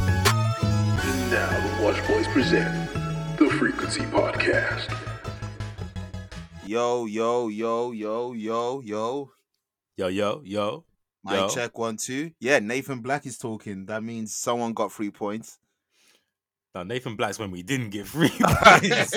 And now the Watch Boys present the Frequency Podcast. Yo, yo, yo, yo, yo, yo. Yo, yo, yo. Mic Yo. check one, two. Yeah, Nathan Black is talking. That means someone got three points. Now Nathan Black's when we didn't get free buys.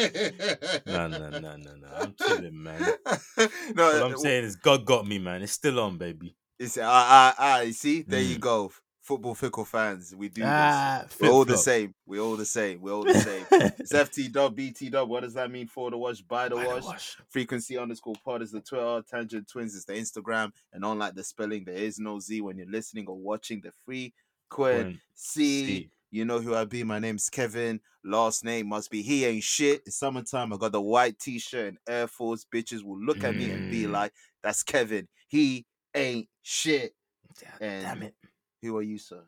no, no, no, no, no. I'm chilling, man. no, All uh, I'm saying is God got me, man. It's still on, baby. it's ah, ah, ah, you see, there you Mm. go. Football fickle fans, we do this. Ah, We're all the flip-flop. same. We're all the same. We're all the same. It's FT dub, BT dub. What does that mean? For the watch, by the By the watch. wash. Frequency underscore pod is the Twitter, Tangent Twins is the Instagram, and unlike the spelling, there is no Z when you're listening or watching the free Quinn Quinn C. C. You know who I be. My name's Kevin. Last name must be He Ain't Shit. It's summertime. I got the white t shirt and Air Force. Bitches will look at me and be Mm. like, that's Kevin. He ain't shit. Yeah, And- Damn it. Who are you, sir?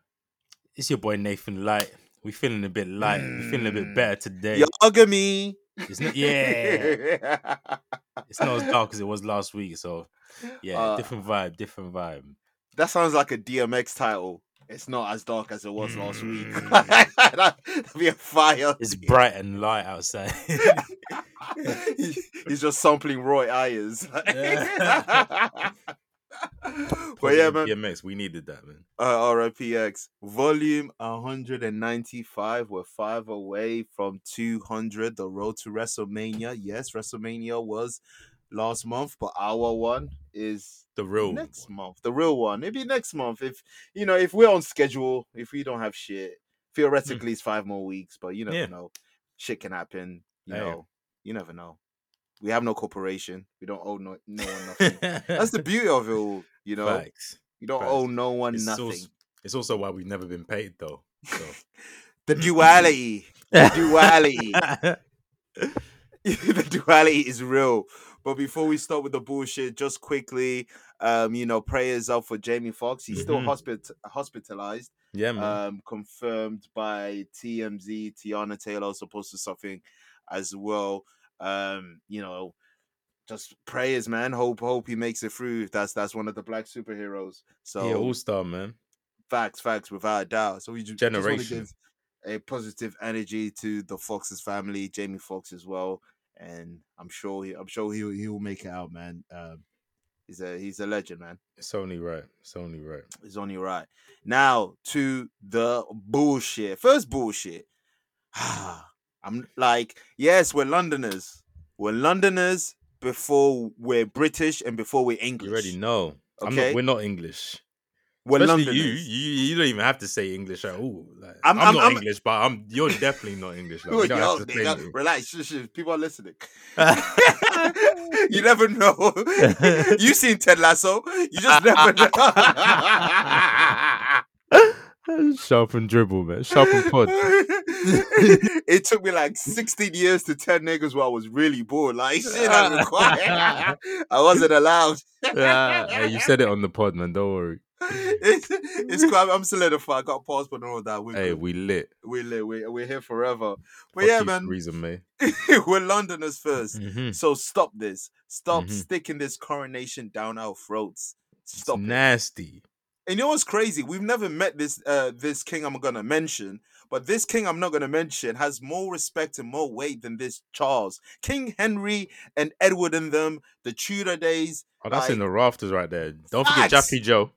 It's your boy Nathan Light. We feeling a bit light. We feeling a Mm. bit better today. You're hugging me. It's not, yeah. It's not as dark as it was last week. So, yeah, Uh, different vibe, different vibe. That sounds like a DMX title. It's not as dark as it was last week. Mm. That'd be a fire. It's bright and light outside. He- He's just sampling Roy Ayers. Yeah. well, yeah, man. DMX, we needed that, man. Uh, RIPX volume 195. We're five away from 200. The road to WrestleMania. Yes, WrestleMania was last month, but our one is The real next month. The real one. Maybe next month. If you know, if we're on schedule, if we don't have shit, theoretically it's five more weeks, but you never Hmm. Yeah. know. Shit can happen. You Hey. know, you never know. We have no corporation. We don't owe no, no one nothing. That's the beauty of it all, you know. Facts. You don't facts. owe no one It's nothing. also- It's also why we've never been paid though. So. The duality. The duality. the duality is real. But before we start with the bullshit, just quickly, um, you know, prayers up for Jamie Foxx. He's still Mhm. hospit- hospitalized, yeah, man. um, confirmed by TMZ. Tiana Taylor supposed to something as well. Um, you know, just prayers, man. Hope hope he makes it through. That's that's one of the black superheroes. So yeah, all star man. Facts, facts, without a doubt. So we ju- just Generation. want to give a positive energy to the Fox's family, Jamie Fox as well, and I'm sure he, I'm sure he'll he'll make it out, man. Um, he's a he's a legend, man. It's only right. It's only right. He's only right. Now to the bullshit. First bullshit. I'm like, yes, we're Londoners. We're Londoners before we're British and before we're English. You already know. I'm not, Okay. we're not English. We're Especially Londoners. you, you. You don't even have to say English at all. Like, I'm- I'm, I'm- not I'm- English, but I'm. You're definitely not English. Like, Yo, you don't have to they claim got- it. relax, shush, shush, people are listening. you never know. you seen Ted Lasso. You just never know. Sharp and dribble, man. Sharp and pod. it took me like 16 years to tell niggas where I was really bored. Like, shit, I required. I wasn't allowed. Ah, hey, you said it on the pod, man. Don't worry. It's, it's quite, I'm solidified. I got a passport and all that. We're, Hey, good. we lit. we're, lit. we're, we're here forever. But Fuck yeah, you, man, Theresa May. we're Londoners first. Mhm. So stop this. Stop Mhm. sticking this coronation down our throats. It's Stop it. nasty. And you know what's crazy? We've never met this uh this king I'm gonna mention, but this king I'm not gonna mention has more respect and more weight than this Charles. King Henry and Edward and them, the Tudor days. Oh, that's in Like- the rafters right there. Don't Facts. forget Jaffy Joe.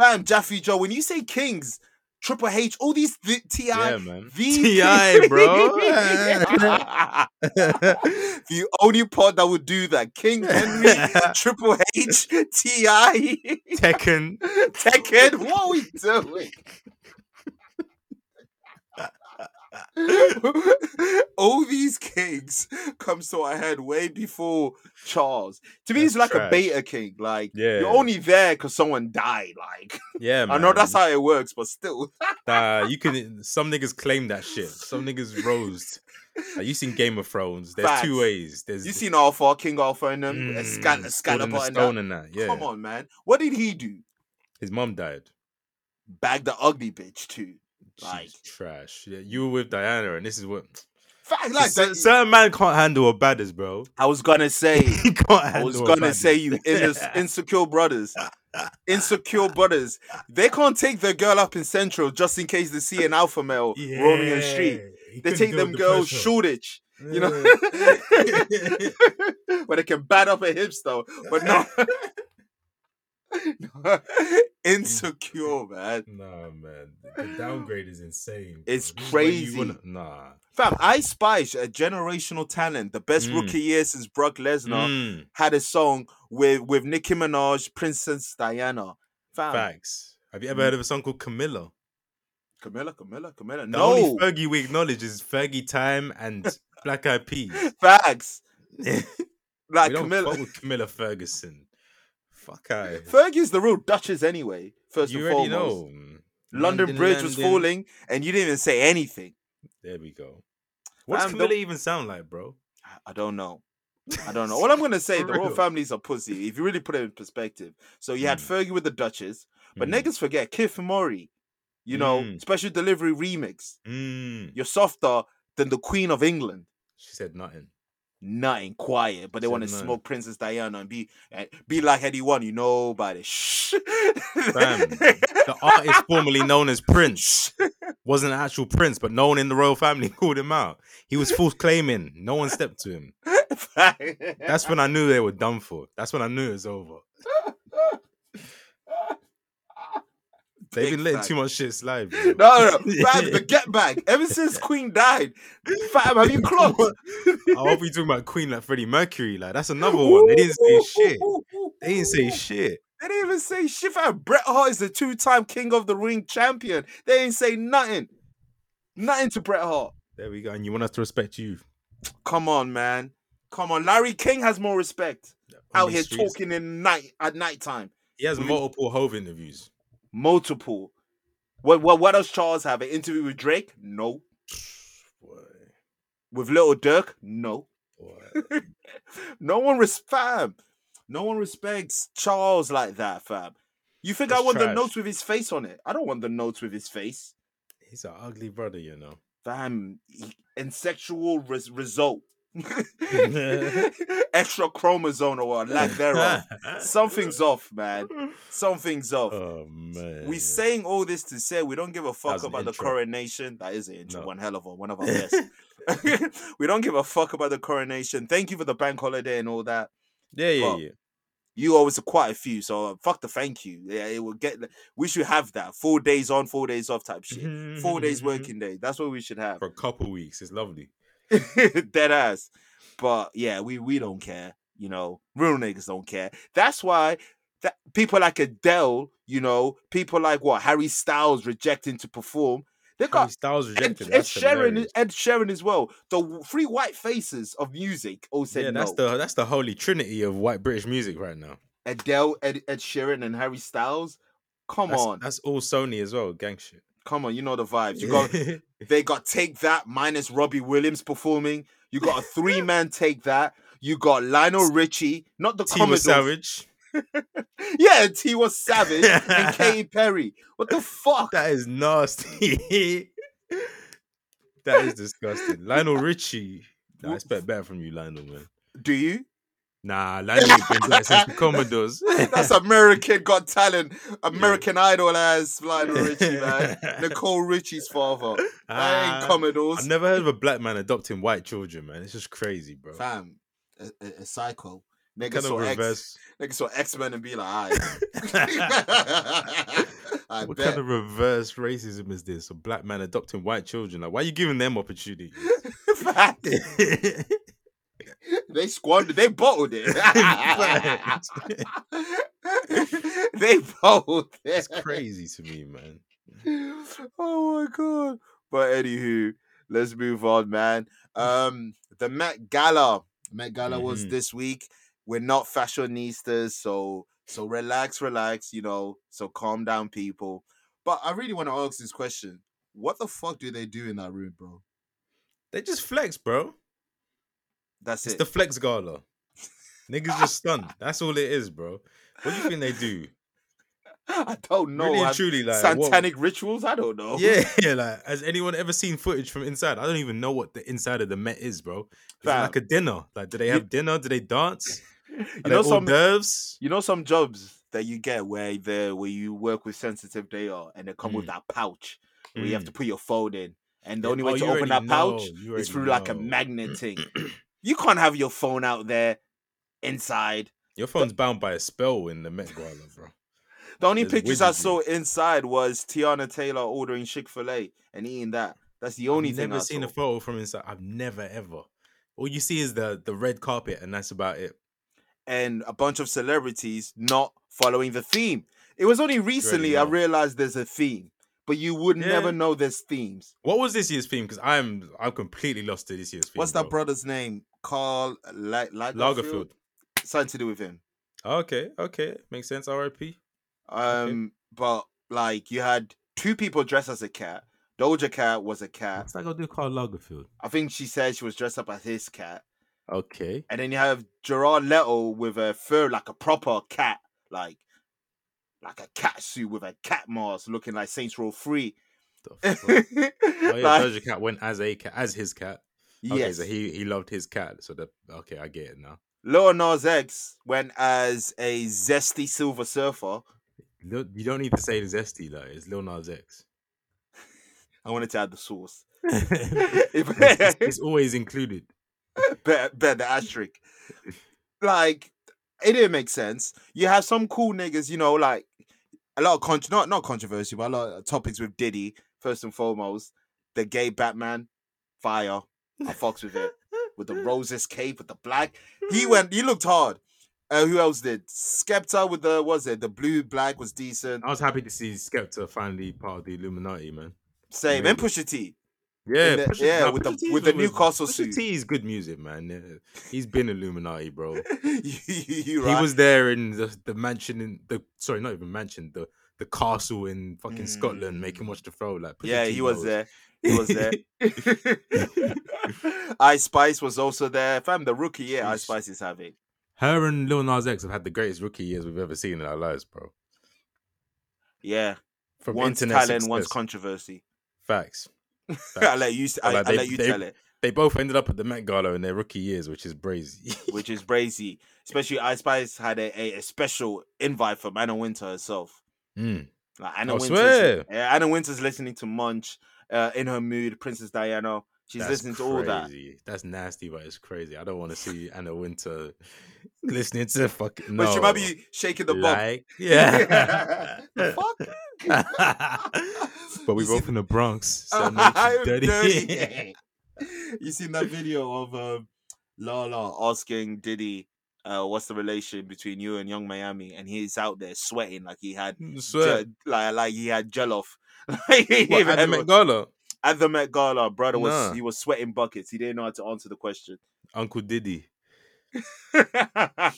Fam, Jaffy Joe, when you say kings, Triple H, all these th- TI Yeah, man. the T.I., bro. the only pod that would do that. King Henry, Triple H, T.I., Tekken. Tekken. What are we doing? All these kings comes to our head way before Charles. To me, That's he's like a trash. beta king. Like Yeah. you're only there because someone died. Like Yeah, man. I know that's how it works, but still, Nah, you can. Some niggas claim that shit. Some niggas rose. Like, you seen Game of Thrones? There's Facts. two ways. There's you seen Alpha, King Alpha, and them Mm, mm, Scan- sword and the Excalibur, and that. stone and that. Yeah. Come on, man. What did he do? His mom died. Bag the ugly bitch too. Like, She's trash. Yeah, you were with Diana, and this is what fact, like Cer- that- certain man can't handle a baddest, bro. I was gonna say, He can't I handle was a gonna baddest. say you in insecure brothers. Insecure brothers. They can't take their girl up in Central just in case they see an alpha male roaming in the street. Yeah, he They couldn't take deal them with the girls pressure. Shoreditch, you know, Yeah. where they can bat up a hipster, but no. No. insecure, man. Nah, man, the downgrade is insane. bro. It's This is where you crazy. wanna- Nah, Fam, I Spy, a generational talent, the best Mm. rookie year since Brock Lesnar Mm, had a song with with Nicki Minaj, Princess Diana. Fam, facts. Have you ever heard of a song called Camilla? Camilla, Camilla, Camilla. The No, only Fergie we acknowledge is Fergie Time and Black Eyed Peas. facts. we Like don't Camilla, fuck with Camilla Ferguson. Fuck I. Fergie's the real Duchess anyway. First You and already foremost, know. Mm, London Bridge was London. falling, and you didn't even say anything. There we go. What does Fam, Camilla don't- even sound like, bro? I don't know. I don't know. All I'm gonna say, For the royal real. families are pussy. If you really put it in perspective, so you had Fergie with the Duchess, but Mm, niggas forget Kif Mori. You know, Mm. special delivery remix. mm. You're softer than the Queen of England. She said nothing. Nothing quiet, but they Said want to nothing. smoke Princess Diana and be and be like Eddie One. You know, by the shh. Fam, the artist formerly known as Prince wasn't an actual prince, but no one in the royal family called him out. He was false claiming. No one stepped to him. That's when I knew they were done for. That's when I knew it was over. They've been Big letting fact. too much shit slide. bro. No, no, no. Fam, the get back. Ever since Queen died, fam, have you clocked? I hope you're talking about Queen like Freddie Mercury. Like that's another one. They didn't say shit. They didn't say shit. They didn't even say shit. Fam, Bret Hart is the two-time King of the Ring champion. They didn't say nothing. Nothing to Bret Hart. There we go. And you want us to respect you Come on, man. Come on. Larry King has more respect on out these here streets. talking in night at nighttime. He has We- multiple Hove interviews. Multiple. What, what what does Charles have? An interview with Drake? No. Boy, With Little Dirk? No. boy. No one res- fam. No one respects Charles like that, fam. You think I That's want the trash. notes with his face on it? I don't want the notes with his face, He's an ugly brother, you know. fam. he- And sexual res- result, extra chromosome or lack thereof. Something's off, man. Something's off. Oh man. we saying all this to say we don't give a fuck was an about the intro. coronation. That is an intro, No. one hell of a one of our best. we don't give a fuck about the coronation. Thank you for the bank holiday and all that. Yeah, yeah, Well, yeah. you always a quite a few, so uh, fuck the thank you. Yeah, it will get. We should have that four days on, four days off type Mm-hmm. shit. Four days working day. That's what we should have. for a couple weeks. It's lovely. Dead ass. But yeah, we we don't care. You know, real niggas don't care. That's why that people like Adele, you know, people like what Harry Styles rejecting to perform. They Harry got Ed, Styles rejected. Ed that's Sheeran, hilarious. Ed Sheeran as well. The w- three white faces of music all said Yeah, no. that's the that's the holy trinity of white British music right now. Adele, Ed, Ed Sheeran, and Harry Styles. Come That's, on, that's all Sony as well, gang shit. come on, you know the vibes. You got they got take that minus Robbie Williams performing. You got a three man take that. You got Lionel Richie, not the Timo Commodores. Savage. Yeah, T was Savage and Katy Perry. What the fuck? That is nasty. that is disgusting. Lionel Richie. Nah, I Wha- expect better from you, Lionel, man. Do you? Nah, Lionel has been black since the Commodores. That's American Got Talent, American Idol as Lionel Richie, man. Nicole Richie's father. That ain't Ah, I've Commodores. never heard of a black man adopting white children, man. It's just crazy, bro. Fam, a, a, a psycho. Nigga Kind of saw, X, reverse. nigga saw X-Men and be like, all right. I what bet. kind of reverse racism is this? A black man adopting white children? Like, why are you giving them opportunities? Fact. they squandered. They bottled it. they bottled It's it. crazy to me, man. Oh my god! But anywho, let's move on, man. Um, the Met Gala. Met Gala was Mhm. this week. We're not fashionistas, so so relax, relax. You know, so calm down, people. But I really want to ask this question: What the fuck do they do in that room, bro? They just flex, bro. That's It's it. the flex gala. Niggas just stunned. That's all it is, bro. What do you think they do? I don't know. really and Have truly, like what- Satanic rituals? I don't know. Yeah, yeah, like has anyone ever seen footage from inside? I don't even know what the inside of the Met is, bro. Is it Fam. like a dinner? Like, do they have dinner? Do they dance? Are You know there hors some d'oeuvres? you know some jobs that you get where the where you work with sensitive data and they come with Mm. that pouch where you have Mm. to put your phone in. And the only Oh, way to you open that already pouch know, you is already through like a know. magnet thing. you can't have your phone out there inside. Your phone's bound by a spell in the Met Gala, bro. The only There's pictures I wizardry. saw inside was Tiana Taylor ordering Chick fil A and eating that. That's the only I've thing never I've seen seen. a photo from inside. I've never ever. All you see is the the red carpet, and that's about it. and a bunch of celebrities not following the theme. It was only recently I know. realized there's a theme, but you would Yeah. never know there's themes. What was this year's theme? Because I'm I'm completely lost to this year's theme. What's that bro? brother's name? Carl La- Lagerfeld. Lagerfeld. Something to do with him. Okay, okay, makes sense. R.I.P. Um, but like you had two people dressed as a cat. Doja Cat was a cat. like I'll do Carl Lagerfeld. I think she said she was dressed up as his cat. Okay. And then you have Gerard Leto with a fur like a proper cat, like like a cat suit with a cat mask, looking like Saints Row Three. The fuck? like, Oh yeah, Doja Cat went as a cat, as his cat. Okay, yes. so he he loved his cat. So the okay, I get it now. Lil Nas X went as a zesty silver surfer. Lil- You don't need to say the zesty though. It's Lil Nas X. I wanted to add the sauce. it's, it's- bet it's always included. bet the asterisk. Like, it didn't make sense. You have some cool niggas, you know, like a lot of con- not not controversy, but a lot of topics with Diddy, first and foremost. The gay Batman, fire. I fucks with it. With the roses cape, with the black. He went, he looked hard. Uh, who else did? Skepta with the, what was it? The blue, black was decent. I was happy to see Skepta finally part of the Illuminati, man. Same. And Maybe. Pusha T. Yeah, the- Pusha- yeah, nah, with the- Pusha T's with the always- Newcastle Pusha suit. T is good music, man. Yeah, He's been Illuminati, bro. you He right. was there in the, the mansion in the sorry, not even mansion, the the castle in fucking Scotland, making watch the throw. Like, Mm. Pusha yeah, T he was knows. there. He was there. Ice Spice was also there. Fam, the rookie year Ice Jeez. Spice is having. Her and Lil Nas X have had the greatest rookie years we've ever seen in our lives, bro. Yeah. From one's internet talent, one's success. controversy. facts. I Facts. let you s- Well, I, like, I they- let you they- tell it, They both ended up at the Met Gala in their rookie years, which is brazy. which is brazy. Especially Ice Spice had a, a, a special invite from Anna Winter herself. Mm. Like Anna I Winter's swear. yeah, Anna Winter's listening to Munch, uh, in her mood, Princess Diana. She's That's listening to all that. crazy. That's nasty, but it's crazy. I don't want to see Anna Winter listening to fucking. No. But she might be shaking the bum. like, yeah. the fuck? but we're You see both in the Bronx. So I'm I'm dirty. dirty. you seen that video of um, Lala asking Diddy, uh, "What's the relation between you and Young Miami?" And he's out there sweating like he had, Swear. je- like like he had gel off. Like, he even What, at the had Met one- Gala, at the Met Gala, brother was Nah. he was sweating buckets. He didn't know how to answer the question. Uncle Diddy. Hey, man.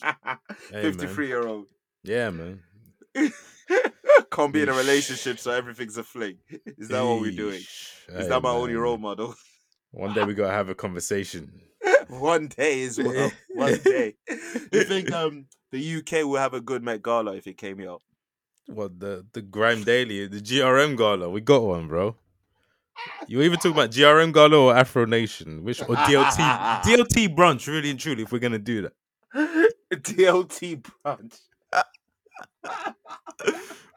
Fifty-three year old Yeah, man. can't be in a Eesh. relationship, so everything's a fling. Is that what we're doing? Eesh. Is Hey, that my only man. role model? One day we gotta have a conversation. one day as well. One day. You think um the UK will have a good Met Gala if it came out? What the the Grime Daily, the GRM Gala? We got one, bro. You even talk about GRM Gala or Afro Nation, which or DLT DLT brunch, really and truly, if we're gonna do that, DLT brunch.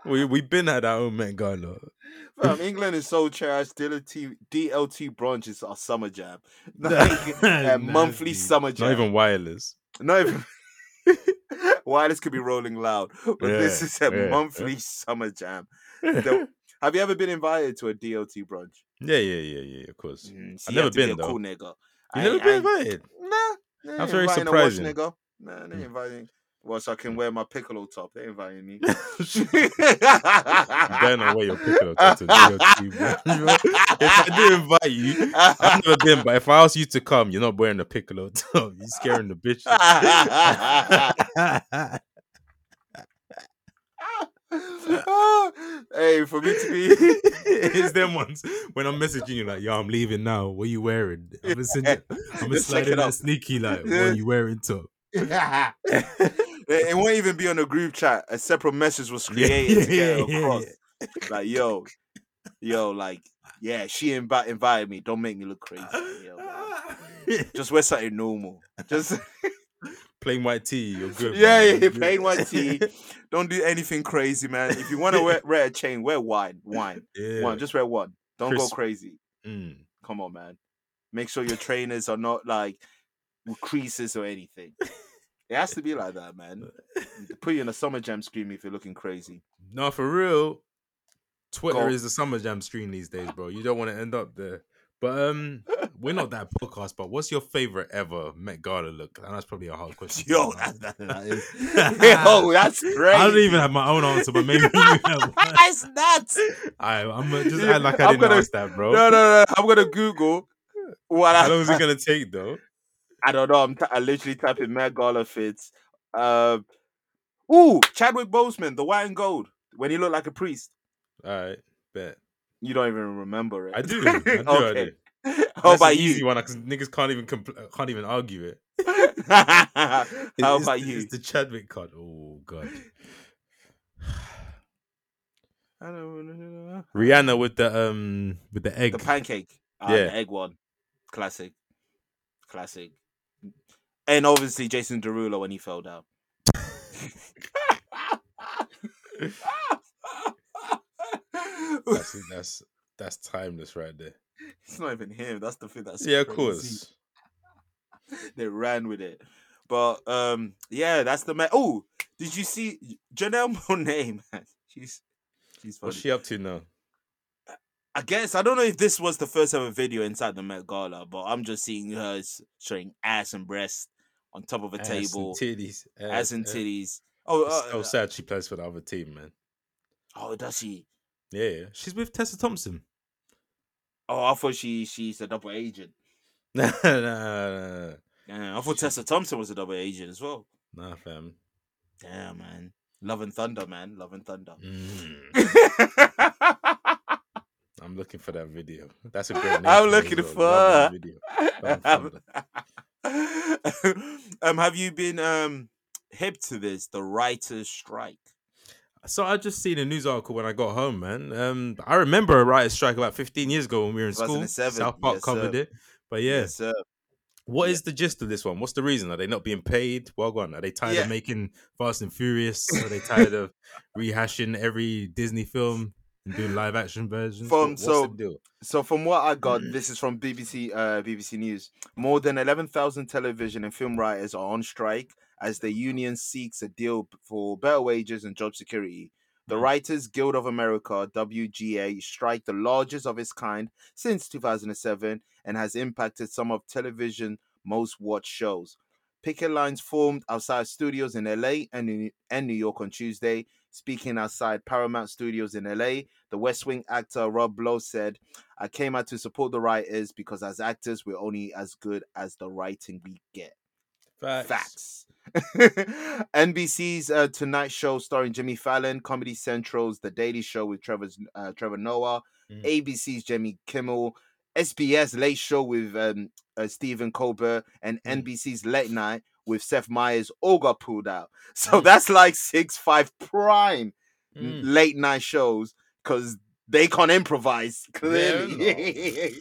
we we've been at our own Met Gala. Fam, England is so cherished. DLT DLT brunch is our summer jam. Like, a Nasty. monthly summer jam. Not even wireless. No, if wireless could be rolling loud, but this Yeah, is a yeah, monthly summer jam. yeah, The- have you ever been invited to a DLT brunch? yeah, yeah, yeah. Of course. Mm, I've so you never have to been, be a though. cool nigga. You I never ain't- I been ain't- invited. Nah, they ain't That's very inviting a watch, surprising. nigga. Nah, they Mm. ain't inviting. Well, so I can wear my piccolo top. They inviting me. better not wear your piccolo top to DLT brunch. bro. if I do invite you, I've never been, but if I ask you to come, you're not wearing a piccolo top. You're scaring the bitches. hey, for me to be. it's them ones when I'm messaging you like, yo, I'm leaving now. What are you wearing? I'm gonna send you, I'm gonna Just slide check it in a out. sneaky like, what Yeah. are you wearing top? It, it won't even be on a group chat. A separate message was created to get across. Like, yo, yo, like, yeah, she invi- invited me. Don't make me look crazy. Yo, man. Just wear something normal. Just Plain white tea, you're good. yeah, man. yeah, You're good. plain white tea. Don't do anything crazy, man. If you want to wear, wear a chain, wear wine. Wine. Yeah. One. Just wear one. Don't Crisp. go crazy. Mm. Come on, man. Make sure your trainers are not like with creases or anything. It has to be like that, man. Put you in a summer jam scream if you're looking crazy. No, for real. Twitter Go. is the summer jam screen these days, bro. You don't want to end up there. But um, we're not that podcast. But what's your favorite ever Met Gala look? And that's probably a hard question. Yo, man. that, that- that is. Yo, that's crazy. I don't even have my own answer, but maybe you have. one. That's nuts. I, I'm gonna just Yeah, act like I'm I didn't gonna- ask that, bro. No, no, no. I'm gonna Google. What How long I, is it gonna take, though? I don't know. I'm t- I literally typing Met Gala fits. Uh, ooh, Chadwick Boseman, the white and gold, when he looked like a priest. All right, bet You don't even remember it. I do. I do. I Okay. do. How That's an about easy you? one? Because niggas can't even compl- can't even argue it. How It- it's about the- you? It's the Chadwick card. Oh god. I don't know. Rihanna with the um with the egg. The pancake. Uh, Yeah. The egg one. Classic. Classic. And obviously Jason Derulo when he fell down. that's, that's that's timeless right there. it's not even him. That's the thing that's yeah, of crazy. course. They ran with it. But um yeah, that's the man. Oh, did you see Janelle Monet, man? She's she's funny. What's she up to now? I guess I don't know if this was the first ever video inside the Met Gala, but I'm just seeing her s- showing ass and breast on top of a Ass and table, titties. ass and ass. titties. Oh, It's uh, so sad she plays for the other team, man. oh, does she? Yeah, yeah. she's with Tessa Thompson. Oh, I thought she she's a double agent. nah, nah, nah, nah, Yeah, I thought Tessa Thompson was a double agent as well. nah, Nah, fam. Damn, man, Love and Thunder, man, Love and Thunder. Mm. I'm I'm looking for that video. That's a great. Name I'm for it looking as for Love that video. um, have you been um hip to this? The writers' strike. So I just seen a news article when I got home, man. Um, I remember a writer's strike about 15 years ago when we were in school. 2007, South Park yes, covered sir. it, but yeah, Yes, sir. What Yeah. is the gist of this one? What's the reason? Are they not being paid? Well, gone. Are they tired Yeah. of making Fast and Furious? Are they tired of rehashing every Disney film and doing live action versions? From- What- what's so- the deal? So from what I got, this is from BBC uh, BBC News. More than eleven thousand television and film writers are on strike as the union seeks a deal b- for better wages and job security. The Writers Guild of America (WGA) strike, the largest of its kind since 2007, and has impacted some of television most watched shows. Picket lines formed outside studios in LA and in, and New York on Tuesday. Speaking outside Paramount Studios in LA, the West Wing actor Rob Lowe said. I came out to support the writers because as actors, we're only as good as the writing we get. Facts. Facts. NBC's uh, Tonight Show starring Jimmy Fallon, Comedy Central's The Daily Show with Trevor's, uh, Trevor Noah, Mm. ABC's Jimmy Kimmel, SBS Late Show with um, uh, Stephen Colbert, and Mm. NBC's Late Night with Seth Meyers all got pulled out. So Mm. that's like six five prime n- Mm. late night shows because they can't improvise clearly.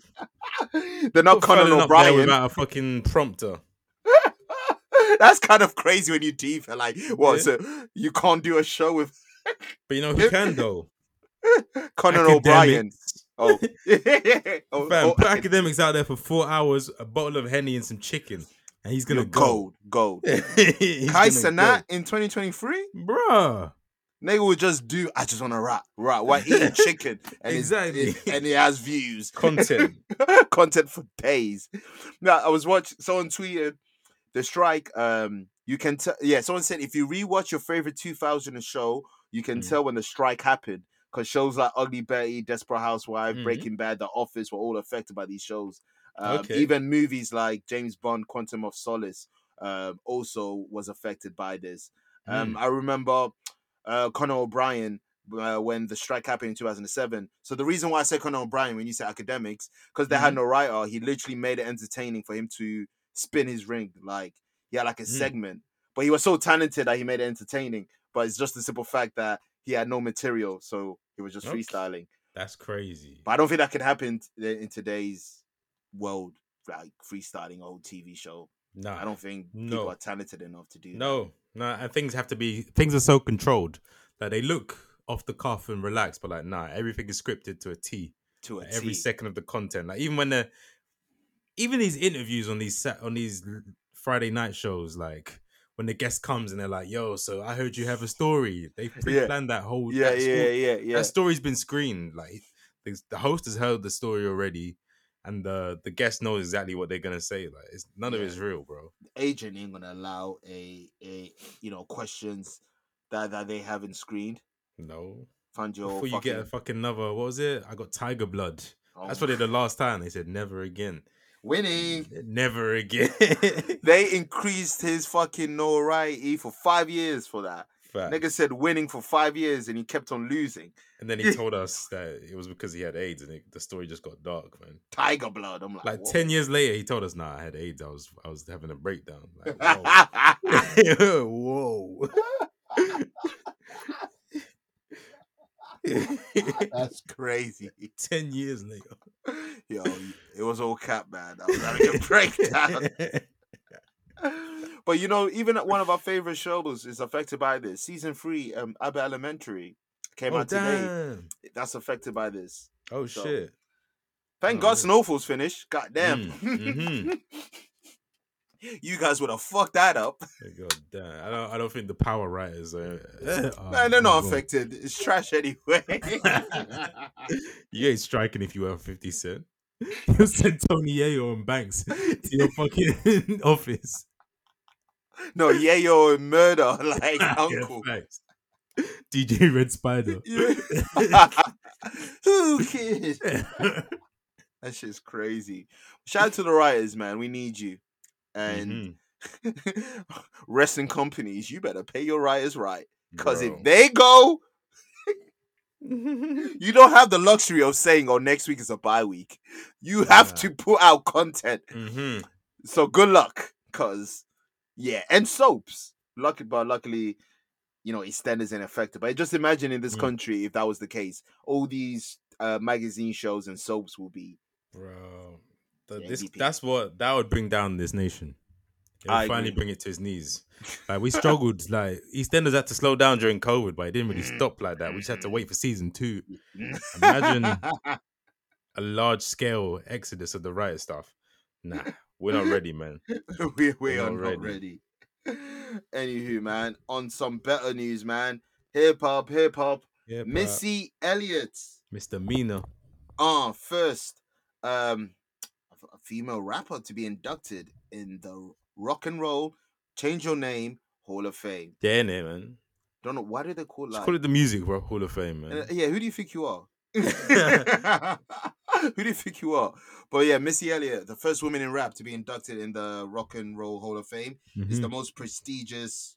They're not Put Fallon Conan up there O'Brien. without a fucking prompter. That's kind of crazy when you deep like, what? Yeah. So you can't do a show with But you know who can though? Conan Academics. O'Brien. Oh, oh, Fam, oh, put academics out there for four hours, a bottle of henny and some chicken, and he's gonna you're go. gold, gold. He's Kai gonna Sanat in 2023, go. bruh. nigga would just do. I just want to rap, rap while eating chicken, and it's- Exactly. it- and he has views. Content. content for days. Now I was watching someone tweeted the strike. Um, you can tell. Yeah, someone said if you rewatch your favorite 2000 show, you can Mhm. tell when the strike happened because shows like Ugly Betty, Desperate Housewife, Mhm. Breaking Bad, The Office were all affected by these shows. Um, Okay. Even movies like James Bond, Quantum of Solace, um, also was affected by this. Um, I remember uh, Conor O'Brien uh, when the strike happened in 2007. So the reason why I say Conor O'Brien when you say academics, because they Mm-hmm. had no writer, he literally made it entertaining for him to spin his ring. Like he had like a Mm. segment, But he was so talented that he made it entertaining. But it's just the simple fact that he had no material, so he was just Okay. freestyling. That's crazy. But I don't think that could happen t- in today's world, like freestyling old TV show. No, I don't think Ah, No. people are talented enough to do that. No, no, and things have to be things are so controlled that they look off the cuff and relaxed, but like nah, everything is scripted to a T. to a Like, every T. second of the content. Like even when the even these interviews on these sat on these Friday night shows, like when the guest comes and they're like, "Yo, so I heard you have a story." They pre-planned that whole Yeah, that yeah, stor- yeah, yeah. That story's been screened. Like the, the host has heard the story already, and the the guest knows exactly what they're gonna say. Like it's none of Yeah. it's real, bro. agent ain't gonna allow a a you know questions that that they haven't screened. No, Find your Before you fucking, get a fucking another, what was it? I got tiger blood. oh That's what my- they did last time. They said never again. winning. Never again. They increased his fucking notoriety for five years for that. Fact. Nigga said winning for five years and he kept on losing. And then he told us that it was because he had AIDS, and it, the story just got dark, man. Tiger blood. I'm like, Ah, Like "Whoa." ten years later, he told us, "Nah, I had AIDS. I was, I was having a breakdown." Like, whoa. whoa. That's crazy. ten years later. Yo, it was all cap, man. I was having a breakdown. but you know, even one of our favorite shows is affected by this. Season three, um, Abbott Elementary came oh out today. damn! That's affected by this. Oh So, shit! Thank Oh, God yeah. Snowfall's finished. God damn. Mm, you guys would have fucked that up. God damn! I don't, I don't think the power uh, writers are. are- Man, they're not are- affected. It's trash anyway. You ain't striking if you have 50 Cent. You'll send Tony Yayo and Banks to your fucking office. no, Yayo and murder like Yeah, uncle. facts. DJ Red Spider. Who kid? That shit's crazy. Shout out to the writers, man. We need you. And Mhm, Mm-hmm. wrestling companies, you better pay your writers right. Because bro. if they go, you don't have the luxury of saying, oh, next week is a bye week. You have Nah. to put out content. Mhm. So good luck. Because, yeah. And soaps. Lucky, but luckily, you know, its standards ain't affected. But just imagine in this Mm. country, if that was the case, all these uh, magazine shows and soaps will be. Bro. Th- Yeah, this- MVP. that's what that would bring down this nation. It would I finally agree. bring it to his knees. Like we struggled, like EastEnders had to slow down during COVID, but it didn't really stop like that. We just had to wait for season two. Imagine a large scale exodus of the riot stuff. Nah, we're not ready, man. we we We're are not not ready. Anywho, man, on some better news, man. Hip hop, hip hop. Yeah, but Missy Elliott, misdemeanor. uh, first um f- female rapper to be inducted in the Rock and Roll Change Your Name Hall of Fame. Yeah, innit, man. Don't know why did they call Just like call it the music Ro- hall of fame, man. Uh, yeah, who do you think you are? who do you think you are? But yeah, Missy Elliott, the first woman in rap to be inducted in the Rock and Roll Hall of Fame. It's Mhm. the most prestigious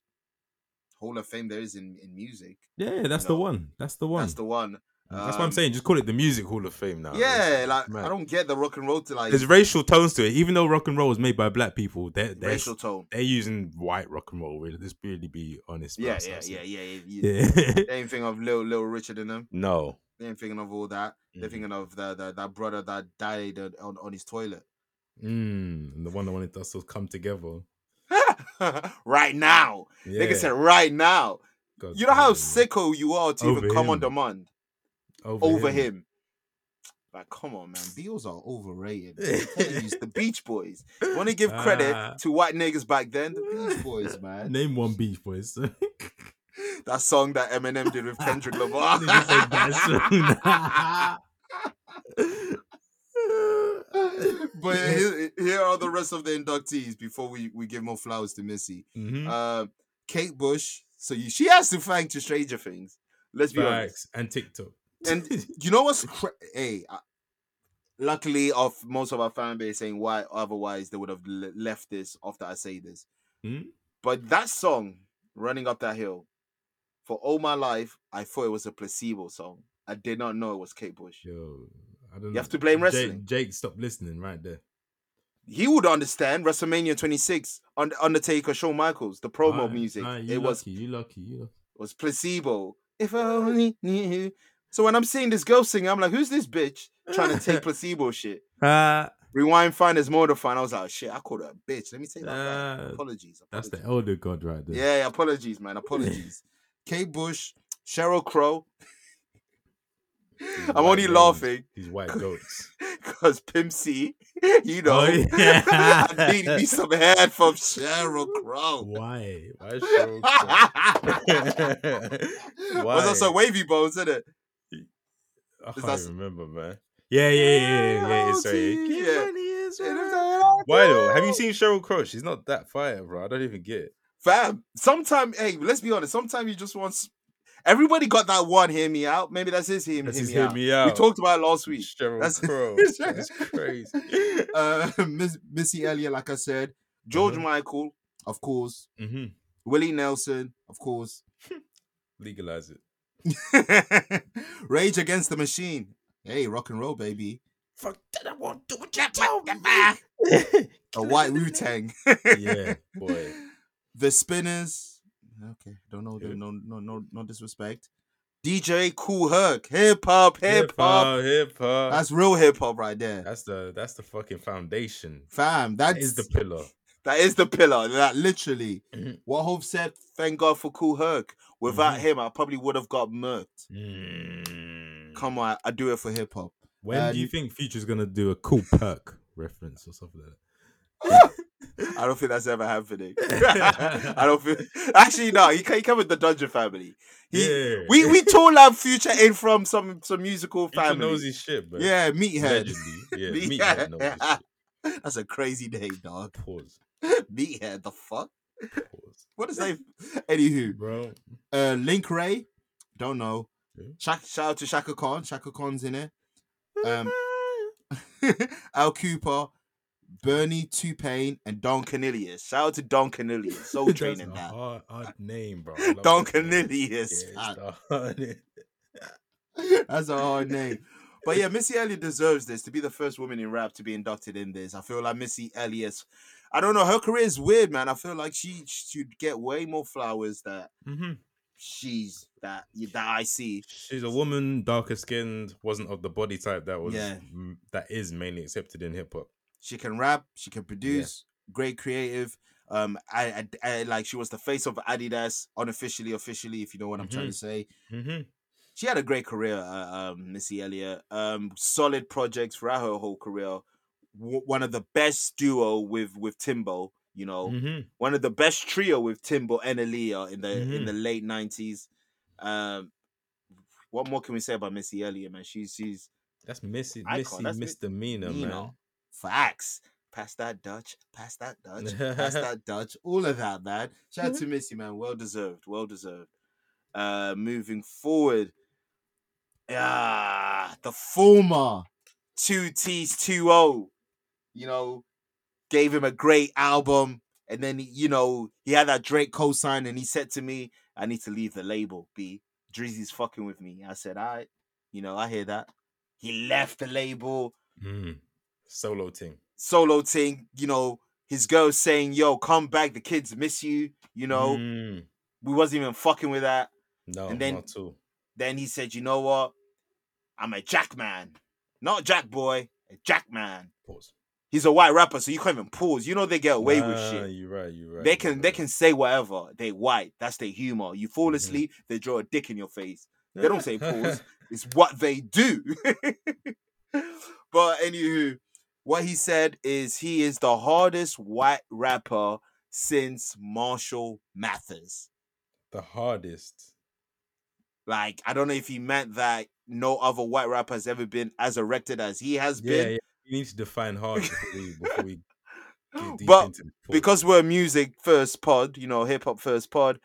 Hall of Fame there is in, in music. yeah, that's the No. one. That's the one. That's That's, the one. what I'm um, saying. Just call it the music hall of fame now. yeah, It's- like man. I don't get the rock and roll to like There's racial tones to it, even though rock and roll was made by black people. They're they're, racial tone. they're using white rock and roll. Really, let's really be honest. Yeah, about yeah, ourselves. yeah, yeah, yeah. yeah. yeah. They ain't thinking of little little Richard in them. no, They ain't thinking of all that. They're Mhm. thinking of the, the that brother that died on, on- on his toilet. mm, and the one that wanted us to come together. right now. Yeah. Nigga said right now. God You know how damn. sicko you are to Over even come on him. demand over him. Like, come on, man. Beals are overrated. man. I'm telling you, it's the Beach Boys. Want to give credit Ah. to white niggas back then? The Beach Boys, man. Name one beef, boys. That song that Eminem did with Kendrick Lamar. Nigga said that but here, here are the rest of the inductees before we, we give more flowers to Missy. Mhm. Uh, Kate Bush. So you, she has to thank to Stranger Things. Let's be honest. Facts and TikTok. And you know what's cra- hey, I, luckily of most of our fan base saying why otherwise they would have le- left this after I say this. Hmm? But that song, Running Up That Hill, for all my life, I thought it was a placebo song. I did not know it was Kate Bush. Yo, I don't You know. have to blame Jake, wrestling. Jake, stop listening right there. he would understand WrestleMania 26 Und- Undertaker Shawn Michaels the promo Alright, music. alright, you it was lucky, you lucky, you lucky. was placebo. If I only knew. So when I'm seeing this girl sing, I'm like, who's this bitch trying to take placebo shit? Ah, Rewind, find is more to find. I was like, "Oh, shit, I called her a bitch. Let me take that back. ah, Apologies. that's the apologies. elder god right there. Yeah, yeah, apologies, man. Apologies. Kate Bush, Cheryl Crow. I'm white only men. laughing These white goats. because Pimp C, you know, Oh, yeah. I need me some head from Cheryl Crow. Why? Why is Cheryl Crow- Why? Was also wavy bones, isn't it? I can't that's- remember, man. Yeah, yeah, yeah, yeah, yeah. yeah, it's sorry. right. Yeah. Get money is right. Why though? Have you seen Cheryl Crow? She's not that fire, bro. I don't even get it. Fam, sometime, hey, let's be honest. Sometimes you just want. s- Everybody got that one. Hear me out. Maybe that's his. Hear, me- Let's hear just me, hear out. me out. We talked about it last week. Cheryl That's- Crow. That's crazy. Uh, Miss, Missy Elliott, like I said, George Mhm. Michael, of course, Mm-hmm. Willie Nelson, of course, Legalize it. Rage Against the Machine. Hey, rock and roll, baby. Fuck that! I won't do what you tell me. A white Wu Tang. yeah. Boy. The Spinners. Okay, don't know. Yeah. them, No, no, no, no disrespect. DJ Cool Herc, hip hop, hip hop. Hip hop. That's, That's real hip hop right there. the that's the fucking foundation. Fam, That that's is the pillar. that is the pillar. That literally. Mhm. What Hope said, thank God for Cool Herc. Without Mm-hmm. him, I probably would have got murked. Mm. Come on, I do it for hip hop. When do you And- think Future's gonna do a cool perk reference or something like I don't think that's ever happening. I don't think actually no, he came, he came with the Dungeon family. He that? we we told our future in from some some musical Future family. knows his shit, man. yeah, Meathead. Legendary. Yeah, Meathead. Meathead knows his shit. That's a crazy name, dog. Pause. Meathead, the fuck? Pause. What is that? Anywho, Bro. uh, Link Ray, don't know. Yeah. Shak- shout out to Shaka Khan. Shaka Khan's in it. Um, Al Cooper, Bernie Tupain, and Don Cornelius. Shout out to Don Cornelius. Soul That's training a that. Hard, hard name, bro. I love Don that name. Cornelius. Ah, Yeah, man. it's the hardest. That's a hard name. But yeah, Missy Elliott deserves this to be the first woman in rap to be inducted in this. I feel like Missy Elliott's. I don't know. Her career is weird, man. I feel like she should get way more flowers that Mhm. she's that that I see. She's a woman, darker skinned, wasn't of the body type that was Yeah. m- that is mainly accepted in hip hop. She can rap. She can produce. Great creative. Um, I, I, I like she was the face of Adidas unofficially, officially, if you know what I'm trying to say. Mm-hmm. She had a great career, uh, um, Missy Elliott. Um, solid projects throughout her whole career. W- one of the best duo with with Timbo. You know, Mm-hmm. one of the best trio with Timbo and Aaliyah in the in Mhm. the late nineties. Um, what more can we say about Missy Elliott, man? She's she's That's Missy, Icon, Missy that's mi- misdemeanor, you man. know facts. Pass that Dutch, pass that Dutch, pass that Dutch, all of that, man. Shout out to Missy, man. Well deserved, well deserved. Uh, moving forward, ah, the former two T's two O, you know, gave him a great album, and then you know he had that Drake co-sign, and he said to me, "I need to leave the label." B Drizzy's fucking with me. I said, "I, you know, I hear that." He left the label Mm. Solo thing. solo thing, you know, his girl saying, "Yo, come back, the kids miss you," you know. Mm. We wasn't even fucking with that. No, And then- not too. Then he said, "You know what? I'm a jackman, not jack boy, a jackman." Pause. He's a white rapper, so you can't even pause. You know they get away with Nah, shit. You're right. You're right. They you're can they right. can say whatever. They white. That's their humor. You fall Mhm. asleep, they draw a dick in your face. They don't say pause. It's what they do. but anywho, what he said is he is the hardest white rapper since Marshall Mathers. the hardest. Like, I don't know if he meant that no other white rapper has ever been as erected as he has Yeah, been. yeah. You need to define hard before we, before we get deep But into the pause. Because we're a music first pod, you know, hip hop first pod,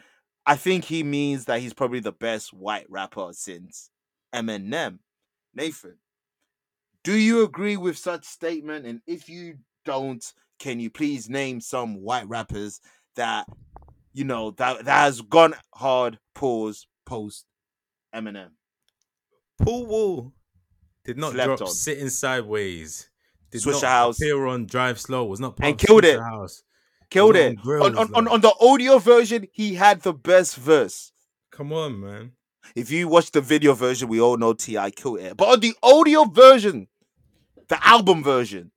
I think he means that he's probably the best white rapper since Eminem. Nathan, do you agree with such statement? And if you don't, can you please name some white rappers that you know that that has gone hard pause post Eminem? Paul Wall did not Slept drop on. sitting sideways. did Swisher not House. appear on Drive Slow. Was not part And of killed Swisher it. House. Killed He's it. on grills, On, on, on, though. on the audio version, he had the best verse. Come on, man. If you watch the video version, we all know T.I. killed it. But on the audio version, the album version,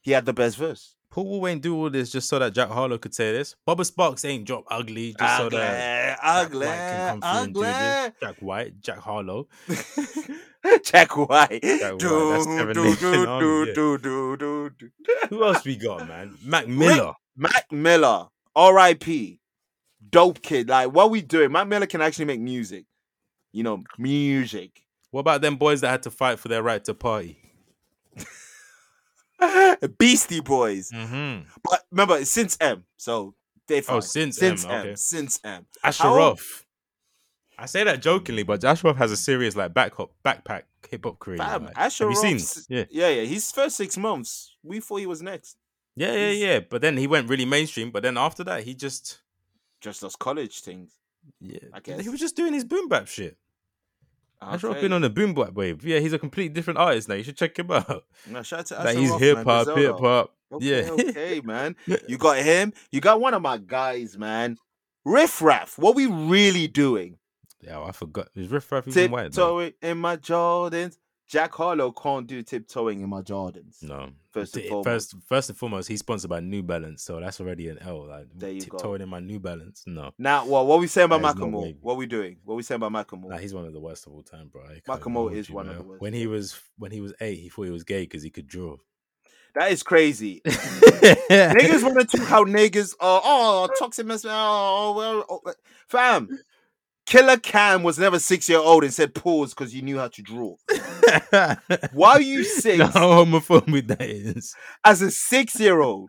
he had the best verse. Paul Wall ain't do all this just so that Jack Harlow could say this. Bubba Sparks ain't drop ugly just so Ugly, that ugly, Jack White can come through and ugly. do this. Jack White, Jack Harlow. Jack White. White, that's Do, Kevin do, Nation do, Army, do, yeah. do, do, do, do. Who else we got, man? Mac Miller. Mac Miller, R.I.P. Dope kid. Like, what we doing? Mac Miller can actually make music. You know, music. What about them boys that had to fight for their right to party? Beastie Boys. Mm-hmm. But remember, it's since M. So they Oh, fine. since, since M. M, Okay. Since M. How- Asheroff. I say that jokingly, but Asheroff has a serious like back backpack hip hop career. Fam, like, have you seen? Asheroff's- Yeah, Yeah, yeah. His first six months, we thought he was next. yeah, yeah, yeah. But then he went really mainstream. But then after that, he just Just those college things. yeah, I guess. he was just doing his boom bap shit. Asheroff Okay. been on a boom bap wave. Yeah, he's a completely different artist now. You should check him out. No, shout out to like he's Asheroff, man, hip hop, Griselda. hip hop. Okay, yeah, okay, man. You got him. You got one of my guys, man. Riff Raff. What we really doing? yeah. I forgot. Is Riff Raff even white? though? Tiptoeing in my Jordans. Jack Harlow can't do tiptoeing in my Jordans. No. First and Th- foremost. First, first and foremost, he's sponsored by New Balance, so that's already an L. Like There you go. tiptoeing in my New Balance. No, Now, well, what we saying about That is not Macklemore? wavy. what we doing? What we saying about Macklemore? nah, he's one of the worst of all time, bro. I can't Malcolm hold O is you, one of man. the worst. When he was when he was eight, he thought he was gay because he could draw. That is crazy. niggas niggas, want to talk how niggas are. Oh, toxic mess. Oh, well, oh, well." fam. Killer Cam was never six year old and said pause because you knew how to draw. Why are you six No, how homophobic that is. as a six year old?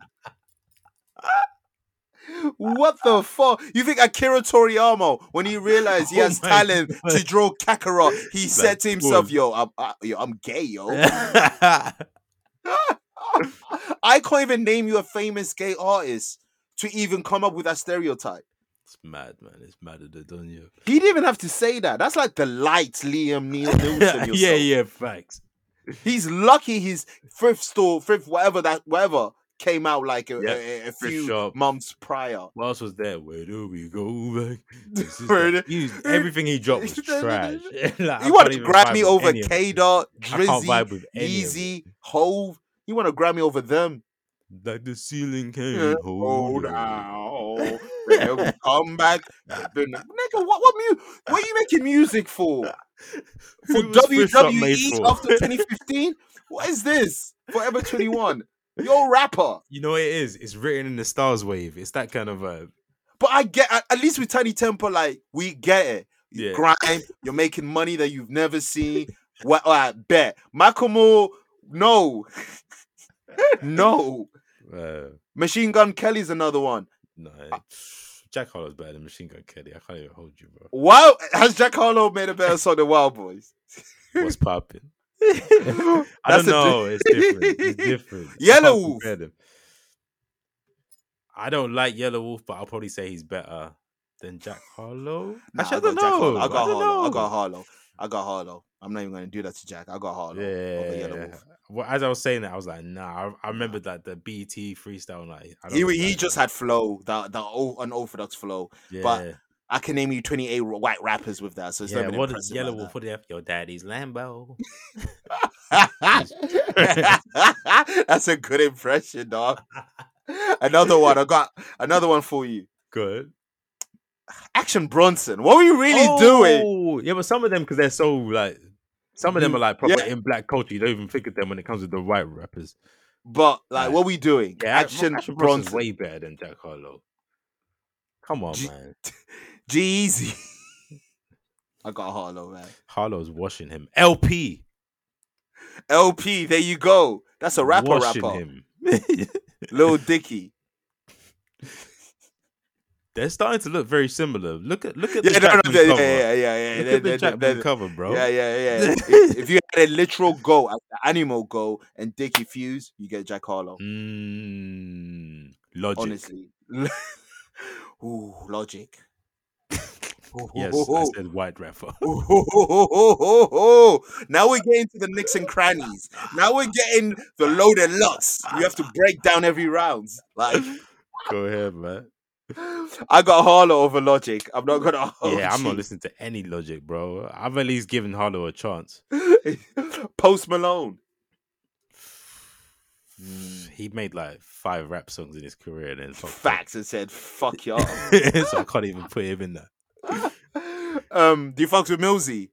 What the fuck? You think Akira Toriyama, when he realized he Oh has my talent to God. draw Kakarot, he said to himself, pause. "Yo, I'm, I, yo, I'm gay, yo." Oh. That's I can't even name you a famous gay artist to even come up with that stereotype. mad, man. It's madder than done you. He didn't even have to say that. That's like the light Liam Neil Nielsen. yeah, yourself. yeah, facts. He's lucky his thrift store, thrift whatever that whatever came out like a, Yeah, a- a- a thrift few shop. months prior. What else was there? Where do we go back? This is Where the- do- He was- everything he dropped was trash. Like, I You want to can't even vibe grab me with over any of it. K Dot, I can't vibe Drizzy, with any of it. Easy, Hove. You want to grab me over them? Like the ceiling can Yeah. Oh, hold, out. out. We'll come back. Then- Nigga, what what, mu- what are you making music for? For Who was Thrift Shop made WWE for? after 2015? what is this? Forever 21. You're a rapper. You know what it is. It's written in the stars wave. It's that kind of vibe. But I get at, at least with Tiny Tempo, like we get it. You Yeah. grind, you're making money that you've never seen. What I bet. Michael Moore, no. no. Uh, Machine Gun Kelly's another one. no, Ah. Jack Harlow's better than Machine Gun Kelly. I can't even hold you, bro. Wow, has Jack Harlow made a better song than Wild Boys? What's popping? I That's don't a di- know. It's different. It's different. I can't Yellow Wolf. compare them. I don't like Yellow Wolf, but I'll probably say he's better than Jack Harlow. Nah, Actually, I got don't Jack Harlow. know. I got I don't Harlow. I know. got Harlow. I got Harlow. I'm not even gonna do that to Jack. I got Harlow. over Yellow Yeah. Wolf. Well, as I was saying that, I was like, nah. I, I remember that the BT freestyle night. I don't He, really he like just that. had flow, that that o- unorthodox flow. yeah. but I can name you 28 ra- white rappers with that, so it's yeah. not What what does impressive. Yellow Yellow Wolf like put it up? Your daddy's Lambo. that. That's a good impression, dog. Another one. I got another one for you. Good. Action Bronson. What were you really doing? Oh, Yeah, but some of them because they're so like. Some of them You- are like proper yeah. in black culture. You don't even think of them when it comes to the white rappers. But like, Right. what we doing? Yeah, Action, Bronson's Bronson. way better than Jack Harlow. Come on, G- man. Jeezy. I got Harlow, man. Harlow's washing him. LP. LP, there you go. That's a rapper, washing rapper. him. Lil Dicky. they're starting to look very similar. Look at look at Yeah, the no, no, Jackman yeah, yeah, cover. yeah, yeah, yeah. They- Look at the they- they- Jackman they- cover, bro. Yeah, yeah, yeah. if, if you had a literal go at the animal go and Dicky Fuse, you get Jack Harlow. Mm, logic. Honestly. Ooh, logic. Yes, I said white rapper. Now we're getting to the nicks and crannies. Now we're getting the load and lots. You have to break down every round. Like Go ahead, man. I got Harlow over Logic. I'm not gonna. hold Yeah, I'm you. not listening to any logic, bro. I've at least given Harlow a chance. Post Malone. He made like five rap songs in his career and then fucked up. Facts and said, "Fuck y'all." so I can't even put him in there. um, do you fucks with Millsy?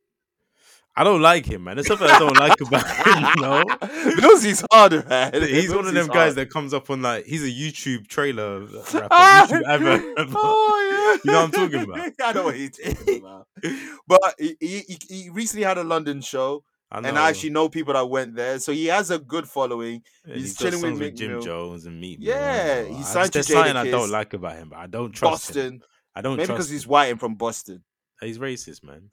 I don't like him, man. There's something I don't like about him, you know? Millsy's harder, man. He's one of Millsy's them guys hard. that comes up on like he's a YouTube trailer rapper. YouTube advert rapper. Oh, yeah. You know what I'm talking about? Ah, I know what you're talking about. But he, he, he- he recently had a London show, I and I actually know people that went there, so he has a good following. Yeah, he's he's got chilling with songs with Meek Jim Mill. Jones and Meat. Yeah, he he's signed to there's something I Jadakiss. don't like about him, but I don't trust him. Boston, I don't maybe trust because he's him. white and from Boston. he's racist, man.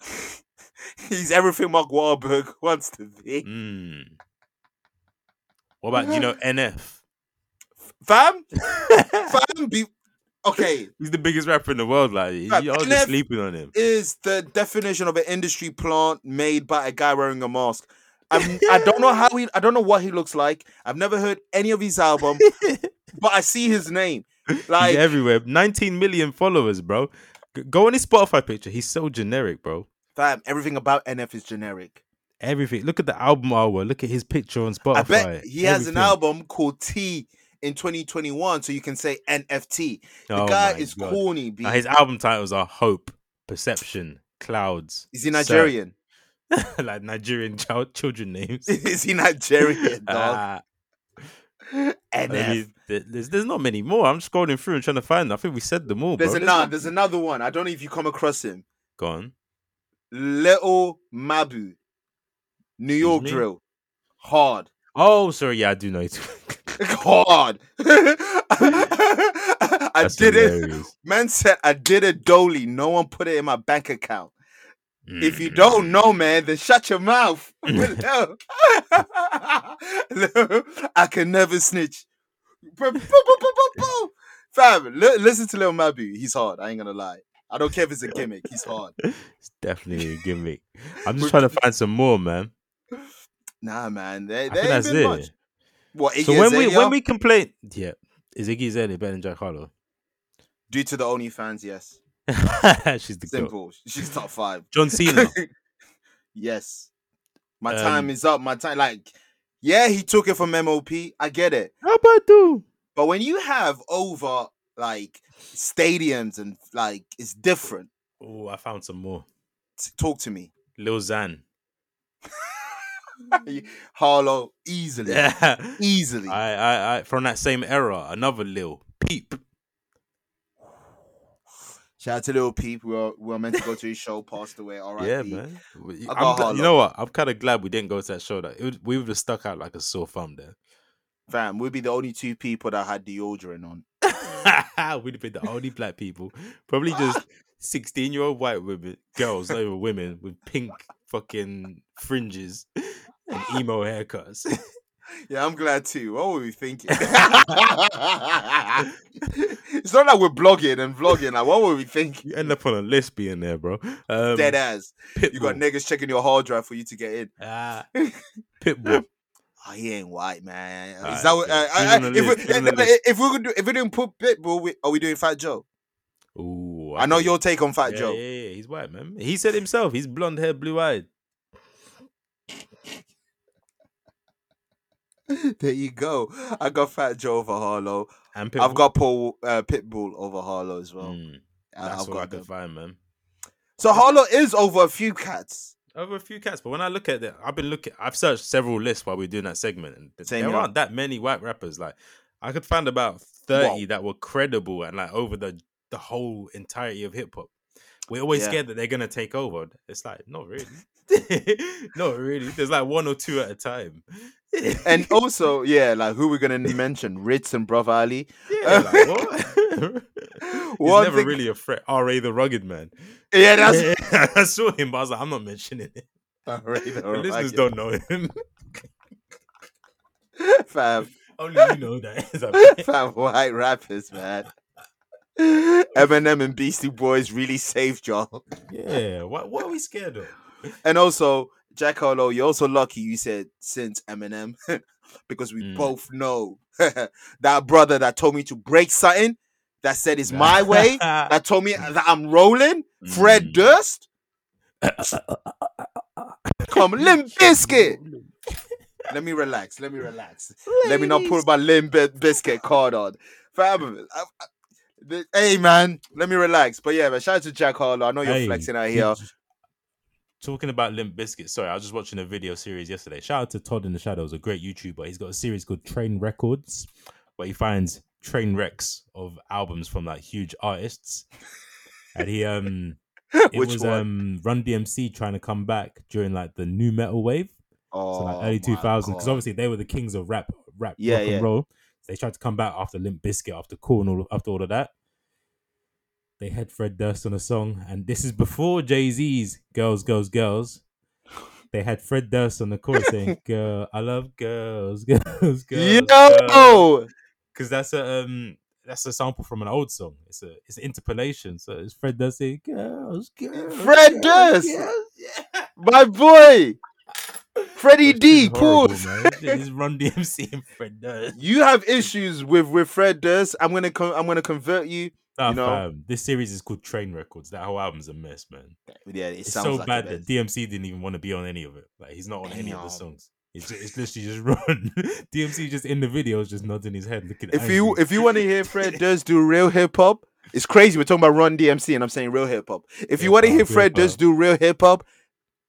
he's everything Mark Wahlberg wants to be. Mm. What about you know NF? Fam, fam, be okay. He's the biggest rapper in the world. Like you- Bruh, y'all NF just sleeping on him. is the definition of an industry plant made by a guy wearing a mask. I'm, I don't know how he, I don't know what he looks like. I've never heard any of his album, but I see his name. Like, he's everywhere. 19 million followers, bro. G- Go on his Spotify picture. He's so generic, bro. fam, everything about NF is generic. Everything. Look at the album artwork. Look at his picture on Spotify. I bet he has an Oh, Everything. album called T in 2021, so you can say NFT. The Oh guy my is God. corny. B. Now, his album titles are Hope, Perception, Clouds. is he Nigerian? Surf. like Nigerian child children names. is he Nigerian, dog? Ah, oh, I NF. mean, th- there's, there's not many more. I'm scrolling through and trying to find. Them. I think we said them all. there's bro. another. There's another one. I don't know if you come across him. Gone. Little Mabu, New York me? drill, hard, Oh, sorry. Yeah, I do know. It's... hard. I That's did it. hilarious. Man said I did a dolly. No one put it in my bank account. If you Mm. don't know, man, then shut your mouth. Hello. Hello. I can never snitch. Bro, boo, boo, boo, boo, boo. Fam, li- listen to Lil Mabu. He's hard. I ain't gonna lie. I don't care if it's a gimmick. He's hard. It's definitely a gimmick. I'm just We're- trying to find some more, man. Nah, man. There, I there think ain't that's been it. much. What? So Iggy when we Azalea? when we complain, yeah, is Iggy Azalea better than Jack Harlow? Due to the OnlyFans, yes. She's the girl. Simple. She's top five. John Cena. yes. My Um, time is up. My time, like, yeah, he took it from MOP. I get it. How about do? But when you have over like stadiums and like it's different. Oh, I found some more. S- Talk to me. Lil Xan. Harlow, easily. Yeah. Easily. I, I, I, from that same era, another Lil Peep. Shout out to Little Peep. We were, we were meant to go to his show, passed away. All right. yeah, man. W- I got I'm gl- Harlow. you know what? I'm kind of glad we didn't go to that show. That it would, we would have stuck out like a sore thumb there. Fam, we'd be the only two people that had deodorant on. We'd have been the only black people, probably just sixteen-year-old white women, girls, not even women, with pink fucking fringes and emo haircuts. Yeah, I'm glad too. What were we thinking? it's not like we're blogging and vlogging. Like, what were we thinking? You end up on a list being there, bro. Um, Dead ass. You got Pitbull. niggas checking your hard drive for you to get in. Ah, Pitbull. Oh, he ain't white, man. Is Alright, that what? okay. Uh, He's I, on I, the if, we, list, he's on the if- list. if we could do, if we didn't put Pitbull, we, are we doing Fat Joe? Ooh, I know okay. your take on Fat yeah, Joe. Yeah, yeah, he's white, man. He said himself, he's blonde hair, blue eyed. There you go. I got Fat Joe over Harlow. And I've Pitbull. got Paul uh, Pitbull over Harlow as well. Mm, I- that's I've what I got could them. find, man. So Harlow is over a few cats. Over a few cats, but when I look at it, I've been looking. I've searched several lists while we are doing that segment, and th- Same there here. aren't that many white rappers. Like, I could find about Wow. thirty that were credible and like over the the whole entirety of hip hop. We're always Yeah. scared that they're gonna take over. It's like not really, not really. There's like one or two at a time. And also, yeah, like who we're gonna mention? Ritz and Brother Ali. yeah, like, what? He's One never thing- really a threat. R.A. the Rugged Man. Yeah, that's I saw him, but I was like, I'm not mentioning it. Alright, The listeners alright. don't know him. Fam, Only you know that. It's like, fam, white rappers, man. Eminem and Beastie Boys really saved y'all. Yeah, what what are we scared of? And also, Jack Harlow, you're also lucky you said since Eminem, because we Mm. both know that brother that told me to break something, that said it's my way, that told me that I'm rolling, Fred Mm. Durst. Come, Limp Biscuit. Let me relax. Let me relax. Mm. Let me not put my Limp Bi- Biscuit card on. Fam, I- I- the- hey man, let me relax. But yeah, man, shout out to Jack Harlow. I know you're Hey, flexing out did here. you- Talking about Limp Biscuit, sorry, I was just watching a video series yesterday. Shout out to Todd in the Shadows, a great YouTuber. He's got a series called Train Records, where he finds train wrecks of albums from like huge artists. And he um it Which was one? um Run DMC trying to come back during like the new metal wave. Oh, so like early my 2000s because God. obviously they were the kings of rap rap Yeah, rock yeah. and roll so they tried to come back after limp bizkit after cool and all, after all of that they had fred durst on a song and this is before jay-z's girls girls girls they had fred durst on the chorus saying girl i love girls girls girls Yo! because that's a um that's a sample from an old song. It's a it's an interpolation. So it's Fred Durst saying "Girls, girls, Fred girls, Durst! girls." My boy! Freddie Those D, shit's horrible, pause. man. It's Run DMC and Fred Durst. You have issues with with Fred Durst. I'm gonna con- I'm gonna convert you. Nah, you know? fam, this series is called Train Records. That whole album's a mess, man. Yeah, it It's sounds so like bad it that is. DMC didn't even want to be on any of it. Like he's not on any of the Damn. songs. It's just, it's literally just run. DMC just in the videos, just nodding his head, looking. If you angry. if you want to hear Fred Durst do real hip hop, it's crazy. We're talking about Run DMC, and I'm saying real hip hop. If you want to Hip hear hop, Fred hip hop. Durst do real hip hop,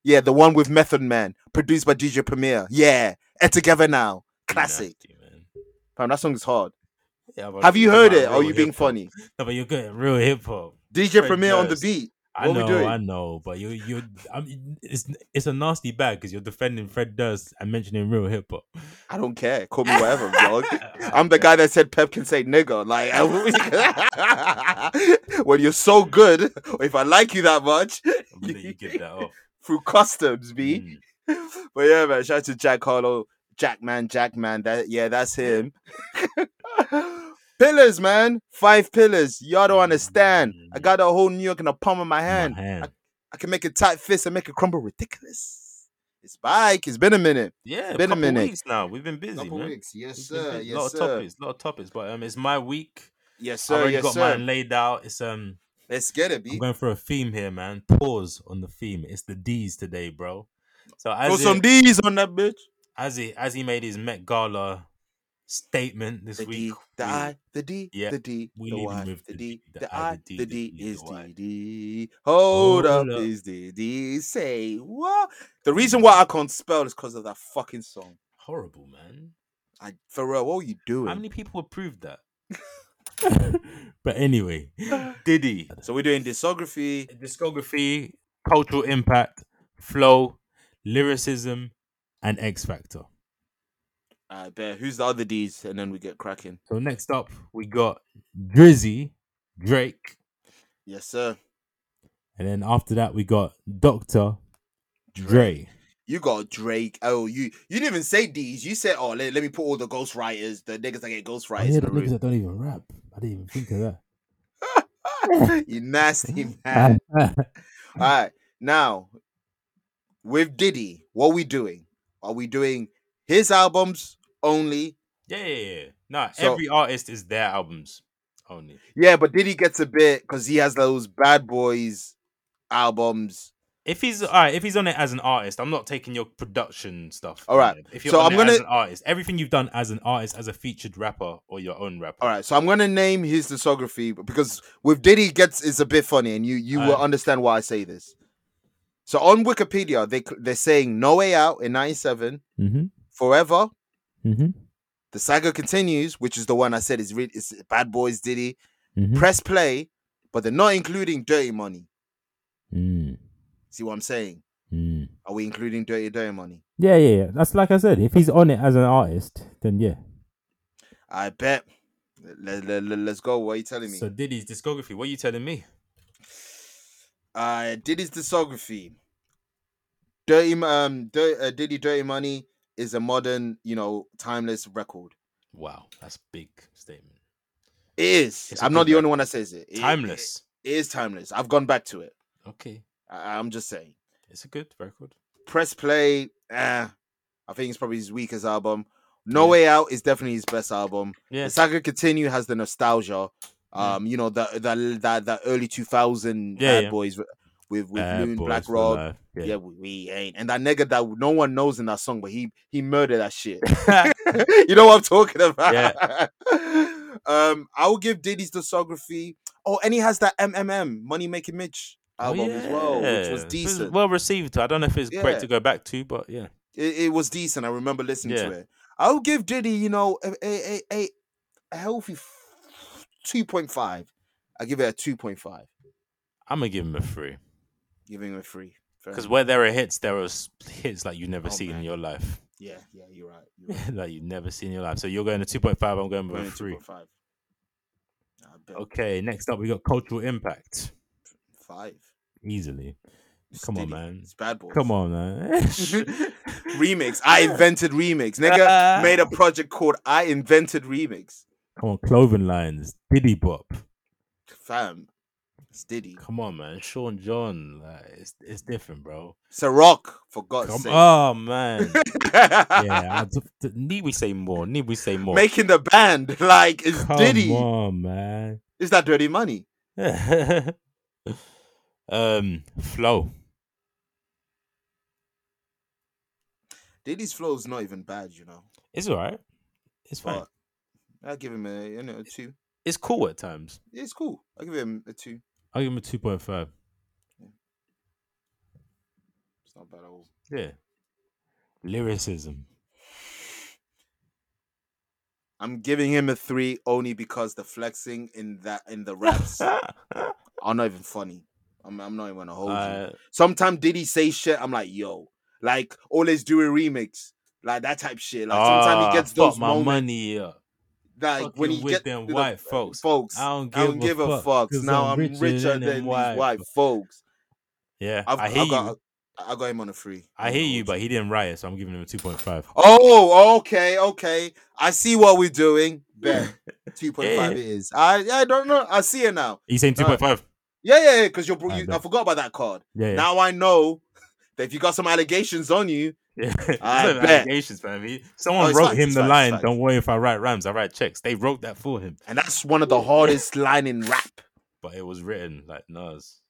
yeah, the one with Method Man, produced by DJ Premier. Yeah, and together now, classic. Nasty, man. Fam, that song is hard. Yeah, but Have you you're heard getting it? that Or are real you being hip-hop. funny? No, but you're getting real hip hop. DJ Fred Premier on the Durst. beat. I What we know, doing? I know, but you you, I'm, it's it's a nasty bag because you're defending Fred Durst and mentioning real hip hop. I don't care. Call me whatever, dog. I'm the guy that said Pep can say nigga. Like, when you're so good, or if I like you that much, I'm gonna let you get that off. through customs, B. Mm. But yeah, man, shout out to Jack Harlow, Jackman, Jackman. That yeah, that's him. pillars, man, five pillars. Y'all don't understand. I got a whole New York in the palm of my hand. Mm. My hand. I can make a tight fist and make it crumble ridiculous. It's bike. It's been a minute. Yeah, Been a couple minute. weeks now. We've been busy, Couple man. weeks. Yes, We've been sir. busy. Yes, lot sir. of topics, lot of topics. But um, it's my week. Yes, I've sir. already Yes, got sir. mine laid out. It's um, Let's get it, I'm B. going for a theme here, man. Pause on the theme. It's the D's today, bro. So as Throw it- some D's on that bitch. as he as he made his Met Gala statement this The week, D, the we- I, the D, yeah, the D, we the leave him Y, with the the D, D, the I, the D the is Y. D D. Hold Hold up, up. is D D. Say what? The reason why I can't spell is because of that fucking song. horrible, man. I, Pharrell, what were you How doing? many people approved that? but anyway, Diddy so we're doing discography. discography, cultural impact, flow, lyricism, and X Factor. I bet. Who's the other D's? And then we get cracking. So next up, we got Drizzy, Drake, Yes, sir. and then after that, we got Doctor Dre. You got Drake. Oh, you you didn't even say D's. You said, oh, let, let me put all the ghostwriters, the niggas that get I ghostwriters hear in Oh, the the niggas room. that don't even rap. I didn't even think of that. you nasty man. All right. Now, with Diddy, what we doing? Are we doing his albums only? yeah, yeah, yeah. Nah, So- every artist is their albums only. Yeah, but Diddy gets a bit because he has those Bad Boys albums. If he's all right, if he's on it as an artist, I'm not taking your production stuff. All right. on there. If you're So I'm on it gonna- as an artist, everything you've done as an artist, as a featured rapper or your own rapper. All right, so I'm gonna name his discography b- because with Diddy gets is a bit funny, and you you will Alright. understand why I say this. So on Wikipedia, they c- they're saying No Way Out in '97, Mm-hmm. Forever, Mm-hmm. The Saga Continues, which is the one I said is re- is Bad Boys Diddy, mm-hmm. Press Play, but they're not including Dirty Money. Mm-hmm. See what I'm saying? mm Are we including Dirty Dirty Money? Yeah, yeah, yeah. That's like I said. If he's on it as an artist, then yeah. I bet. Let, let, let, us go. What are you telling me? So Diddy's discography. What are you telling me? uh, Diddy's discography. Dirty M- um, Dirty, uh, Diddy Dirty Money is a modern, you know, timeless record. Wow, that's a big statement. It is. It's a I'm not good the record. only one that says it. It- Timeless. it is timeless. I've gone back to it. Okay, I, I'm just saying. it's a good record. Press play. Eh, I think it's probably his weakest album. No Yeah. Way Out is definitely his best album. Yeah, Mm. The Saga Continue has the nostalgia. Um, you know the the that the early 2000 Yeah, Bad yeah. Boys with with, with Bad Loon, Boys Black for Rod. Life. Yeah, we, we ain't. And that nigga that no one knows in that song, but he he murdered that shit. Yeah. you know what I'm talking about. um, I will give Diddy's discography. Oh, and he has that MMM Money Making Mitch album as well, which was Oh, Yeah. decent. well received. I don't know if it's Yeah. great to go back to, but yeah. it, it was decent. I remember listening Yeah. to it. I'll give Diddy, you know, a a a, a- a healthy two point five. I give it a two point five. I'm gonna give him a three Giving it a three. Fair because enough. where there are hits, there are s- hits like you've never Oh, seen in man. your life, yeah, yeah, you're right. You're right. like you've never seen in your life. So you're going to two point five. I'm going with a three. Two point five. I bet Okay, next up we got cultural impact. five. Easily, It's Come on, Diddy. man. It's bad boy. come on, man. remix. I invented remix. Nigga made a project called I Invented Remix. come on, clothing lines, Diddy Bop. Fam. It's Diddy. Come on, man, Sean John. Like, it's it's different, bro. It's a rock, for God's Come sake. oh man, yeah. I d- d- need we say more? Need we say more? Making the band. Like it's come Diddy. on, man. It's that dirty money. um, flow. Diddy's flow's not even bad, you know. It's alright. It's fine. But I'll give him a you know a two. It's cool at times. It's cool. I'll give him a two. I'll give him a two point five. It's not bad at all. Yeah. Lyricism. I'm giving him a three only because the flexing in that in the raps uh, are not even funny. I'm, I'm not even gonna hold you. Sometimes Diddy say shit, I'm like, yo, like always do a remix, like that type shit. Like sometimes ah, he gets fuck those my moments, money up. like when fucking he with gets them white folks. folks. I I don't give, don't give a, fuck. 'cause Now I'm richer, than, them these white folks. Yeah, I've, i hear I've got, you. I got him on a three. I hear you, but he didn't write it, so I'm giving him a two point five. oh, okay, okay. I see what we're doing. Bet two point five Yeah. it is. I I don't know. I see it now. You saying two point five? Yeah, yeah, yeah. Because you're, bro- I you, I bet. forgot about that card. Yeah. yeah. Now I know that if you got some allegations on you, Yeah. I It's not bet. allegations, man. He- Oh, Someone it's wrote facts, him it's the facts, it's line. facts. Don't worry if I write rhymes, I write checks. They wrote that for him, and that's one of the hardest line in rap. but it was written like Nas.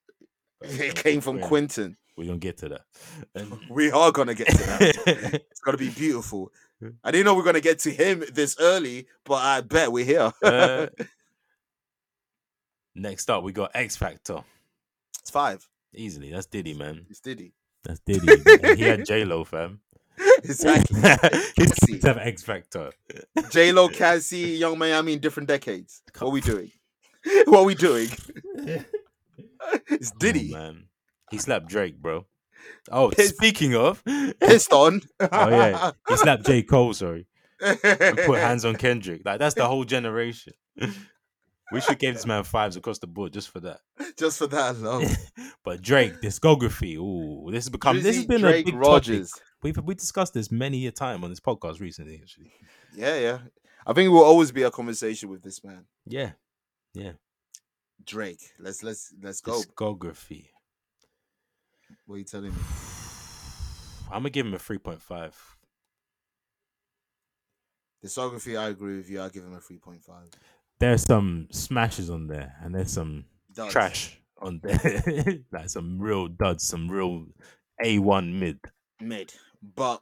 But It it's came from written. Quentin. We're gonna get to that. And- We are gonna get to that. It's gonna be beautiful. I didn't know we are gonna get to him this early, but I bet we're here. Uh, next up, we got X Factor. it's five. Easily, that's Diddy, man. It's Diddy. That's Diddy. man. he had J Lo, fam. Exactly. He's Cassie. to have X Factor. J Lo, Cassie, Young Miami in different decades. What we doing? What we doing? It's Diddy. Oh, man. He slapped Drake, bro. Oh, Piss- speaking of, oh Pissed on. yeah, he slapped J Cole. Sorry. and put hands on Kendrick. Like that's the whole generation. we should give this man fives across the board just for that. Just for that alone. But Drake discography, ooh, this has become this has Drizzy, been Drake a big Rogers. Rogers. We've we discussed this many a time on this podcast recently, actually. Yeah, yeah. I think it will always be a conversation with this man. Yeah, Drake. Let's let's let's go. discography. What are you telling me? I'm gonna give him a three point five. Discography, I agree with you. I'll give him a 3.5. There's some smashes on there, and there's some Duds. trash on there, like some real duds, some real A one mid. Mid. But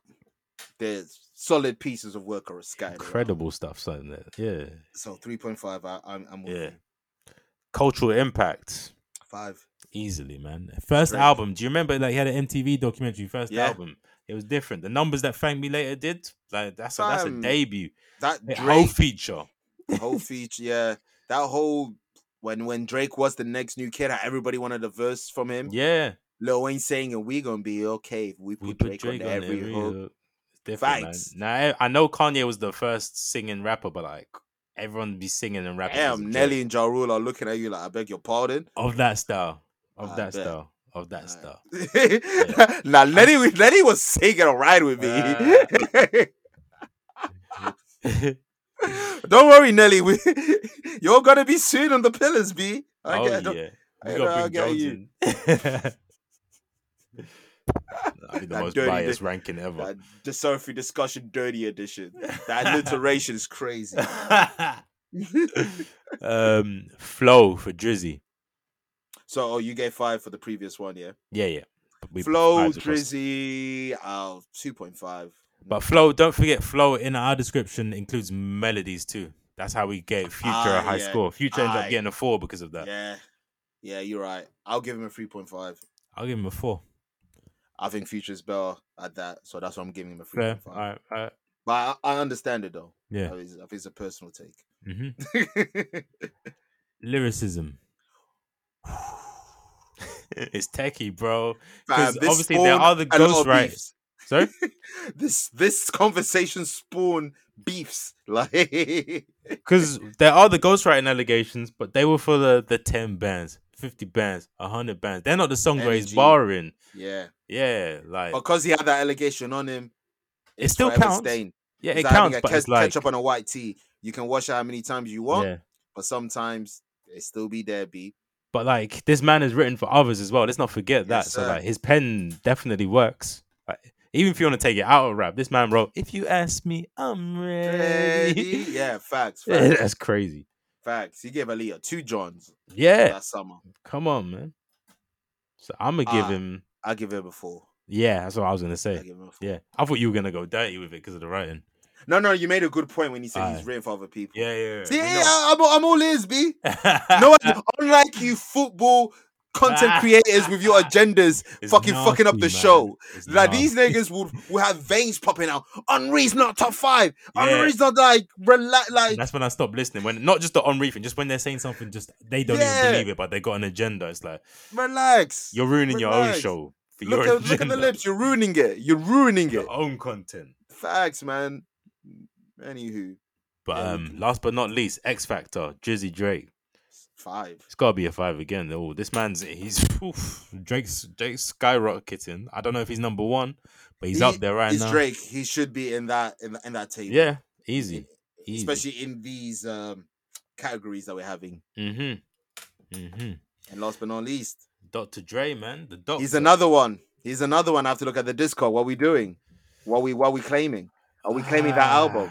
there's solid pieces of work or a sky. Incredible stuff, something there. Yeah, So 3.5, I, I'm, I'm with Yeah. you. cultural impact. Five. Easily, man. First Drake. album. Do you remember? Like he had an MTV documentary. First Yeah. album. It was different. The numbers that Thank Me Later did, like that's a, that's a Fam, debut. That A whole Drake feature. whole feature, yeah. That whole when when Drake was the next new kid, how everybody wanted a verse from him. Yeah, Lil Wayne saying, "And we gonna be okay if we put, we Drake, on every hook." hook. uh, It's different, Facts. man. Now I I know Kanye was the first singing rapper, but like everyone be singing and rapping. as a Damn, joke. Nelly and Ja Rule are looking at you like, "I beg your pardon." of that style, of I that bet. style, of that Alright. style. now Lenny, was- Lenny was singing a ride with me. Uh. Don't worry, Nelly. We, you're gonna be soon on the pillars, B. I oh get, yeah, I you know, I got get Big you. Jones in. That'd be the That most dirty biased dick. ranking ever. That Disophy discussion, dirty edition. That alliteration is crazy. um, flow for Drizzy. So, oh, you gave five for the previous one, yeah. Yeah, yeah. We- Flow, fives across. Drizzy, oh, 2.5. But flow, don't forget, flow in our description includes melodies too. That's how we get future Ah, a high yeah. score. Future ends Aye. up getting a four because of that. Yeah, yeah, you're right. I'll give him a 3.5. I'll give him a four. I think Future's better at that, so that's why I'm giving him a 3.5. Yeah, all right, all right. But I, I understand it though. I Yeah. think it's- I think it's a personal take. hmm Lyricism. it's techie, bro. Fam, 'Cause this obviously there spawned are the a lot of ghost right- beefs. Sorry? This this conversation spawned beefs. Like Because there are the ghostwriting allegations, but they were for the, the 10 bands, 50 bands, 100 bands. They're not the songs where he's Energy. borrowing. Yeah. Yeah, like, Because he had that allegation on him, Eh. it still forever counts. stained. Yeah, It's it like having counts, a but ke- it's like. ketchup on a white tea. You can wash it how many times you want, yeah. but sometimes it still be there, B. But like, this man has written for others as well. Let's not forget that. Yes, so, sir. like, his pen definitely works. Like, even if you want to take it out of rap, this man wrote, If you ask me, I'm Ready? ready. Yeah, facts, facts, That's crazy. facts. He gave Aaliyah two Johns Yeah. that summer. Come on, man. So I'm gonna give Ah. him. I give him a four. Yeah, that's what I was gonna I say. give him a four. Yeah, I thought you were gonna go dirty with it because of the writing. No, no, you made a good point when you said he's Aye. written for other people. Yeah, yeah. See, I, am I'm all ears, B. No, unlike you football content Ah. creators with your agendas fucking fucking up the show. Like these niggas would, would have veins popping out. Henri's not top five. Yeah. Henri's not like relax like that's when I stopped listening. When not just the on reefing, just when they're saying something, just they don't Yeah. even believe it, but they got an agenda. It's like relax. you're ruining your Relax. own show. For look your at, look at the agenda, lips. You're ruining it. You're ruining it. Your own content. Facts, man. Anywho, But Yeah, um, last but not least, X Factor, Drizzy Drake. five. It's gotta be a five again. Oh, this man's he's oof, Drake's Drake's skyrocketing. I don't know if he's number one, but he's He- up there right He's now. Drake. He should be in that in, in that table. Yeah, easy, easy. especially in these um, categories that we're having. Mm-hmm. Mm-hmm. And last but not least, Dr. Dre, man, the doctor. he's another one. He's another one. I have to look at the Discord. What are we doing? What we what we claiming? Are we claiming that album?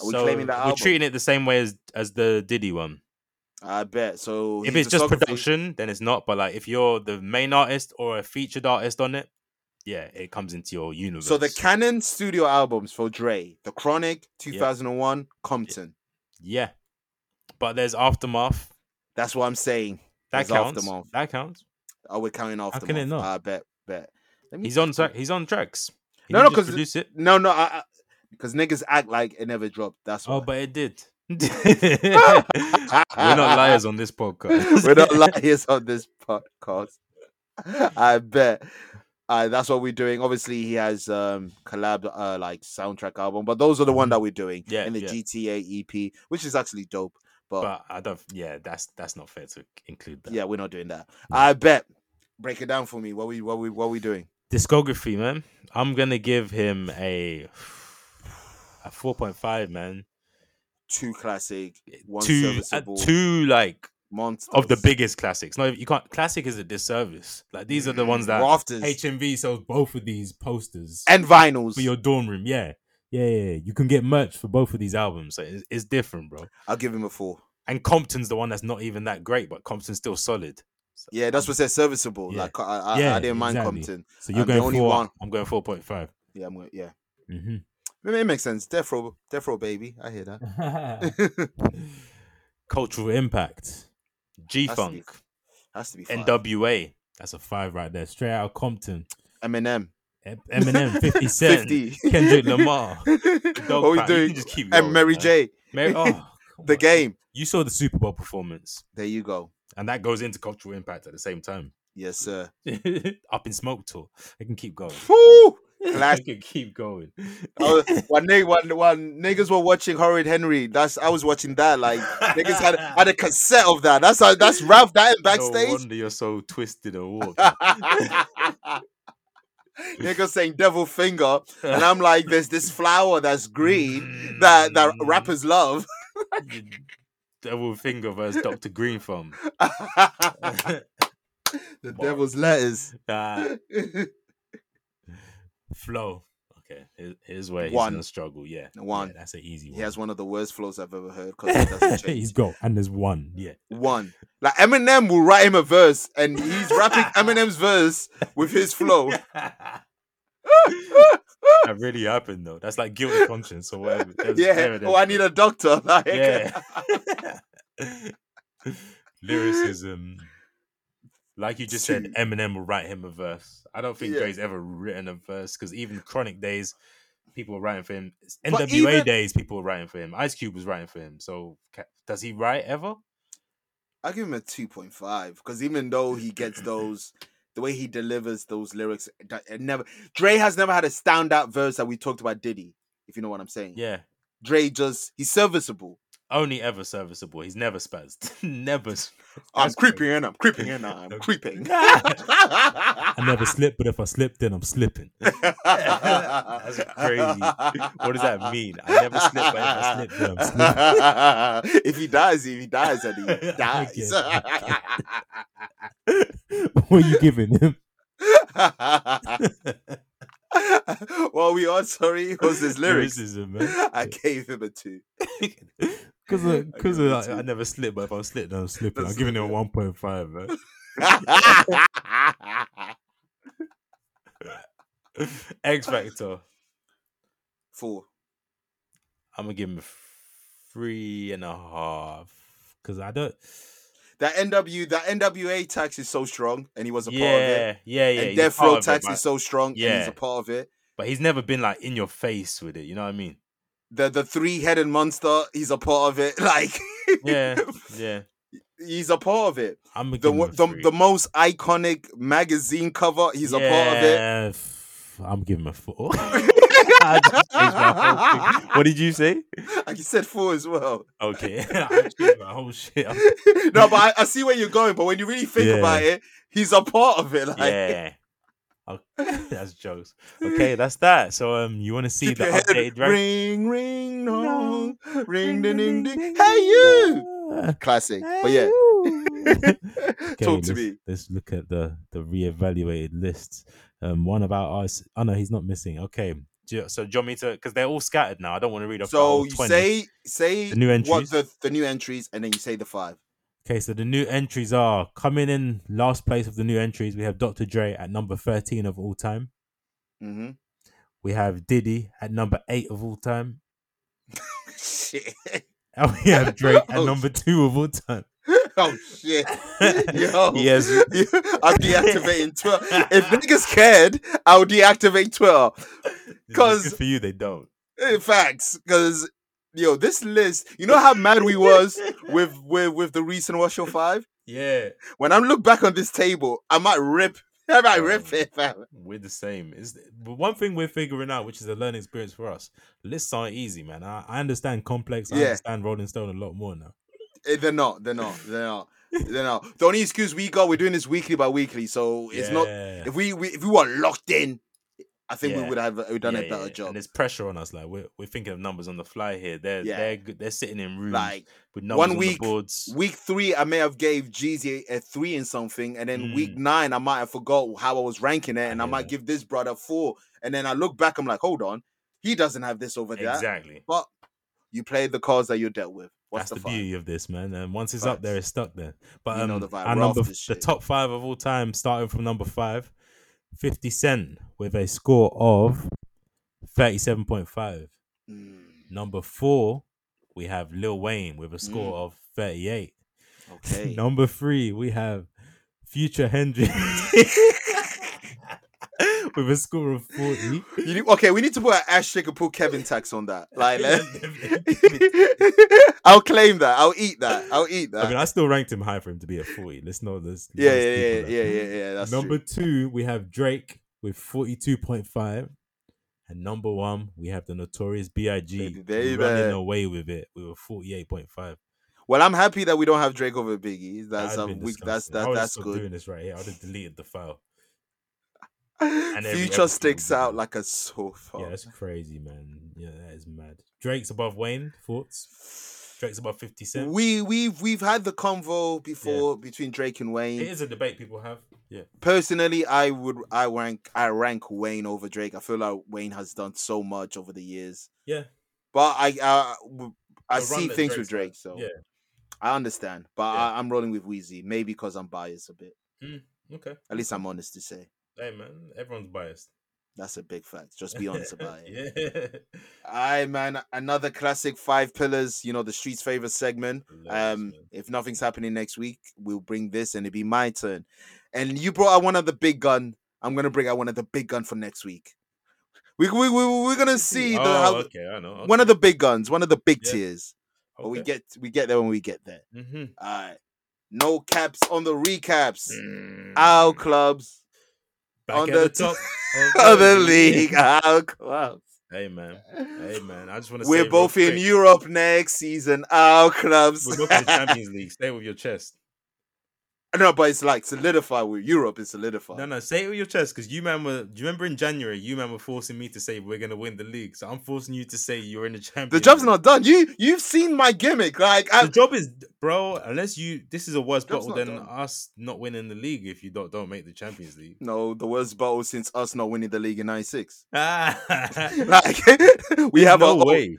Are we claiming that Ah, we're album? treating it the same way as as the Diddy one. I bet. So Ah. If his it's just discography- production, then it's not. But like, if you're the main artist or a featured artist on it, yeah, it comes into your universe. so the canon studio albums for Dre, The Chronic, 2001, Compton. yeah, but there's aftermath. That's what I'm saying. That There's counts. Aftermath. That counts. Are we counting Oh, off? can it not? I bet. Bet. Let me He's on just- track. He's on tracks. He No, didn't no, just 'cause- produce it. No, no, I because niggas act like it never dropped. That's why. Oh, but it did. We're not liars on this podcast. We're not liars on this podcast. I bet. Uh, that's what we're doing. Obviously, he has um collab uh, like soundtrack album, but those are the one that we're doing. Mm-hmm. Yeah, in the yeah. GTA EP, E which is actually dope. But, but I don't. Yeah, that's that's not fair to include that. yeah, we're not doing that. I bet. Break it down for me. What we what we what we doing? Discography, man. I'm gonna give him a a four point five, man. Two classic, one Two, uh, serviceable, two like monsters of the biggest classics. No, you can't. Classic is a disservice. Like these are the ones that rafters HMV sells both of these posters. and vinyls. for your dorm room. Yeah. Yeah, yeah, yeah. you can get merch for both of these albums. So it's, it's different, bro. I'll give him a four. And Compton's the one that's not even that great, but Compton's still solid. So, Yeah, that's what said serviceable. Yeah. Like I, I, I Yeah, didn't mind exactly. Compton. so you're I'm the going only four. one. I'm going four point five. Yeah, I'm gonna, yeah. Mm-hmm. I mean, it makes sense. Death row, death row, baby. I hear that. Cultural impact, G Funk, Has to be five. NWA. That's a five right there. Straight out of Compton. Eminem. E- Eminem, Fifty Cent, Kendrick Lamar. Dog what we Pound. You doing? can just keep And going, Mary man. J. Mary- oh, come The on. game. You saw the Super Bowl performance, There you go. and that goes into cultural impact at the same time. Yes, sir. Up in smoke tour. I can keep going. Whew! I Classic. can keep going. I was- One nigga, one, one niggas were watching Horrid Henry. That's I was watching that. Like niggas had had a cassette of that. That's how, that's Ralph Diamond No backstage. wonder you're so twisted and warped. niggas saying devil finger, and I'm like, there's this flower that's green that that rappers love. Mm. devil finger versus Doctor Green Thumb. the devil's letters. Nah, flow. Okay, here- here's where he's One. gonna struggle. Yeah, One. Yeah, that's an easy he one. has one of the worst flows I've ever heard because it doesn't change. He's got, and there's one. Yeah, One. Like Eminem will write him a verse and he's rapping Eminem's verse with his flow. that really happened though. That's like guilty conscience or whatever. There's Yeah. evidence. Oh, I need a doctor. Like, Yeah. Lyricism. Like you just said, Eminem will write him a verse. I don't think Yeah. Dre's ever written a verse because even Chronic days, people were writing for him. But NWA even- days, people were writing for him. Ice Cube was writing for him. So ca- does he write ever? I give him a 2.5 because even though he gets those, the way he delivers those lyrics, that- it never Dre has never had a standout verse that we talked about Diddy, if you know what I'm saying. Yeah. Dre just, he's serviceable. Only ever serviceable. He's never spazzed. never. spazzed. I'm That's creeping and I'm creeping and I'm Okay. creeping. I never slip, but if I slip, then I'm slipping. That's crazy. What does that mean? I never slip, but if I slip, then I'm if he dies, if he dies, then he dies. what are you giving him? well, we are sorry. It was his lyrics. Lyricism, man. I gave him a two. Because of, I cause give of, it like, to- I never slip, but if I slip, then I'm slipping. I'm That's- giving him a 1.5, man. X Factor. Four. I'm gonna give him a three and a half because I don't. That NW, that NWA tax is so strong, and he was a yeah, part of it. yeah, yeah. and he's a Death part Row of it, tax but- is so strong, and he's Yeah. a part of it. but he's never been like in your face with it. You know what I mean? The the three headed monster, he's a part of it. Like, Yeah, yeah. he's a part of it. I'm The wo- the, the most iconic magazine cover, he's a part of it. I'm giving him a 4. I just changed my whole thing. what did you say? Like you said, four as well. Okay, I changed my whole shit. up. no, but I, I see where you're going. But when you really think Yeah. about it, he's a part of it. Like, Yeah. Oh, that's jokes. Okay, that's that. So um, you want to see keep the your head updated rank? ring, ring, dong, ring, ding, ding, ding. Hey you, classic. But yeah, talk let's, to me. Let's look at the the reevaluated lists. Um, one about us. Oh no, he's not missing. Okay, Do you- So do you want me to? Because they're all scattered now. I don't want to read off. the So whole you 20. say say The new what entries. the the new entries, and then you say the five. Okay, so the new entries are coming in last place of the new entries. We have Dr. Dre at number 13 of all time. Mm-hmm. We have Diddy at number 8 of all time. Shit. And we have Drake at Oh, number 2 of all time. Oh shit. Yo. Yes. I'm deactivating Twitter. If niggas cared, I'll deactivate Twitter. Because 'Cause- for you, they don't. Eh, Facts, because yo, this list. You know how mad we was with with with the recent What's Your Five. Yeah, When I look back on this table, I might rip. I might rip it, fam. we're the same. Is But one thing we're figuring out, which is a learning experience for us, lists aren't easy, man. I, I understand Complex. I Yeah. understand Rolling Stone a lot more now. Eh, They're not. They're not. They're not. They're not. The only excuse we got, we're doing this weekly by weekly, so it's not. Yeah. If we, we if we were locked in, I think we Yeah. would have uh, done yeah, a better yeah. job. And there's pressure on us. Like we're, we're thinking of numbers on the fly here. They're Yeah. they're good. they're sitting in rooms Like with numbers one on week- the boards. Week three, I may have gave Jeezy a, a three in something, and then week Mm. nine, I might have forgot how I was ranking it, and I Yeah. might give this brother four. And then I look back, I'm like, hold on, he doesn't have this over there. Exactly. But you played the cards that you're dealt with. What's That's the, the, fun? beauty of this, man. And once it's up Facts. there, it's stuck there. But You um, know the vibe. our We're off number, this the shit. top five of all time, starting from number five, 50 Cent with a score of 37.5. Mm, Number four, we have Lil Wayne with a score of 38. okay. Number three, we have Future Hendrix with a score of 40. You need- okay, we need to put an asterisk and put Kevin tax on that. Like, let- I'll claim that. I'll eat that. I'll eat that. I mean, I still ranked him high for him to be at 40. Let's not, let's, yeah, let's yeah, keep yeah, on that. yeah, yeah, yeah. That's true. number two, we have Drake with 42.5. And number one, we have the notorious Baby, B.I.G. baby. running away with it. We were 48.5. Well, I'm happy that we don't have Drake over Biggie. That's That'd um, been we, that's disgusting. I that, would've that's stopped good. doing this right here. I would have deleted the file. every Future episode sticks would be out good. like a sore Yeah, thumb. that's crazy, man. Yeah, that is mad. Drake's above Wayne. Thoughts? Drake's above 50 Cent. We we've we've had the convo before between Drake and Wayne. It is a debate people have. Yeah. Personally, I would I rank I rank Wayne over Drake. I feel like Wayne has done so much over the years. Yeah. But I I, w- I The run see that things Drake's with had. Drake, so Yeah. I understand. But Yeah. I, I'm rolling with Wheezy, maybe because I'm biased a bit. Okay. At least I'm honest to say. Hey, man. Everyone's biased. That's a big fact. Just be honest about it. it. yeah. Aye, man. Another classic five pillars. You know the street's favorite segment. Um, if nothing's happening next week, we'll bring this, and it'll be my turn. And you brought out one of the big gun. I'm gonna bring out one of the big gun for next week. We we we we're gonna see the, how, oh, okay, I know. Okay. one of the big guns, one of the big Yeah. tiers. But we get we get there when we get there. hmm All right. No caps on the recaps. Mm. Our clubs, Back on at the the top of the league, our clubs. Hey man, hey man. I just want to. We're both in Europe next season. Our clubs. We're both in the Champions League. Stay with your chest. no, but it's like solidify with Europe is solidified. No, no. Say it with your chest, because you man were. Do you remember in January, you man were forcing me to say we're gonna win the league. So I'm forcing you to say you're in the Champions. The job's League. not done. You you've seen my gimmick. Like The I, job is, bro. Unless you, this is a worse Job's bottle not than done. us not winning the league if you don't don't make the Champions League. no, the worst battle since us not winning the league in '96. Ah, Like we have no a way.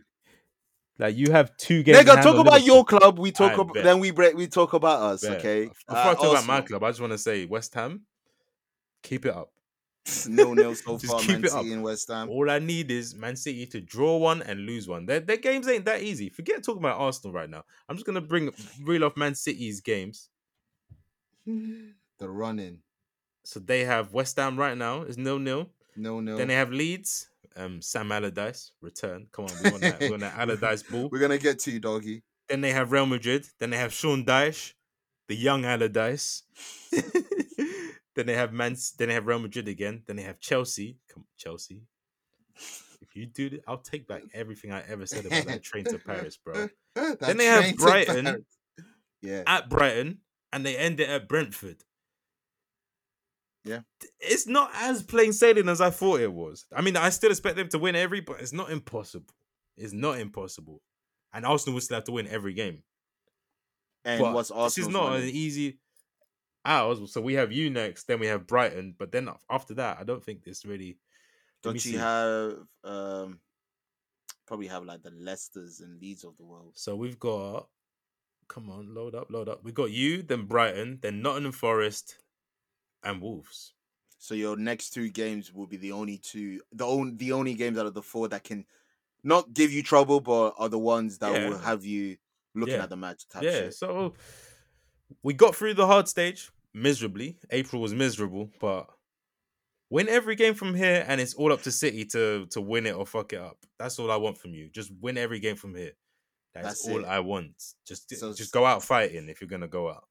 Like you have two games. in nigga. hand Talk on about Liverpool. your club. We talk I about bet. then we break. We talk about us. Bet. Okay. Uh, Before I talk about my club, I just want to say West Ham, keep it up. no nil so Just far. keep Man it up. Oh. City and West Ham. All I need is Man City to draw one and lose one. Their, their games ain't that easy. Forget talking about Arsenal right now. I'm just gonna bring reel off Man City's games. The running So they have West Ham right now is nil nil. no nil. Then they have Leeds. Um, Sam Allardyce return. Come on, we want that. We want that Allardyce ball. We're gonna get to you, doggy. Then they have Real Madrid. Then they have Sean Dyche, the young Allardyce. then they have Man. Then they have Real Madrid again. Then they have Chelsea. Come Chelsea. If you do this, I'll take back everything I ever said about that train to Paris, bro. That Then they have train to Brighton. Paris. Yeah. At Brighton, and they end it at Brentford. Yeah. it's not as plain sailing as I thought it was. I mean, I still expect them to win every, but it's not impossible. It's not impossible, and Arsenal will still have to win every game. And But what's Arsenal's This is not running? an easy hours. So we have you next, then we have Brighton, but then af- after that, I don't think this really. let me Don't see. you have um probably have like the Leicesters and Leeds of the world? So we've got. Come on, load up, load up. We got you, then Brighton, then Nottingham Forest, and Wolves. So your next two games will be the only two, the only the only games out of the four that can not give you trouble, but are the ones that will Yeah. have you looking Yeah. at the match. Type yeah. shit. So we got through the hard stage miserably. April was miserable, but win every game from here, and it's all up to City to to win it or fuck it up. That's all I want from you. Just win every game from here. That's, That's all it. I want. Just So- just go out fighting if you're gonna go out.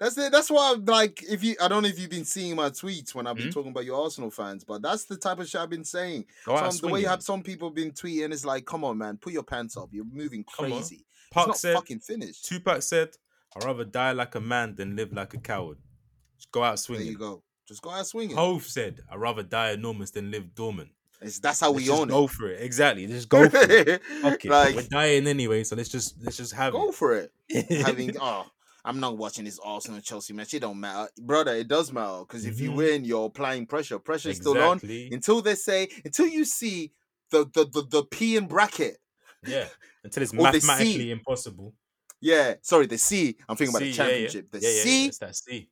That's it. That's why, I'm like, if you, I don't know if you've been seeing my tweets when I've been Mhm. talking about your Arsenal fans, but that's the type of shit I've been saying. Go out Some, the way you swinging. have some people been tweeting is like, come on, man, put your pants up. You're moving Come on. crazy. it's Park not said. fucking finished. Tupac said, "I'd rather die like a man than live like a coward." Just go out There you swinging. go. Just go out swinging. Hove said, "I'd rather die enormous than live dormant." It's, that's how Let's we just own it. go for it. Exactly. Just go for it. Fuck it. Like, We're dying anyway, so let's just let's just have go for it. it. Having oh, I'm not watching this Arsenal Chelsea match. It don't matter, brother. It does matter because if you Mhm. win, you're applying pressure. Pressure's still on Exactly. until they say until you see the the the, the P in bracket. Yeah. Until it's Or they see. mathematically impossible. Yeah, sorry, the C. I'm thinking about the See, yeah, yeah. championship. The Yeah, yeah, C yeah, it's that C.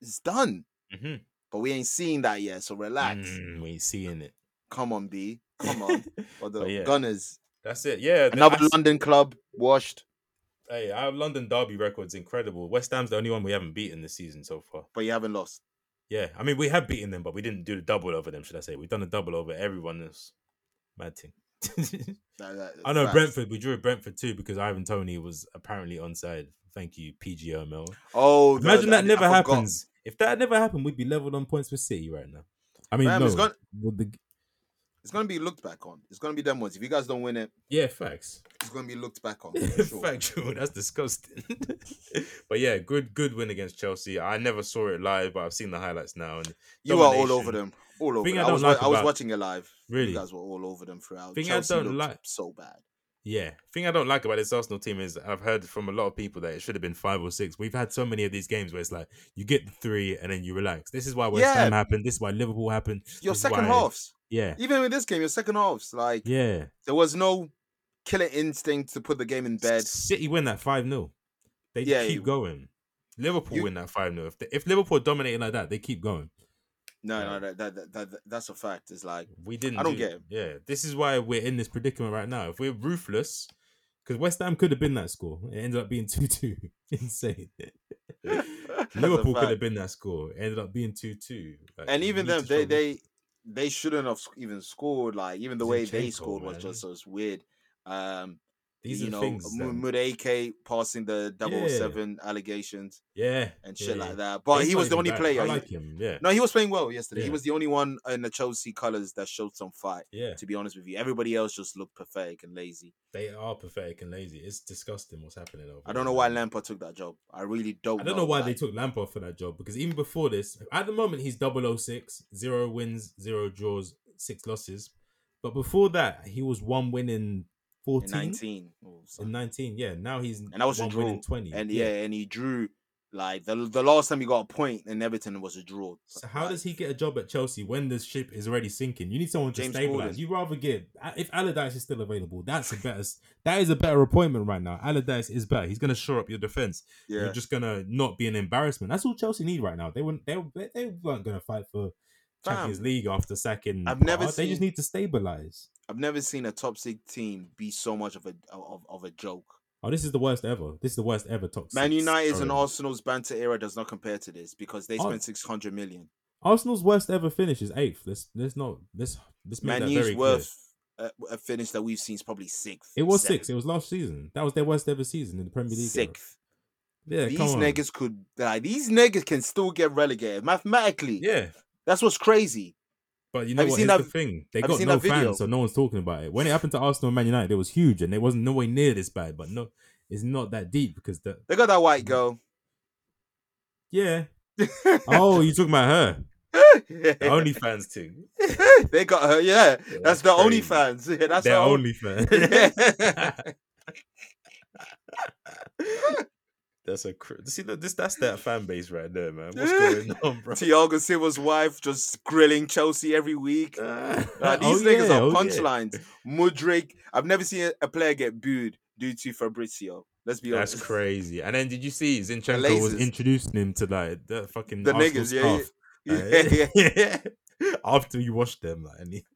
is done, Mhm. but we ain't seeing that yet. So relax. Mm, we ain't seeing it. Come on, B. Come on, or the But yeah. Gunners. That's it. Yeah. the- Another I s- London club washed, Hey, our London Derby record's incredible. West Ham's the only one we haven't beaten this season so far. but you haven't lost. Yeah. I mean, we have beaten them, but we didn't do the double over them, should I say. We've done a double over everyone else. Mad thing. That- that- I know facts. Brentford. We drew at Brentford too because Ivan Tony was apparently onside. Thank you, PGML. Oh, the- Imagine the- that I never forgot. happens. If that never happened, we'd be leveled on points with City right now. I mean, Fam, no. it's gone- with the- It's gonna be looked back on. It's gonna be them ones. If you guys don't win it, yeah, facts. it's gonna be looked back on. for sure. Factual. That's disgusting. but yeah, good good win against Chelsea. I never saw it live, but I've seen the highlights now. And You are all domination. over them. All over. Thing Them. I, I don't was like wa- I was about- watching it live. Really? You guys were all over them throughout. Thing I Chelsea don't looked like- so bad. Yeah. Thing I don't like about this Arsenal team is I've heard from a lot of people that it should have been five or six. We've had so many of these games where it's like you get the three and then you relax. This is why West Yeah. Ham happened. This is why Liverpool happened. Your This is second why- halves, Yeah. even with this game, your second halves, like Yeah. there was no killer instinct to put the game in bed. City win that 5 0. They Yeah, keep you- going. Liverpool you- win that 5 0. If, they- if Liverpool dominating like that, they keep going. No, no, that, that, that, that that's a fact. It's like We didn't. I don't do- get it. Yeah, this is why we're in this predicament right now. If we're ruthless, because West Ham could have been that score, it ended up being two two. Insane. that's a Liverpool could fact. have been that score, it ended up being two two. and even them, they they they shouldn't have sc- even scored. Like even the way they Zinchenko, scored was man. just was weird. Um, these you are know, things. that- Mud AK passing the 007 allegations yeah, and shit yeah. like that. But He's he not was the even only bad. player. I He- like him. Yeah, No, he was playing well yesterday. He Yeah. was the only one in the Chelsea colours that showed some fight. yeah. To be honest with you, everybody else just looked pathetic and lazy. They are pathetic and lazy. It's disgusting what's happening over. I there, don't know why man. Lampard took that job. I really don't. I don't know why they like- took Lampard for that job because even before this, at the moment he's 006, zero wins, zero draws, six losses. But before that, he was one win in in 14 19. or something. in 19. Yeah, now he's And that was a one win in draw. 20. And yeah. and he drew like the the last time he got a point in Everton was a draw. So how Like, does he get a job at Chelsea when the ship is already sinking? You need someone to James stabilize. Gordon. You rather get if Allardyce is still available. That's a better. That is a better appointment right now. Allardyce is better. He's going to shore up your defense. Yeah, You're just gonna not be an embarrassment. That's all Chelsea need right now. They weren't they, were- they weren't gonna fight for Fam, Champions League after sacking. I've never Potter. They just seen- need to stabilize. I've never seen a top six team be so much of a of, of a joke. Oh, this is the worst ever. This is the worst ever top. Man six. United's and Sorry. Arsenal's banter era does not compare to this because they Oh. spent 600 million. Arsenal's worst ever finish is eighth. Let's let's not let's let's make Man that very U's clear. worth a, a finish that we've seen is probably sixth. It was seventh, six. It was last season. That was their worst ever season in the Premier League. era. Sixth. Yeah, these come on. niggas could like these niggas can still get relegated mathematically. Yeah, That's what's crazy. but you know Have you what? seen Here's that- the thing. They have you got seen no that video? fans, so no one's talking about it. When it happened to Arsenal and Man United, it was huge, and it wasn't nowhere near this bad. But no, it's not that deep because the They got that white girl. yeah. oh, you talking about her? The only fans too. they got her. Yeah, that's, that's the crazy. only fans. Yeah, that's They're the only. only fans. that's a cr- see look, this that's that fan base right there, man. What's going on, bro? Thiago Silva's wife just grilling Chelsea every week. Like, Oh, these niggas yeah, are oh, yeah. punchlines. Mudrik, I've never seen a- a player get booed due to Fabrizio. Let's be That's honest. crazy. And then did you see Zinchenko was Lasers. introducing him to like the fucking The Arsenal niggas, yeah, staff, yeah, yeah. like, After you watch them, like, and he-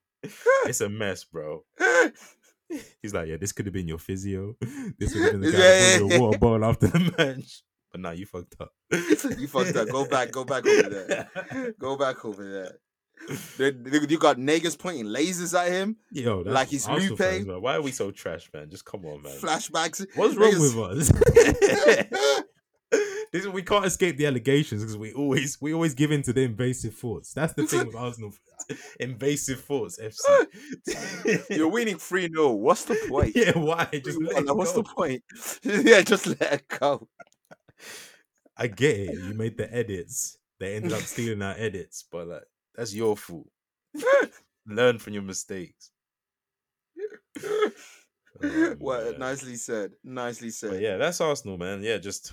it's a mess, bro. He's like, yeah, this could have been your physio. This would have been the guy Yeah, that brought yeah, your water bottle after the match. But now you fucked up. you fucked up. Go back. Go back over there. Go back over there. They- they- You got niggas pointing lasers at him. Yo, that's Like he's Arsenal Lupe. fans, man. Why are we so trash, man? Just come on, man. Flashbacks. What's wrong niggas- with us? this is, we can't escape the allegations because we always we always give in to the invasive thoughts. That's the thing with Arsenal. fans. invasive thoughts, You're FC. winning 3 0. What's the point? yeah, why? Just let it What's go. the point? yeah, just let it go. I get it. You made the edits. They ended up stealing our edits, but like that's your fault. Learn from your mistakes. Oh, Well, man. nicely said. Nicely But said. yeah, that's Arsenal, man. Yeah, just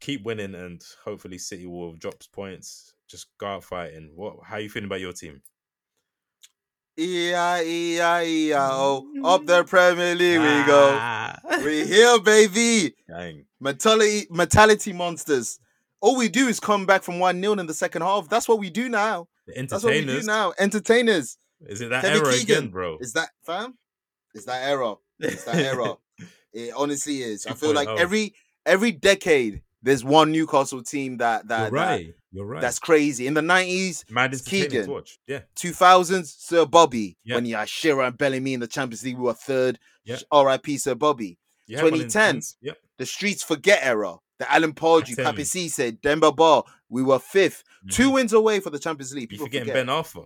keep winning, and hopefully City will drop points. Just go out fighting. What? How you feeling about your team? E, E-I-E-I-E-I-O. E, Up the Premier League we Ah. go. We here, baby. Dang. Mentality, mentality monsters. All we do is come back from 1 0 in the second half. That's what we do now. The That's what we do entertainers. now. Entertainers. Is it that Kevin error Keegan. again, bro? Is that, fam? Is that error? It's that error. It honestly is. I feel like 2.0. every every decade there's one Newcastle team that that, You're that- right. You're right. that's crazy. In the nineties, mad entertaining Keegan. to watch. Yeah. two thousands, Sir Bobby. Yeah. When you had Shearer and Bellamy in the Champions League, we were third. Yeah. Sh- R.I.P. Sir Bobby. You had one in 2010. France. Yep. The streets forget era. The Alan Pardew, Atemi. Pape said, Denver Bar. We were 5th Two Mhm. wins away for the Champions League. You People forgetting forget. Ben Arthur?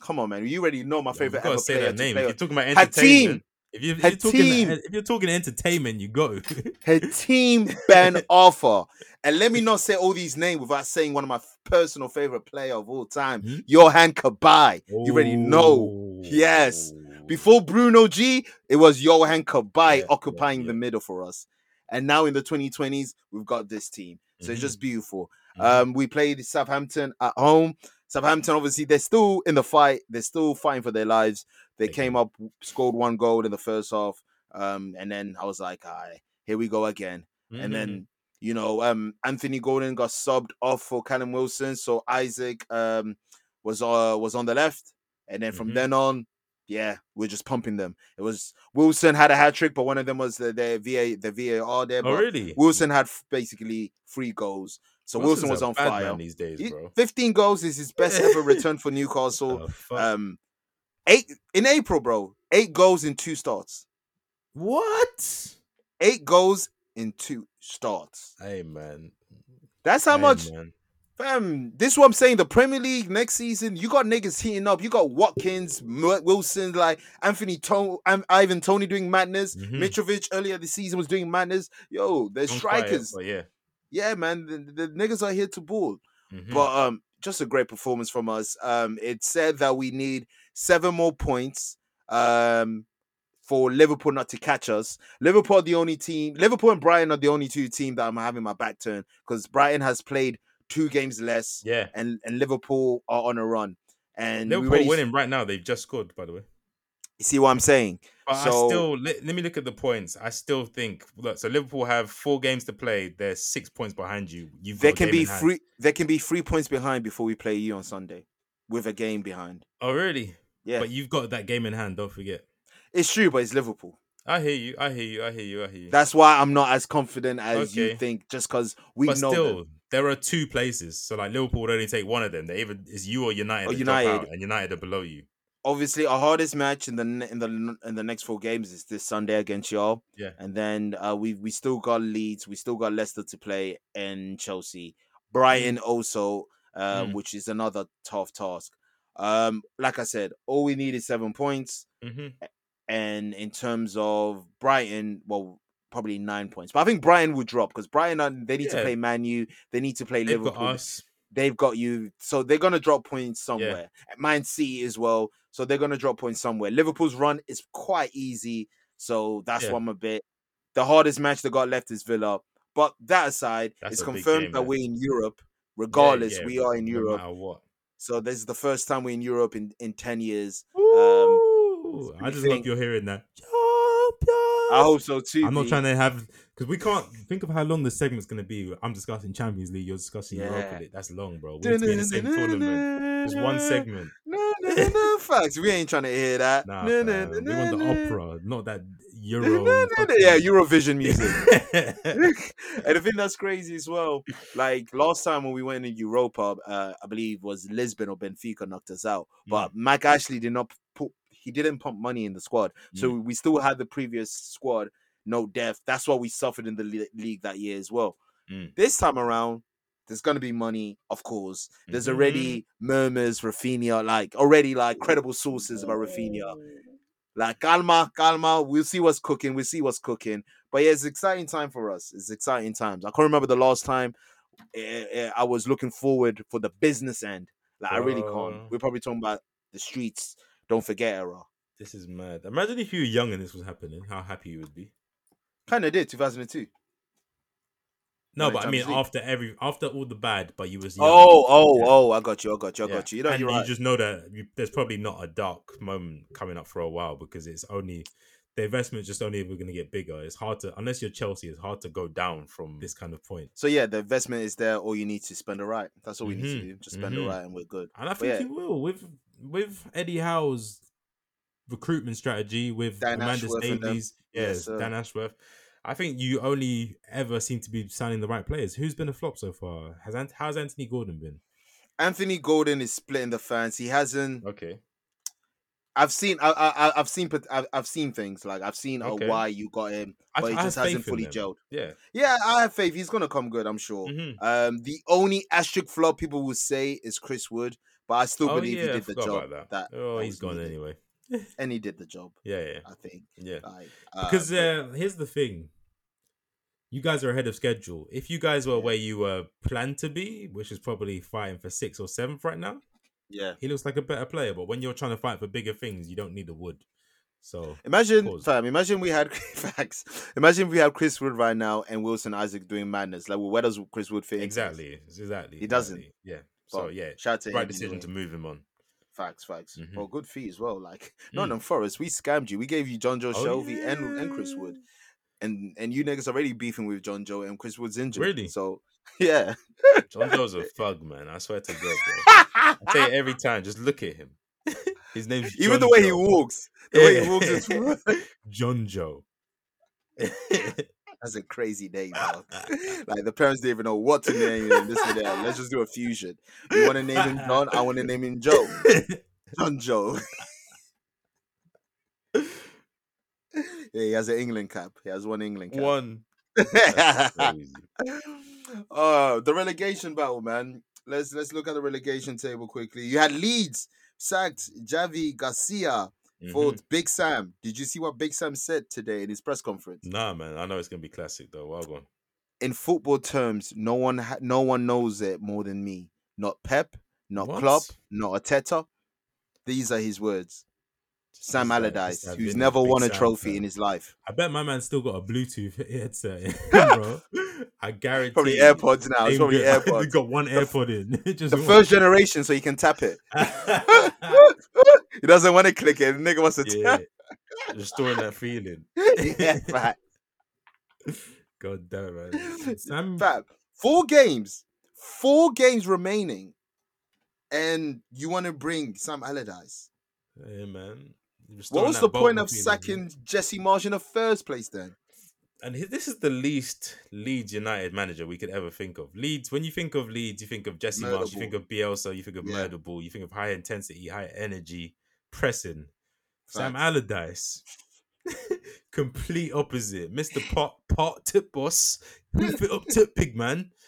Come on, man. You already know my You've favorite got ever to say player that to name. play If you're on- talking about Hatim. entertainment, if, you, Her are talking, team. if you're talking entertainment, you go. her team Ben Arthur. And let me not say all these names without saying one of my f- personal Mm-hmm. favorite player of all time, Mhm. Johan Kabay. You already know. Yes. Oh. Before Bruno G, it was Johan Kabay Yeah, occupying yeah, the yeah. middle for us. And now in the 2020s, we've got this team. So Mm-hmm. it's Mhm. just beautiful. Mhm. Um, we played Southampton at home. Southampton, obviously, they're still in the fight. They're still fighting for their lives. They They came up, scored one goal in the first half. Um, and then I was like, all right, here we go again and Mm-hmm. then you know um Anthony Gordon got subbed off for Callum Wilson so Isaac um was uh was on the left and then from Mhm. then on yeah we're just pumping them it was Wilson had a hat trick but one of them was the, the VA the VAR there oh but really? Wilson had f- basically three goals so Wilson Wilson's was a on bad fire man these days, He- bro. 15 goals is his best ever return for Newcastle Oh, fuck. um eight in April bro eight goals in two starts what? eight goals in two starts Hey man, that's how Hey, much man. Fam, this is what I'm saying. The Premier League next season, you got niggas heating up. You got Watkins, M- Wilson, like Anthony, Tony, Ivan Tony doing madness. Mhm. Mitrovic earlier this season was doing madness. Yo, there's On fire, strikers. but yeah. yeah, man, the, the niggas are here to ball. Mhm. Mm-hmm. Hmm. But um, just a great performance from us. Um, it said that we need seven more points. Um, for Liverpool not to catch us. Liverpool are the only team. Liverpool and Brighton are the only two team that I'm having my back turned because Brighton has played two games less Yeah. and, and Liverpool are on a run. And we Liverpool already- winning right now. They've just scored, by the way. You see what I'm saying? But So- I still let, let me look at the points. I still think look. So Liverpool have four games to play. They're six points behind you. You've There got can a game be in hand. three. There can be three points behind before we play you on Sunday, with a game behind. Oh really? Yeah, But you've got that game in hand. Don't forget. it's true, but it's Liverpool. I hear you. I hear you. I hear you. I hear you. That's why I'm not as confident as you Okay. think, just because we but know still, them. there are two places. So like Liverpool would only take one of them. They either is you or United. Or that drop United. out, and United are below you. Obviously, our hardest match in the ne- in the n- in the next four games is this Sunday against y'all. Yeah. and then uh, we we still got Leeds, we still got Leicester to play, and Chelsea, Brighton also, uh, Mm-hmm. Mm. which is another tough task. Um, like I said, all we need is seven points. hmm and in terms of Brighton, well, probably nine points. But I think Brighton will drop because Brighton are, they need to Yeah. play Man U, they need to play They've Liverpool. got us. They've got you, so they're gonna drop points somewhere. Man City as well, so they're gonna drop points somewhere. Liverpool's run is quite easy, so that's Yeah. one a bit. The hardest match they got left is Villa, but that aside, That's it's a big confirmed game, that man. we're in Europe. Yeah, Regardless, yeah, we are in No Europe, matter what. so this is the first time we're in Europe in in ten years. Um, Ooh, I just think- hope you're hearing that. I hope so too. I'm not B. trying to have because we can't think of how long this segment's gonna be. I'm discussing Champions League, you're discussing Yeah. Europa League. That's long, bro. We need to be in the same tournament. Just one segment. No, no, no, no, facts. We ain't trying to hear that. Nah, no, no, fam. no, we want the no, no. opera, not that No, no, no, Euro. no. fucking- Yeah, Eurovision music. yeah, and the thing that's crazy as well, like last time when we went in Europa, uh, I believe was Lisbon or Benfica knocked us out. But Mike Ashley did not put he didn't pump money in the squad, so we still had the previous squad, no depth. That's why we suffered in the le- league that year as well. Mm. This time around, there's gonna be money, of course. There's Mhm. already murmurs, Rafinha, like already like credible sources about Rafinha. Like calma, calma. We'll see what's cooking. We'll see what's cooking. But yeah, it's exciting time for us. It's exciting times. I can't remember the last time eh, eh, I was looking forward for the business end. Like I really can't. Bruh. We're probably talking about the streets. Don't forget era. this is mad. Imagine if you were young and this was happening, how happy you would be. Kind of did 2002. No, Right, but I mean Champions League. after every after all the bad, but you was young. Oh, oh, oh! I got you. I got you. I Yeah. got you. You know and you're you right. just know that you, there's probably not a dark moment coming up for a while because it's only the investment's just only ever going to get bigger. It's hard to unless you're Chelsea, it's hard to go down from this kind of point. So yeah, the investment is there. All you need to spend the right. That's all we need to Mhm, do. Just spend mhm. the right, and we're good. And I But think yeah. he will with with Eddie Howe's recruitment strategy with Dan Amanda Ashworth and them. Staveley's yes, Yes, sir. Dan Ashworth. I think you only ever seem to be signing the right players. Who's been a flop so far? Has Ant- how's Anthony Gordon been? Anthony Golden is splitting the fans. He hasn't. Okay, I've seen I, I I- I've seen pot- I've, I've seen things like I've seen uh, Okay. why you got him, I, but he I just have faith hasn't in fully them. gelled. Yeah, Yeah, I have faith he's gonna come good. I'm sure. Mhm. Um, the only asterisk flop people will say is Chris Wood, but I still oh believe yeah, he I did the forgot job. about that. that- oh, that he's was gone needed. anyway. and he did the job. Yeah, yeah, I think. yeah. Like um, Because but- uh, here's the thing: you guys are ahead of schedule. If you guys were Yeah. where you were planned to be, which is probably fighting for sixth or seventh right now, yeah, he looks like a better player. But when you're trying to fight for bigger things, you don't need the wood. So Imagine, Pause. fam, imagine we had facts. Imagine we have Chris Wood right now and Wilson Isaac doing madness. Like, well, where does Chris Wood fit? into this? Exactly. Exactly. He doesn't. exactly. Yeah. But So yeah, shout out to right him decision anyway. to move him on. Facts, facts. Mhm. Well, good fee as well. Like Mm. Nottingham Forest, we scammed you. We gave you John Joe Oh, Shelby and and Chris Wood, and and you niggas already beefing with John Joe and Chris Wood's injured. Really? So yeah, John Joe's a thug, man. I swear to God, bro. I tell you every time, just look at him. His name's even John the way he Joe. walks, the way he Yeah. walks is John Joe. that's a crazy name. Bro. like the parents didn't even know what to name him. This and that. Let's just do a fusion. You want to name him John? I want to name him Joe. John Joe. yeah, he has an England cap. He has one England cap. One. Crazy. Uh, the relegation battle, man. Let's let's look at the relegation table quickly. You had Leeds sacked Javi Garcia for Mhm. Big Sam. Did you see what Big Sam said today in his press conference? Mm-hmm. Nah, man. I know it's gonna be classic though. Well gone. In football terms, no one ha- no one knows it more than me. Not Pep, not What? Klopp, not Ateta. These are his words. Just Sam that- Allardyce, just that who's vintage never Big won a Sam, trophy fam. in his life. I bet my man still got a Bluetooth headset, in, bro. I guarantee. Probably you, AirPods now. It's they've probably got- they've AirPods. got one AirPod in. Just The one. first generation, so he can tap it. he doesn't want to click it. The nigga wants to yeah, tap. restoring that feeling. yeah, fam. God damn it, man. Sam, Fam, Four games, four games remaining, and you want to bring Sam Allardyce. yeah, man. What Restoring was that the point Bolton of feeling, man. sacking Jesse Marsh in the first place then? And he- this is the least Leeds United manager we could ever think of. Leeds, when you think of Leeds, you think of Jesse Marsh, you Murderball. think of Bielsa, you think of Yeah. murder ball, you think of high intensity, high energy, pressing. Sam Facts. Allardyce, complete opposite. Mr. Pot, Pot, Tip Boss, hoof it up, Tip Pig Man.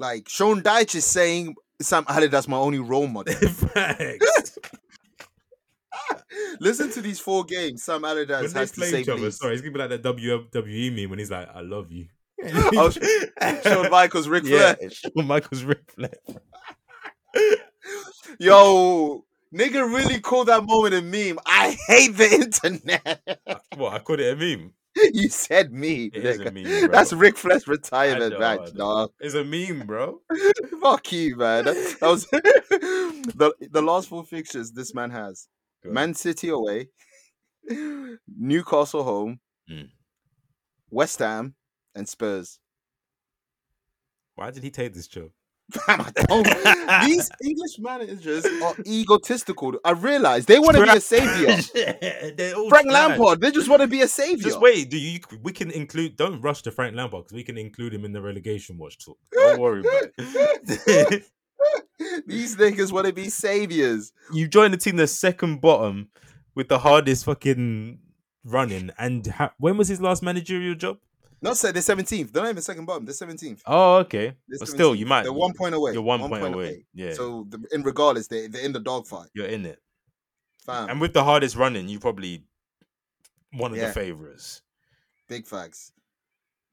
Like Sean Dyche is saying, Sam Allardyce my only role model. Facts. Listen to these four games. Sam when Allardyce they has to play save each other, Leeds. sorry, it's gonna be like that WWE meme when he's like, "I love you." Oh, Shawn Michaels, Ric yeah, Flair. Shawn Michaels Ric Flair. Yo, nigga really called that moment a meme. I hate the internet. What I called it a meme. you said me. It is a nigga. meme, bro. That's Ric Flair's know, retirement I match, know. dog. It's a meme, bro. Fuck you, man. That, that was the the last four fixtures this man has: Go on. Man City away, Newcastle home, Mm. West Ham, and Spurs. Why did he take this job? Fam, I don't- These English managers are egotistical. I realize they want to be a savior. They're all Frank trash. Lampard, they just want to be a savior. Just wait. Do you? We can include. Don't rush to Frank Lampard because we can include him in the relegation watch talk. Don't worry about it. These niggas want to be saviors. you join the team that's second bottom with the hardest fucking running. And ha- when was his last managerial job? Not said they're seventeenth. They're not even second bottom. They're seventeenth. Oh, okay. They're But still, 17th. you might. They're one point away. You're one, point, away. Yeah. So, the, in regardless, they they're in the dogfight. you're in it. Fam, And with the hardest running, you probably one of Yeah. the favorites. big facts,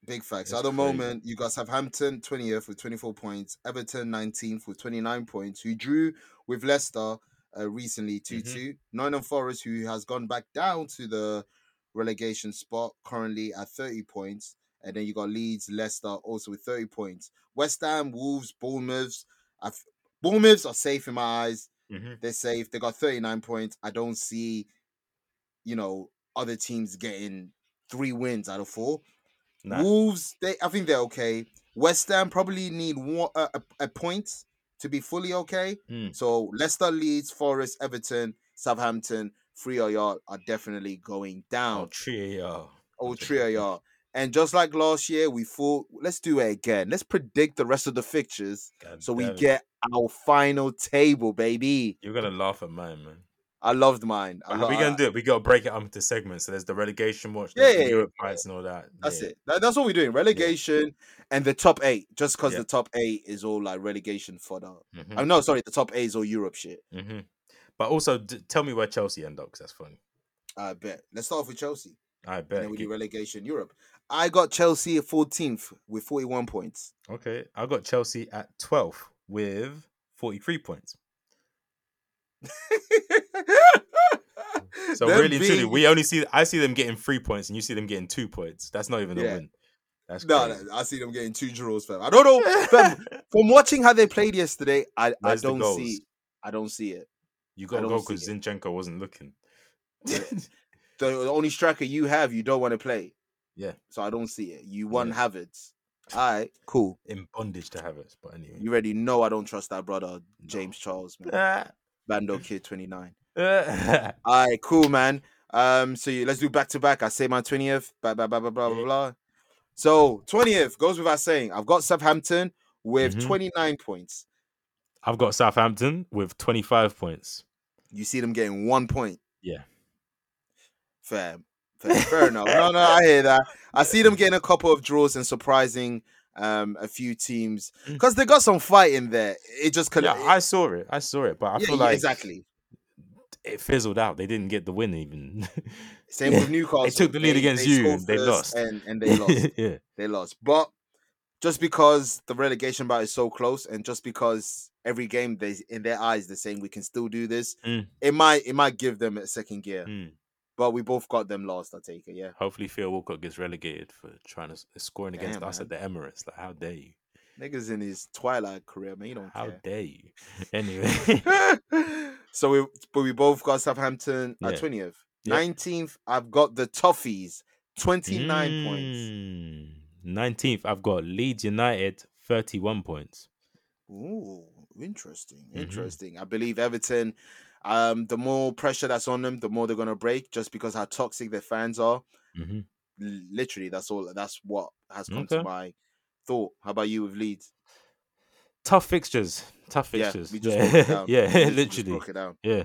big facts. That's At the crazy. moment, you got Southampton twentieth with twenty four points, Everton nineteenth with twenty nine points, who drew with Leicester uh, recently Mm-hmm. two two. Nottingham Forest, who has gone back down to the relegation spot, currently at thirty points, and then you got Leeds, Leicester also with thirty points. West Ham, Wolves, Bournemouths. I f- Bournemouths are safe in my eyes. Mm-hmm. they're safe. They got 39 points. I don't see, you know, other teams getting three wins out of four. Nah. Wolves, they I think they're okay. West Ham probably need one a, a- a point to be fully okay. Mm. So Leicester, Leeds, Forest, Everton, Southampton, three of y'all are definitely going Oh, down. trio. All that's a three good of point. y'all. And just like last year, we thought, let's do it again. Let's predict the rest of the fixtures God so we damn it. get our final table, baby. You're gonna laugh at mine, man. I loved mine. I But lo- how we I- gonna do it? We gotta break it up into segments. So there's the relegation watch, Yeah, there's uh yeah, the yeah, Europe fights, and all that. That's it. That- that's what we're doing. Relegation and the top eight. Just because Yeah. Hmm. the top eight is all like relegation for the. it. I'm no sorry. The top eight is all Europe shit. hmm Mm-hmm. But also, d- tell me where Chelsea end up. 'cause that's funny. I bet. Let's start off with Chelsea. I And bet. then we Gi- do relegation Europe. I got Chelsea at 14th with 41 points. okay, I got Chelsea at 12th with 43 points. So Them really, and truly, being- we only see I see them getting three points, and you see them getting two points. That's not even a Yeah. win. That's No, crazy. no, I see them getting two draws, fam. I don't know, fam. From watching how they played yesterday, I, I Where's the don't goals? see, I don't see it. You I got to don't go because see Zinchenko wasn't looking. The the only striker you have, you don't want to play. Yeah. So I don't see it. You won Yeah. Havertz. All right, cool. in bondage to Havertz, but anyway. You already know I don't trust that brother, James Charles, man. Ah, Bando Kid 29. ah. All right, cool, man. Um, so you, let's do back to back. I say my 20th, blah, blah, blah, blah, blah, blah, Yeah. blah. So 20th goes without saying. I've got Southampton with Mhm. 29 points. I've got Southampton with 25 points. You see them getting one point. Yeah. Fair. Fair, fair enough. No, no, I hear that. I see them getting a couple of draws and surprising um a few teams because they got some fight in there. It just could Mm. Yeah, I saw it. I saw it, but I yeah, feel yeah, like exactly. it fizzled out. They didn't get the win even. Same Yeah. with Newcastle. took the lead against you scored and they first lost. And, and they lost. yeah. they lost. But just because the relegation bout is so close, and just because every game they in their eyes they're saying we can still do this, Mm. it might it might give them a second gear. Mm. But we both got them last. I take it. Yeah. Hopefully, Theo Walcott gets relegated for trying to s- scoring against Damn, us at the Emirates. Like, how dare you? Niggas in his twilight career, man. You don't How care. dare you? Anyway, so we but we both got Southampton Yeah. at twentieth. Yep. Nineteenth, I've got the Toffees, twenty nine points. Hmm. Nineteenth, I've got Leeds United, thirty-one points. Mm. Ooh, interesting, Mhm. interesting. I believe Everton. Um, the more pressure that's on them, the more they're gonna break, just because how toxic their fans are. hmm L- Literally, that's all. That's what has come to Okay. my thought. How about you with Leeds? Tough fixtures. Tough fixtures. we Yeah, just broke it yeah, down. We literally just literally. broke it down. Yeah,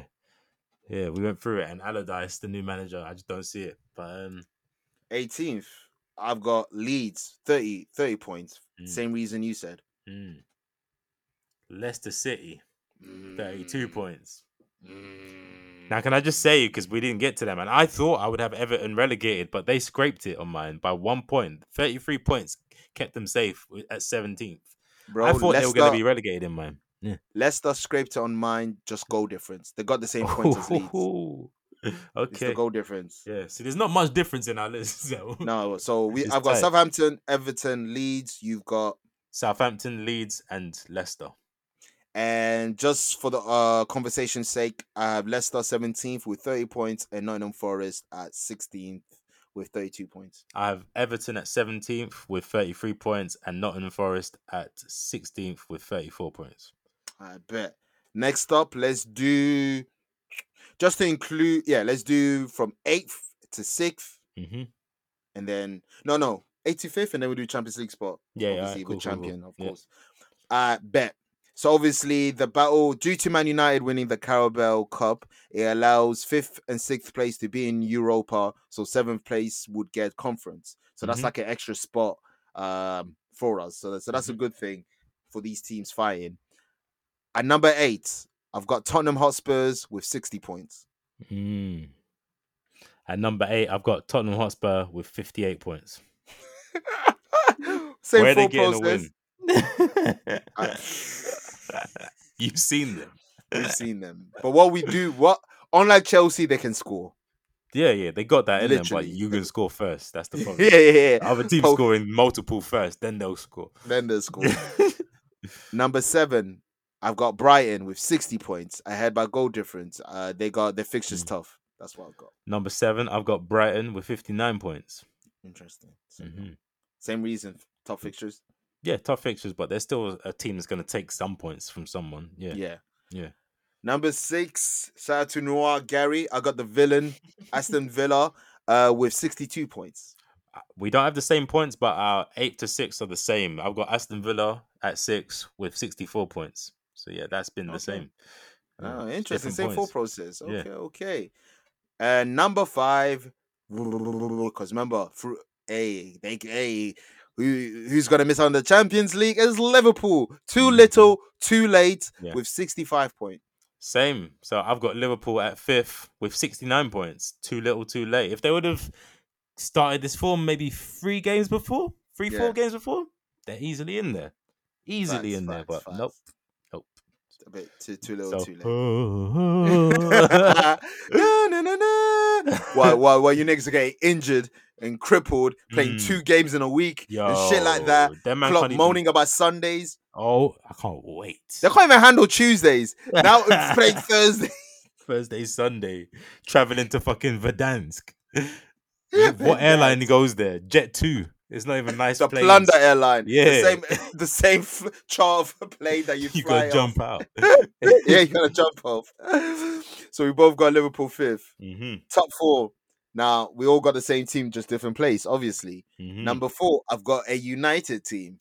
yeah. We went through it, and Allardyce, the new manager, I just don't see it. But um, Eighteenth, I've got Leeds 30, 30 points. Mm. Same reason you said. mm. Leicester City, thirty-two Mm. points. Now, can I just say because we didn't get to them, and I thought I would have Everton relegated, but they scraped it on mine by one point. Thirty-three points kept them safe at seventeenth. Bro, I thought Leicester, they were going to be relegated in mine. Yeah. Leicester scraped it on mine, just goal difference. They got the same points as Leeds. It's the okay. goal difference. Yeah. See, there's not much difference in our list. So. No, so we It's I've got tight. Southampton, Everton, Leeds, you've got Southampton, Leeds, and Leicester. and just for the uh conversation's sake, I have Leicester 17th with 30 points and Nottingham Forest at 16th with 32 points. I have Everton at 17th with 33 points, and Nottingham Forest at 16th with 34 points. I bet. Next up, let's do just to include yeah, let's do from 8th to 6th Mm-hmm. and then no no 85th and then we do Champions League spot. Yeah, yeah, obviously the alright, cool, cool, cool. champion, of Yeah. course. I bet. So obviously the battle due to Man United winning the Carabao Cup, it allows fifth and sixth place to be in Europa. So seventh place would get conference. So that's Mhm. like an extra spot um, for us. So, that- so that's a good thing for these teams fighting. At number eight, I've got Tottenham Hotspurs with 60 points. Mm. At number eight, I've got Tottenham Hotspur with 58 points. Same Where are they thought getting process. a win? You've seen them. We've seen them. But what we do, what unlike Chelsea, they can score. Yeah, yeah, they got that in Literally, them, but you they- can score first. That's the yeah, problem. yeah, yeah. The Other teams Poke- scoring multiple first, then they'll score. Then there's school. Number seven, I've got Brighton with 60 points ahead by goal difference. Uh, they got their fixtures Mm. tough. That's what I've got. Number seven, I've got Brighton with 59 points. Interesting. So, Mhm. Same reason, tough fixtures. Yeah, tough fixtures, but they're still a team that's going to take some points from someone. Yeah. Yeah. Yeah. Number six, shout out to Noir Gary. I got the villain, Aston Villa, uh, with 62 points. Uh, We don't have the same points, but our eight to six are the same. I've got Aston Villa at six with 64 points. So, yeah, that's been Okay. the same. Yeah, Oh, it's interesting. different Same thought points. process. Yeah. Okay, okay. And number five, because remember, through, hey, they, hey, who, who's gonna miss out on the Champions League is Liverpool. Too Mhm. little, too late, Yeah. with sixty-five points. Same. So I've got Liverpool at fifth with 69 points. Too little, too late. If they would have started this form maybe three games before, three, Yeah. four games before, they're easily in there. Easily Facts, in there, facts, but facts. nope. Nope. A bit too, too little, so, too late. too Na, na, na, na, while, while, while you niggas are getting injured and crippled, playing Mm. two games in a week and shit like that. That man Klopp can't even- moaning about Sundays. Oh, I can't wait. They can't even handle Tuesdays. Now it's playing Thursday. Thursday, Sunday, traveling to fucking Verdansk. what airline goes there? Jet Two. It's not even nice. The planes. Plunder Airline. Yeah. The same, the same f- charter plane that you You fly gotta off. jump out. yeah, you gotta jump off. So we both got Liverpool fifth, hmm top four. Now we all got the same team, just different place, obviously. hmm Number four, I've got a United team,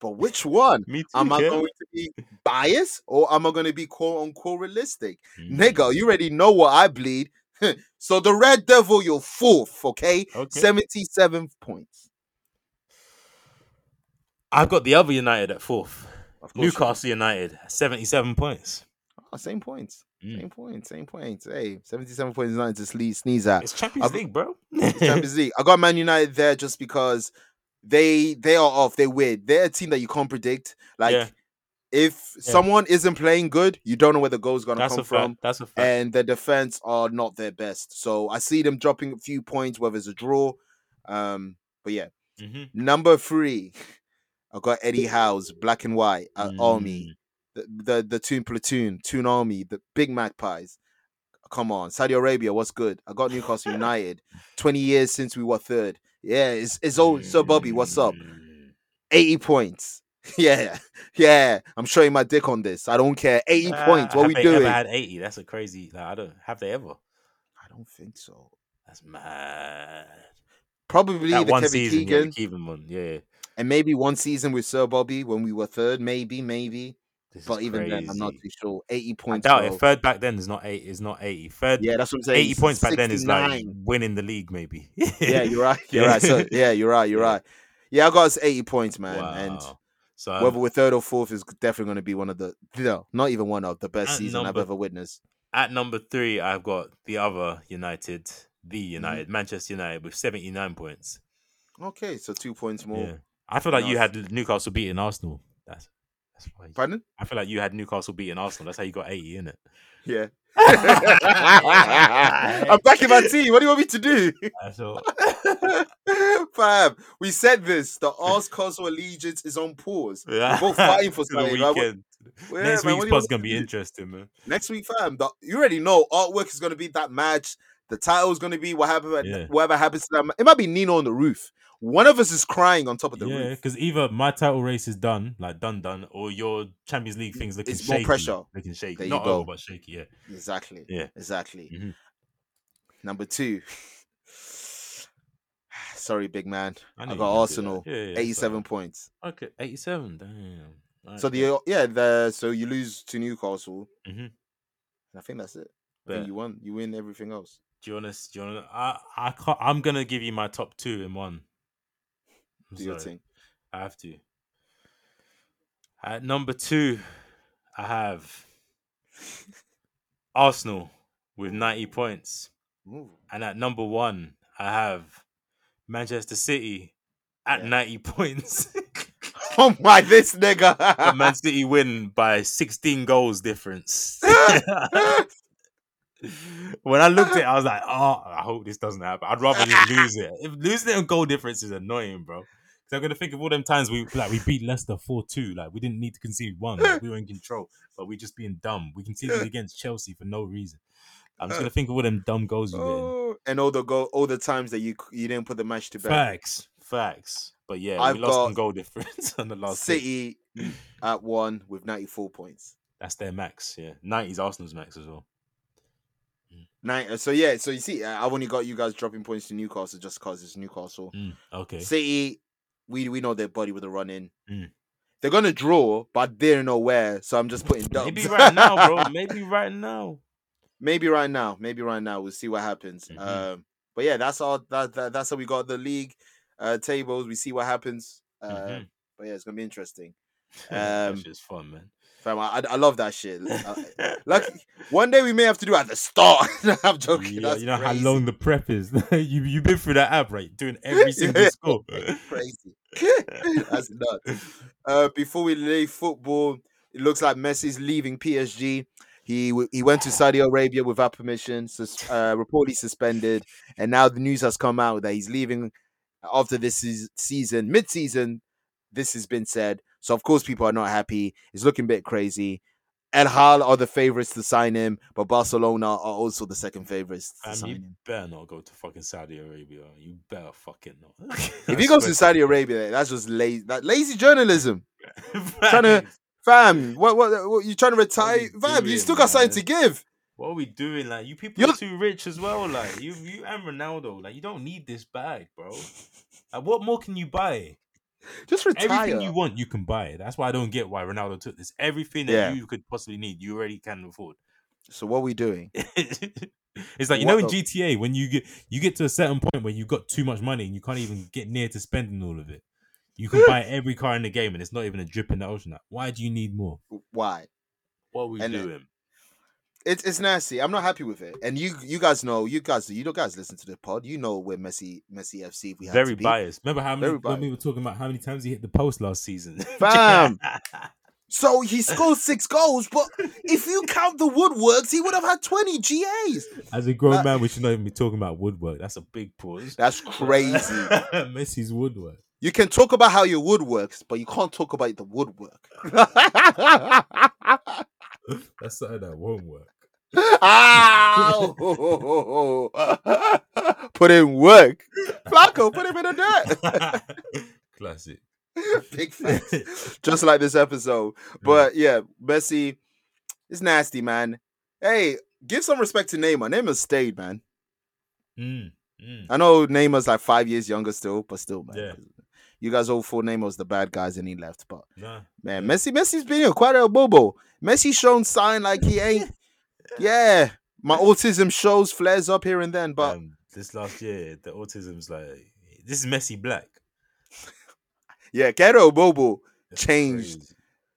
but which one? Me too. Am I yeah. going to be biased or am I going to be quote unquote realistic? Mhm. Nigga, you already know what I bleed. so the Red Devil, you're fourth, okay? Okay. 77 points. I've got the other United at fourth. Of course you do. Newcastle United, seventy-seven points. Ah, same points. Mm. Same points. Same points. Hey, 77 points is nothing to sneeze, sneeze at. It's Champions I've- League, bro. Champions League. I got Man United there just because they they are off. They're weird. They're a team that you can't predict. Like Yeah. if someone isn't playing good, you don't know where the goal's gonna That's come a fact. from. That's a fact. And the defense are not their best. So I see them dropping a few points, whether it's a draw. Um, but yeah. Mhm. Number three, I got Eddie Howe's black and white at Army. The, Mm. the the Toon Platoon, Toon Army, the Big Magpies. Come on, Saudi Arabia, what's good? I got Newcastle United. Twenty years since we were third. Yeah, it's it's all Sir Bobby. What's up? Mm. Eighty points. Yeah, yeah. I'm showing my dick on this. I don't care. Eighty points. Ah, What have we they doing? Ever had eighty? That's a crazy. Like, I don't have they ever. I don't think so. That's mad. Probably That the one Kevin season, yeah, Keegan the Keegan one, yeah. and maybe one season with Sir Bobby when we were third. Maybe, maybe. This But is even then, I'm not crazy. too sure. 80 I points. doubt it. bro. Third back then is not eight. Is not eighty. Third, Yeah, that's what I'm saying. eighty points back then is like 69. winning the league, maybe. yeah, you're right. You're right. So yeah, you're right. You're Yeah. right. Yeah, I got us 80 points, man. wow. Um And so whether we're third or fourth is definitely going to be one of the no, not even one of the best At season I've number- ever witnessed. at number three, I've got the other United, the Mm-hmm. United, Manchester United, with seventy nine points. Okay, so two points more. Yeah. I feel like you Nice. had Newcastle beating Arsenal. That's that's why. you- Pardon? I feel like you had Newcastle beating Arsenal. That's how you got eighty in it. Yeah. I'm back in my team. What do you want me to do? Fam, we said this. The Ars Castle Allegiance is on pause. We're both fighting for the something, right? What- weekend. Yeah, man, what Next week's do you pod's want gonna me be to do? interesting, man. Next week, fam. The, you already know artwork is gonna be that match. The title's gonna be what happened. Yeah. Whatever happens to that. ma- It might be Nino on the roof. One of us is crying on top of the yeah, roof. because either my title race is done, like done, done, or your Champions League things looking Mm, It's more shaky. pressure. Looking shaky. There you Not go. over, but shaky. Yeah. Exactly. Yeah. Exactly. Mhm. Number two. Sorry, big man. I, I knew got you were gonna do that. Arsenal. Yeah, yeah, yeah, so- Eighty-seven points. Okay, eighty-seven. Damn. So Okay, the yeah, the so you lose to Newcastle. Mhm. And I think that's it. I bet. think you won. You win everything else. Do you want to? Do you want to? I I can't. I'm gonna give you my top two in one. I'm Do your sorry. thing. I have to. At number two, I have Arsenal with ninety points, Ooh. and at number one, I have Manchester City at Yeah. ninety points. Oh my, this nigga. But Man City win by sixteen goals difference. when I looked at it, I was like, oh, I hope this doesn't happen. I'd rather just lose it. If losing it on goal difference is annoying, bro. Because I'm gonna think of all them times we like we beat Leicester four two. Like we didn't need to concede one. Like, we were in control, but we just being dumb. We conceded against Chelsea for no reason. I'm just gonna think of all them dumb goals you get. Oh, and all the go all the times that you c- you didn't put the match to bed. Facts, facts. But yeah, I've we lost got on goal difference on the last. kick. City at one with ninety four points. That's their max. Yeah, 90s Arsenal's max as well. Nine. uh, So yeah. So you see, I- I've only got you guys dropping points to Newcastle just because it's Newcastle. Mm, okay. City, we we know their body with a run in. Mm. They're gonna draw, but they're nowhere. So I'm just putting dubs. Maybe right now, bro. Maybe right now. maybe right now maybe right now we'll see what happens Mhm. um but yeah that's all that, that that's how we got the league uh tables we see what happens uh Mhm. but yeah it's gonna be interesting That Um, shit's fun, man. fam I, I- I love that shit Uh, like one day we may have to do it at the start i'm joking you, know- that's you know how crazy. long the prep is. you you've been through that app, right? Doing every single Yeah. score. crazy that's nuts uh before we leave football it looks like messi's leaving psg He w- he went to Saudi Arabia without permission, sus- uh, reportedly suspended, and now the news has come out that he's leaving after this is season, mid season. This has been said, so of course people are not happy. It's looking a bit crazy. El Hal are the favorites to sign him, but Barcelona are also the second favorites to Fam, sign you him. better not go to fucking Saudi Arabia. You better fucking not. If he goes to Saudi Arabia, that's just lazy. That lazy journalism, trying to- fam. What what, what you trying to retire, you fam? You doing, still got something man? to give. What are we doing? Like you people You're- are too rich as well. Like you, you and Ronaldo. Like you don't need this bag, bro. Like what more can you buy? Just retire. Everything you want, you can buy. That's why I don't get why Ronaldo took this. Everything that Yeah. you could possibly need, you already can afford. so what we doing? it's like you know in What GTA when you get you get to a certain point where you've got too much money and you can't even get near to spending all of it. You can buy every car in the game and it's not even a drip in the ocean. Like, why do you need more? Why? What are we And uh, it- doing? It's it's nasty. I'm not happy with it. And you you guys know you guys you know guys listen to the pod. You know we're messy messy FC. If we had Very to be. biased. Remember how many Very when we were talking about how many times he hit the post last season? Fam. So he scored six goals, but if you count the woodworks, he would have had 20 GAs. As a grown Uh, man, we should not even be talking about woodwork. That's a big pause. That's crazy. Messi's woodwork. You can talk about how your wood works, but you can't talk about the woodwork. That's something that won't work. Ow! put in work. Flacco, put him in the Classic. dirt. Big facts. Mm. Just like this episode. But yeah, Messi, it's nasty, man. Hey, give some respect to Neymar. Neymar stayed, man. Mm, mm. I know Neymar's like five years younger still, but still, man. Yeah. You guys all thought Neymar was the bad guys and he left, but Nah. Man, Messi, Messi's been here quite a bobo. Messi shown sign like he ain't. yeah, my autism shows flares up here and then, but um, this last year, the autism's like this is messy black. yeah, Kero Bobo. That's Changed. crazy.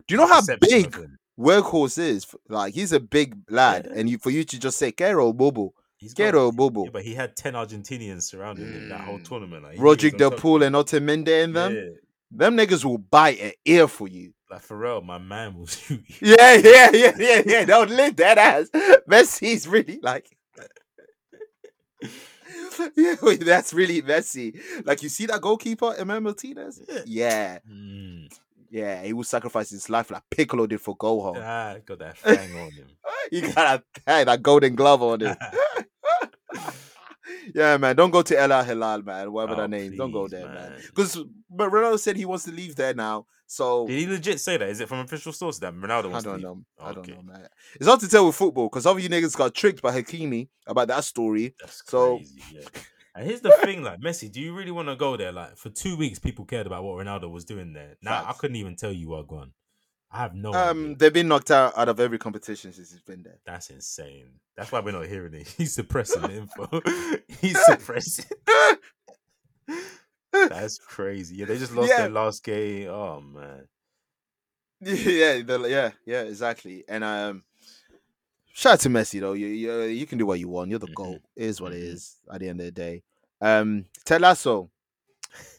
Do you know how Perception of big him. Workhorse is? Like he's a big lad, and you for you to just say Kero Bobo, He's got- Kero yeah, Bobo, but he had ten Argentinians surrounding him that whole Mm. tournament. Like, he knew he Roger was on Del top. Pool and Otamendi in them. Yeah. Them niggas will bite an ear for you. Like Pharrell, my man will shoot you. Yeah, yeah, yeah, yeah, yeah. Don't lick that ass. Messi's really like. yeah, wait, that's really messy. Like you see that goalkeeper, Emma Martinez? Yeah, Mm. yeah. He will sacrifice his life like Piccolo did for Gohan. Ah, got that fang on him. He got a hey, that golden glove on him. yeah, man. Don't go to El Hilal, man. Whatever Oh, that name. don't go please, there, man. man. Because but Ronaldo said he wants to leave there now. So Did he legit say that? Is it from official source that Ronaldo I wants don't to leave? know. I don't Okay. know, man. It's hard to tell with football because other you niggas got tricked by Hakimi about that story. That's So- crazy. Yeah. And here's the thing, like Messi, do you really want to go there? Like for two weeks, people cared about what Ronaldo was doing there. Now I Facts. couldn't even tell you are gone. I have no idea. Um, they've been knocked out out of every competition since he's been there. That's insane. That's why we're not hearing it. He's suppressing the info. He's suppressing. That's crazy. Yeah, they just lost Yeah. their last game. Oh man. yeah, the- yeah, yeah, exactly. And um, shout out to Messi though. You you, you can do what you want. You're the Mhm. goat. It is what it Mhm. is. At the end of the day, um, Telasso,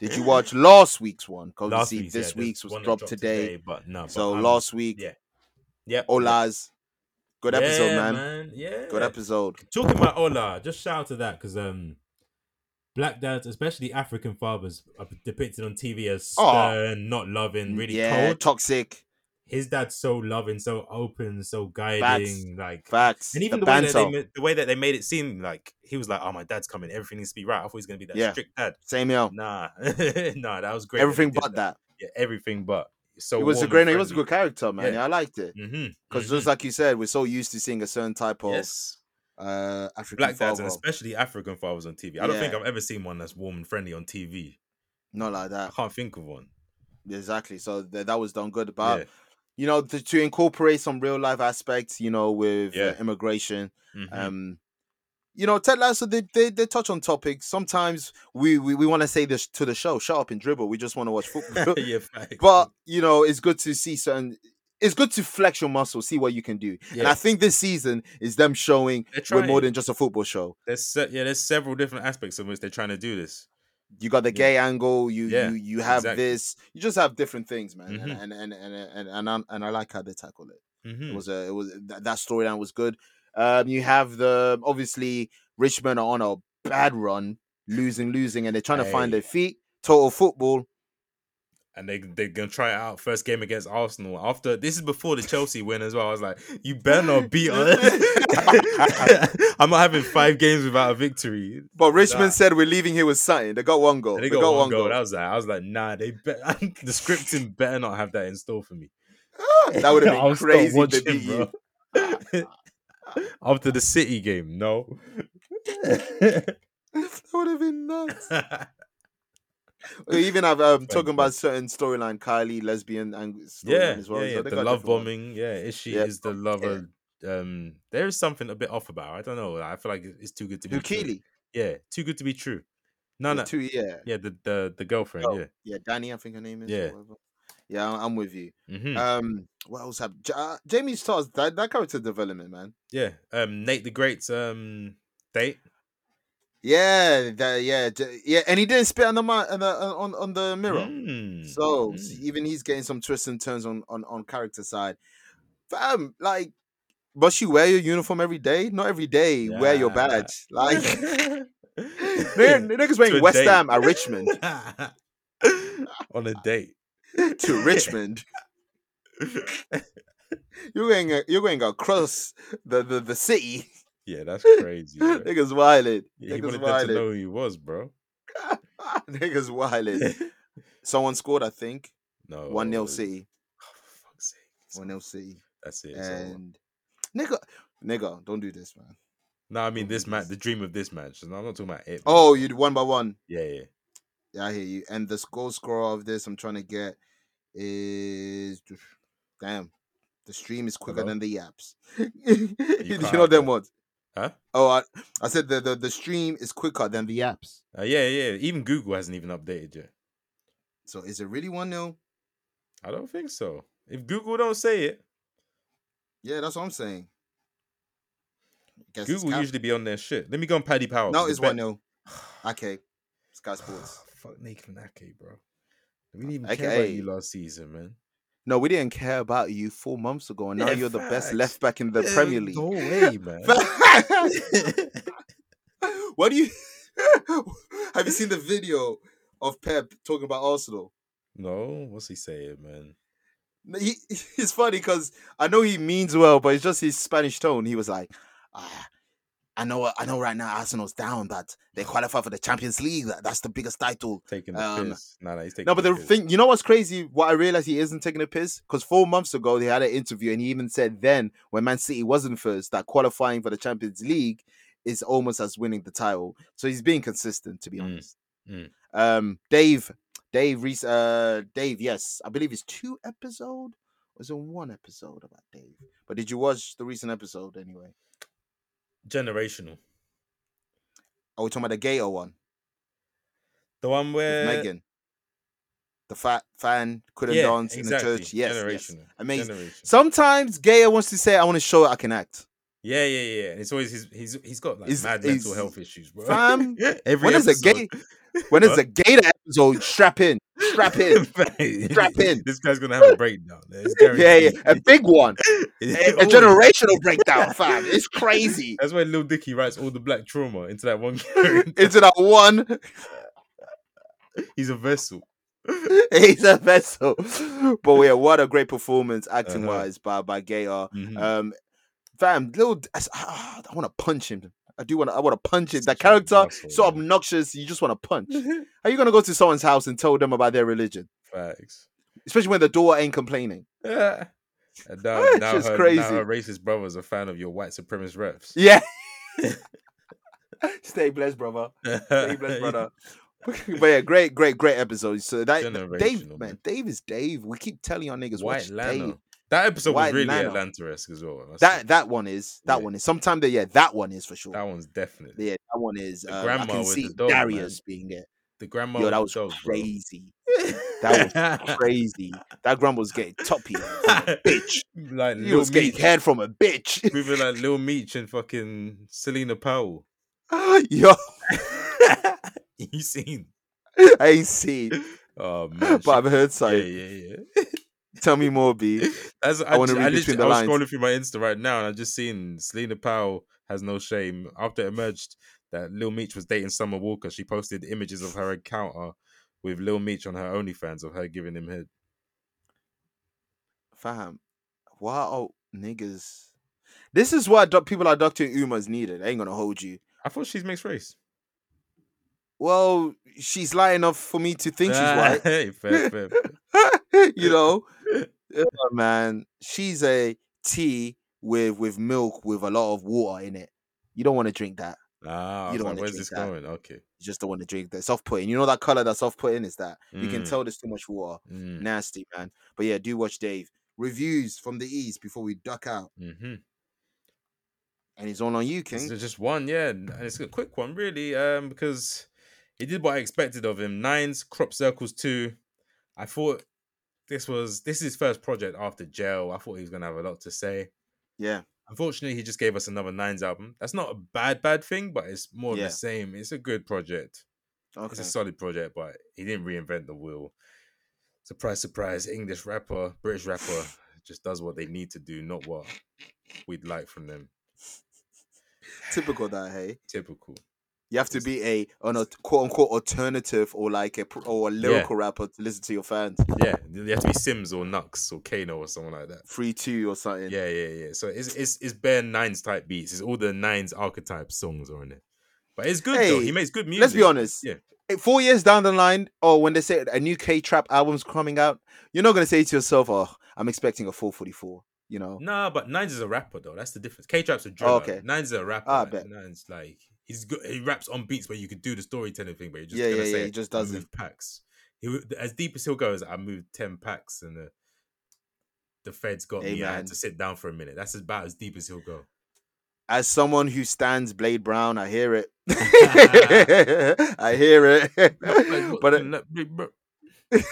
did you watch last week's one? 'Cause Last obviously week's, yeah, this there's week's was one that dropped today. but no. So but I'm- last week, yeah. Yep. Olas, good episode, Yeah, man. Yeah. Good episode. Talking about Ola, just shout out to that because um, black dads, especially African fathers, are depicted on TV as Oh. stern, not loving, really yeah, cold. toxic. His dad's so loving, so open, so guiding, like. Facts. And even the, the way that they banter. ma- the way that they made it seem like he was like, "Oh, my dad's coming. Everything needs to be right." I thought he was gonna be that Yeah. strict dad. Same here. Nah, nah, that was great. that they Everything did but that. Yeah, everything but. So He was a great. He was a good character, man. Yeah. Yeah, I liked it Mm-hmm. because just like you said, we're so used to seeing a certain type of yes, uh African black dads and father. especially African fathers on TV. I don't think Yeah. I've ever seen one that's warm and friendly on TV. Not like I that. can't think of one. Exactly. So th- that was done good. But Yeah. you know, to, to incorporate some real life aspects, you know, with Yeah. uh, immigration, Mhm. um, you know, Ted Lasso they, they they touch on topics. Sometimes we we, we want to say this to the show, shut up and dribble. We just want to watch football. yeah, facts. but you know, it's good to see certain. It's good to flex your muscles, see what you can do. And Yeah. I think this season is them showing They're we're more trying. than just a football show. there's se- yeah, there's several different aspects in which they're trying to do this. you got the Yeah. gay angle you Yeah, you you have exactly. this you just have different things man Mhm. and and and and and, and, I'm- and i like how they tackle it It Mhm. was a it was that, that storyline was good. Um, you have the obviously Richmond are on a bad run, losing, losing, and they're trying to find Hey. their feet. Total football. And they they're gonna try it out first game against Arsenal. After this is before the Chelsea win as well. I was like, you better not beat us. I'm not having five games without a victory. But Richmond Nah. said we're leaving here with something. They got one goal. And they got, one, goal. That was like, I was like, nah, they bet the scripting better not have that in store for me. That would have I'll been stop crazy if they watching, beat you. bro. After the City game, no. that would have been nuts. We even have um, talking about certain storyline, Kylie lesbian and storyline yeah, as well. yeah, so yeah. they the got love different ones. bombing. Yeah, Ishi Yeah. is the lover. Um, there is something a bit off about. her. I don't know. I feel like it- it's too good to be true. Lukili, Yeah, too good to be true. No, no. the two, yeah, yeah, the the the girlfriend. Girl. Yeah. yeah, Danny, I think her name is. Yeah. Yeah, whatever. yeah, I- I'm with you. hmm Um, what else happened? J- uh, Jamie Stars that, that character development, man. yeah. Um, Nate the Great's um date. Yeah, that, yeah, J- yeah, and he didn't spit on the mi- on the, on, on the mirror. Mm. So s- Mm. even he's getting some twists and turns on on on character side. Fam, like, must you wear your uniform every day? Not every day. Wear your Yeah. badge. Like, nigga- niggas To a wearing West date. Ham at Richmond on a date. to Richmond. You're going a- you're going across the the, the city. Yeah, that's crazy. bro. niggas wilded. Yeah, he Niggas wanted them to wilded. know who he was, bro. Niggas wilded. Someone scored, I think. No, One 0 City. Oh, for fuck's sake. It's One 0 City. That's it. It's over. And nigga, nigga, don't do this, man. No, I mean don't do this match, this. the dream of this match. No, I'm not talking about it. man. Oh, you one by one. yeah, yeah. Yeah, I hear you. And the goal scorer of this, I'm trying to get is damn. The stream is quicker Hello? than the apps. you cut know them out there. ones. Huh? Oh, I, I said the, the the stream is quicker than the apps. Uh, yeah, yeah. Even Google hasn't even updated yet. So is it really one 0 I don't think so. If Google don't say it, Yeah, that's what I'm saying. Guess it's Google cap- usually be on their shit. Let me go on Paddy Power. no, 'cause it's bet- one 0 Okay, Sky Sports. Fuck Nick Ake, bro. We didn't even Ake. care about you last season, man. No, we didn't care about you four months ago, and now Yeah, you're the best facts. left back in the Yeah, Premier League. No way, man. what do you have you seen the video of Pep talking about Arsenal? no, what's he saying, man? No, He, it's funny because I know he means well, but it's just his Spanish tone. He was like, ah, "I know, I know, right now Arsenal's down, but they qualify for the Champions League. That, that's the biggest title." Taking the Um, piss. No, no, he's taking No, but the piss. thing, you know what's crazy? What I realized he isn't taking a piss because four months ago they had an interview and he even said then when Man City wasn't first that qualifying for the Champions League is almost as winning the title. So he's being consistent, to be Mm, honest. mm. Um, Dave, Dave, Reese, uh, Dave, yes, I believe it's two episode. Was it one episode about Dave? But did you watch the recent episode anyway? Generational. Are we talking about the Gator one The one with where Megan? The fat fan couldn't dance in the church. Yes, yes. generational. Amazing. Generational. Sometimes Gaia wants to say, "I want to show I can act." yeah, yeah, yeah. And it's always his, he's he's got like He's- mad mental he's- health issues, bro. Fam, Every when is a episode. gay? When is a Gator episode? Strap in, strap in. Strap in. This guy's gonna have a breakdown. It's Yeah, yeah, guaranteed. a big one, a, a Always. generational breakdown, fam. It's crazy. That's why Lil Dicky writes all the black trauma into that one character. Into that one, He's a vessel. he's a vessel. But yeah, what a great performance acting Uh-huh. wise by by Gator. Mhm. Um, fam, little, ah, I, want to punch him. I do want to. I want to punch him. That Such an character arsehole, so man. obnoxious. You just want to punch. How you gonna go to someone's house and tell them about their religion, Facts. especially when the door ain't complaining? Yeah. And now, It's now, just her, crazy. now her racist brother's a fan of your white supremacist refs. Yeah. Stay blessed, brother. Stay blessed, brother. but yeah, great, great, great episode. So that Dave, man, Generational, man. Dave is Dave. We keep telling our niggas White watch Dave. Lana. That episode White was really Lana. Atlanta-esque as well. I must say. That that one is that Yeah. one is. Sometimes they yeah, that one is for sure. that one's definitely yeah, that one is. The um, I grandma can with the see dog, man. Darius being there. the grandma. Yo, with that the was dog, bro. crazy. That was crazy. That grandma was getting toppy. from a Bitch, like he was Lil getting Meech, head from a bitch. moving like Lil Meech and fucking Selena Powell. Yo, you seen? I ain't seen, Oh man, but I've heard so. she- yeah, yeah, yeah. Tell me more, B. As I, wanna ju- read I between literally- the I was lines. scrolling through my Insta right now, and I just seen Selena Powell has no shame. After it emerged that Lil Meech was dating Summer Walker, she posted images of her encounter with Lil Meech on her OnlyFans of her giving him head. Fam, why are niggas? This is why doc- people like Doctor Uma's needed. I ain't gonna hold you. I thought she's mixed race. Well, she's light enough for me to think she's white. Hey, fair, fair. you know, Uh, man, she's a tea with with milk with a lot of water in it. You don't want to drink that. Ah, You I was don't like, wanna where's drink this that. going? Okay. You just don't want to drink that. It's off putting. You know that color that's off putting is that you can Mm. tell there's too much water. Mm. Nasty man. But yeah, do watch Dave reviews from the East before we duck out, hmm and it's all on you, King. It's just one, yeah, and it's a quick one, really, um, because he did what I expected of him. Nines, crop circles two. I thought this was this is his first project after jail. I thought he was gonna have a lot to say. Yeah, Unfortunately, he just gave us another Nines album. That's not a bad, bad thing, but it's more Yeah. of the same. It's a good project. okay. It's a solid project, but he didn't reinvent the wheel. Surprise, surprise! English rapper, British rapper, just does what they need to do, not what we'd like from them. Typical that, hey. Typical. You have to be a on a quote unquote alternative or like a pr- or a lyrical rapper to listen to your fans. Yeah, you have to be Sims or Nux or Kano or someone like that. Free two or something. Yeah, yeah, yeah. So it's it's it's bare nines type beats. It's all the nines archetype songs are in it. But it's good though. Hey, He makes good music. Let's be honest. Yeah. eh, Four years down the line, or when they say a new K trap album's coming out, you're not gonna say to yourself, "Oh, I'm expecting a 444." You know, Nah, but Nines is a rapper though. That's the difference. K Trap's a drummer. okay. Nines is a rapper. Ah, I like, bet. Nines like he's good. He raps on beats where you could do the storytelling thing, but you're just Yeah, gonna yeah, yeah, say he just "I doesn't." moved packs. He w- as deep as he'll go is I moved ten packs and the the feds got me. I Amen. had to sit down for a minute. That's about as deep as he'll go. as someone who stands Blade Brown, I hear it. I hear it. but it- but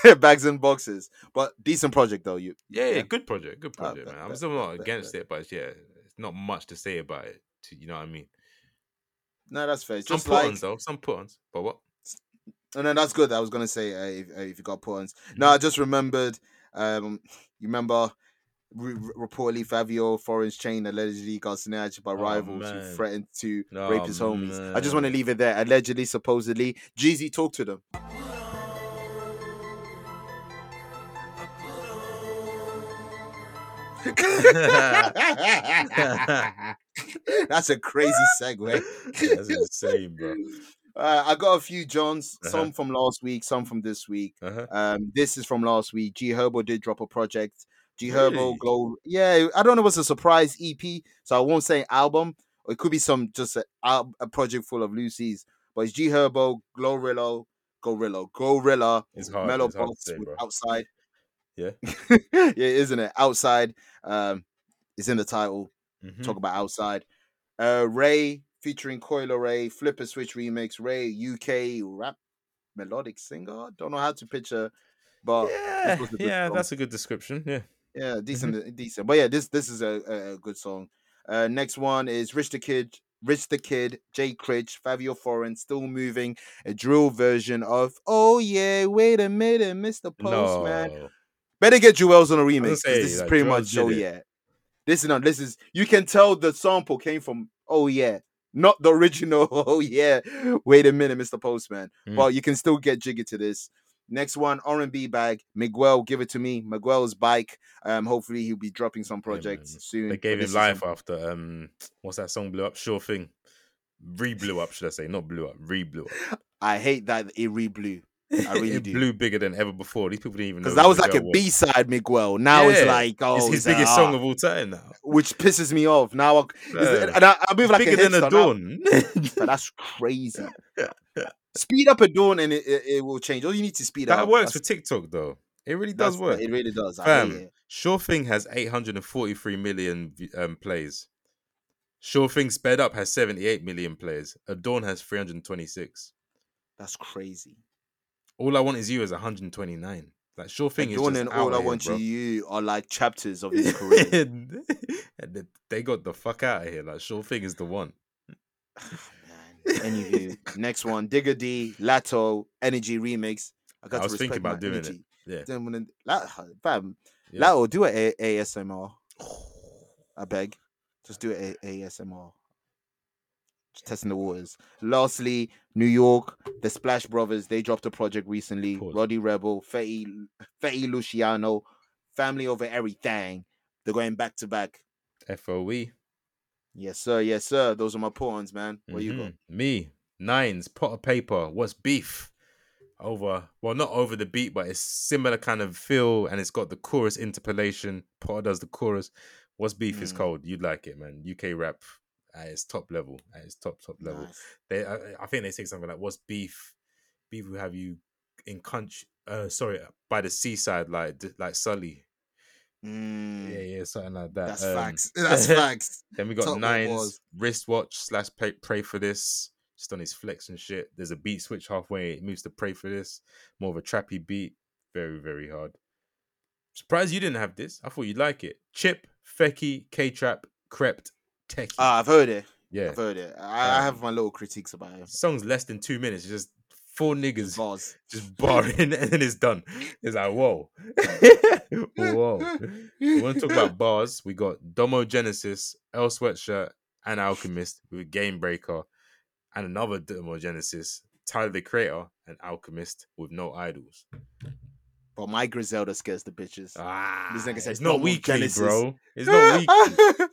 bags and boxes, but decent project though. You Yeah, Yeah. yeah, good project, good Ah, project, bet, man. I'm bet, still not bet, against it, but it's- yeah, it's not much to say about it. To, you know what I mean? no, that's fair. It's Some just put-ons like though, some put-ons. But what? Oh, no, that's good. I was gonna say uh, if, uh, if you got pawns. Mm-hmm. No, I just remembered. Um, you remember re- re- reportedly Fabio Foreign's chain allegedly got snatched by Oh, rivals who man. threatened to Oh, rape his homies. I just want to leave it there. Allegedly, supposedly, Jeezy talked to them. That's a crazy segue. Yeah, that's insane, bro. Uh, I got a few Johns, Uh-huh. some from last week, some from this week. Uh-huh. Um, this is from last week. G Herbo did drop a project. G Really? Herbo Glow. Yeah, I don't know. if It's a surprise EP, so I won't say album. It could be some just a, al- a project full of Lucy's. But it's G Herbo, Glorilla, Gorilla, Gorilla, It's hard. Mellow it's hard to Box say, with bro. outside. Yeah. yeah, isn't it? Outside. Um, it's in the title Mhm. talk about outside. Uh, Ray featuring Coil Ray, Flipper Switch remix, Ray UK rap melodic singer. Don't know how to picture, but yeah, Mm-hmm. was a good yeah, song. that's a good description. Yeah. yeah, decent, uh, decent. But yeah, this this is a, a, a good song. Uh, next one is Rich the Kid, Rich the Kid, Jay Critch, Fabio Foreign, still moving, a drill version of Oh yeah, wait a minute, Mr. Postman. No. Better get Jewels on a remix. 'cause say, this is like, pretty Jewels much oh did it. yeah. This is not. This is you can tell the sample came from oh yeah, not the original. Oh yeah. Wait a minute, Mr. Postman. Mm. But you can still get jiggy to this. Next one, R and B bag. Miguel, give it to me. Miguel's bike. Um, hopefully he'll be dropping some projects man. soon. They gave but this is him a- life after um what's that song blew up? Sure thing. Re-blew up, should I say. Not blew up, re-blew up. I hate that it re-blew I really it do. blew bigger than ever before. These people didn't even know. because who that was Miguel like a B side. Miguel. Now it's Yeah, like oh, it's his like, biggest ah, song of all time now. which pisses me off. Now I, is, Bro, and I, I move like bigger a than a hipster now. dawn. But that's crazy. Speed up a dawn and it, it, it will change. All you need to speed up. that works for That's- TikTok though. It really that's- does work. It really does. I hate Fam, it. Sure Thing has 843 million v- um, plays. Sure Thing Sped Up has 78 million plays. Adorn has 326. That's crazy. All I Want Is You is 129. Like Sure Thing Dawn is and just all out I here, want bro. you are like chapters of his career. And they- they got the fuck out of here. Like Sure Thing is the one. Man, Any of you. Next one, Digger D, Lato, Energy Remix. I got I to was respect thinking about my doing it. energy. Yeah. Then when it- la- fam, Yeah. Lato, do it a- ASMR. I beg. Just do it a- ASMR. Just testing the waters. Lastly, New York, the Splash Brothers, they dropped a project recently. Pause. Roddy Rebel, Fetty, Fetty Luciano, Family Over Everything. They're going back to back. FOE. Yes, sir. Yes, sir. Those are my pawns, man. What you got? Mhm. Me. Nines. Pot of paper. What's beef? Over. Well, not over the beat, but it's similar kind of feel, and it's got the chorus interpolation. Potter does the chorus. What's beef is Mm. cold. You'd like it, man. UK rap at its top level. At its top top level. Nice. They. I, I think they say something like, "What's beef? Beef will have you in country. Uh, sorry, by the seaside, like d- like Sully. Mm, Yeah, yeah, something like that. That's Um, facts. That's facts. Then we got Top what was. nines wristwatch slash pay, pray for this. Just on his flex and shit. There's a beat switch halfway. It moves to pray for this. More of a trappy beat. Very very hard. Surprised you didn't have this. I thought you'd like it. Chip, Fecky, K Trap, Crept, Techie. Ah, I've heard it. yeah. I've heard it. I, I Um, have my little critiques about it. Song's less than two minutes. It's just four niggas Vars. just barring and then it's done. It's like whoa, whoa. We want to talk about bars. We got Domo Genesis, El Sweatshirt, and Alchemist with Game Breaker, and another Domo Genesis, Tyler the Creator, and Alchemist with no idols. But my Griselda scares the bitches. Ah, This nigga said it's not Domo weekly, Genesis. bro. It's not weekly.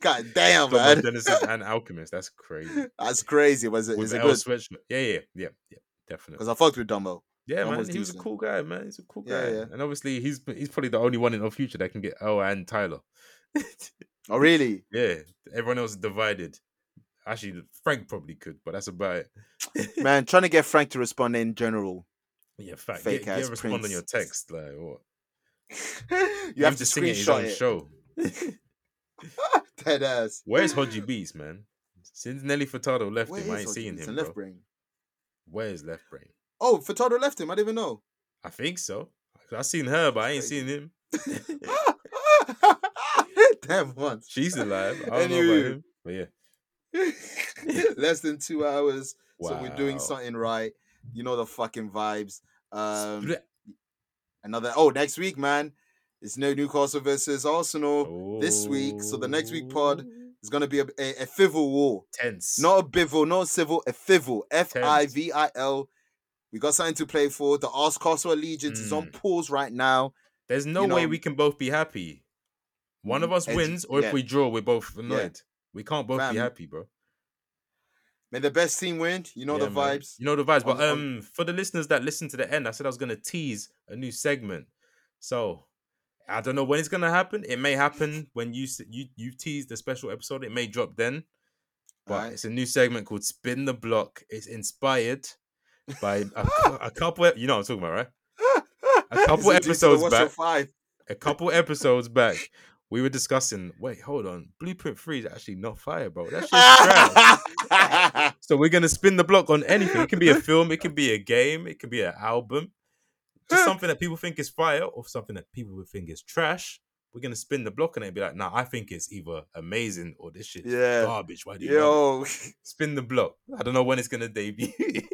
God damn, Domo man. Genesis and Alchemist. That's crazy. That's crazy. Was it? With Is it El good? Sweatshirt. Yeah, yeah, yeah, yeah. Definitely. Because I fucked with Dumbo. Yeah, That man, was he was a decent. cool guy, man. He's a cool Yeah, guy, yeah. and obviously he's he's probably the only one in our future that can get oh and Tyler. Oh, really? yeah, everyone else is divided. Actually, Frank probably could, but that's about it. Man, trying to get Frank to respond in general. yeah, fact. Fake get, get ass a respond Prince. on your text, like what? you He have used to sing it at his screenshot own it. show. Dead ass. Where's Hodgie Beats, man? Since Nelly Furtado left Where him, I is ain't Hodgie seen Beats him. and Bro. Left brain. Where's Left Brain? Oh, Furtado left him. I didn't even know. I think so. I seen her, but I ain't seen him. Damn once. She's alive. I don't know Anywho. about him, but yeah. Less than two hours. So we're doing Wow. something right. You know the fucking vibes. Um, Split- another oh next week, man. It's no Newcastle versus Arsenal. this week, so the next week pod- Oh. It's gonna be a a, a civil war, tense. not a bivil, not a civil, a civil. F I V I L. We got something to play for. The Ask Castle Allegiance is Hmm. on pause right now. There's no you way know- we can both be happy. One of us Edu- wins, or yeah. if we draw, we're both annoyed. We can't both Fam. be happy, bro. May the best team win. You know Yeah, the man. vibes. You know the vibes. But On- on- um, for the listeners that listen to the end, I said I was gonna tease a new segment. So I don't know when it's gonna happen. It may happen when you s- you you tease the special episode. It may drop then. But Alright. it's a new segment called Spin the Block. It's inspired by a, cou- a couple. e, You know what I'm talking about, right? A couple It's due to the episodes What's Your back. Five. a couple episodes back, we were discussing. Wait, hold on. Blueprint Three is actually not fire, bro. That shit's trash. So we're gonna spin the block on anything. It can be a film, it can be a game, it can be an album, just something that people think is fire or something that people would think is trash. We're gonna spin the block on it and be like, nah, I think it's either amazing or this shit yeah. garbage. Why do you love it? Yo, spin the block? I don't know when it's gonna debut.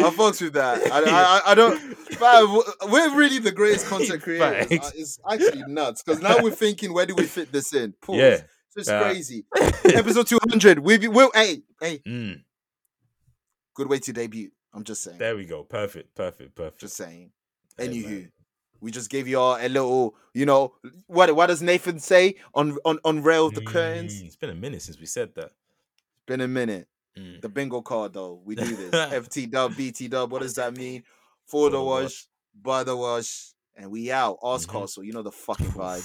I fucked with that. I, I, I- I don't. Fam, w- we're really the greatest content creators. Facts. Uh, It's actually nuts because now we're thinking, where do we fit this in? Pause. yeah. It's Yeah. crazy. Episode 200. We'll be, we'll, hey, hey, Mm, good way to debut. I'm just saying. there we go. Perfect. Perfect. Perfect. Just saying. Hey, Anywho, man. we just gave y'all a little, you know, what what does Nathan say? On on unrail the curtains. Mm, It's been a minute since we said that. Been a minute. Mm. The bingo card though. We do this. FT dub, BT dub. What does that mean? For the the wash, by the wash, and we out. Ask Mhm. Castle. You know the fucking vibe.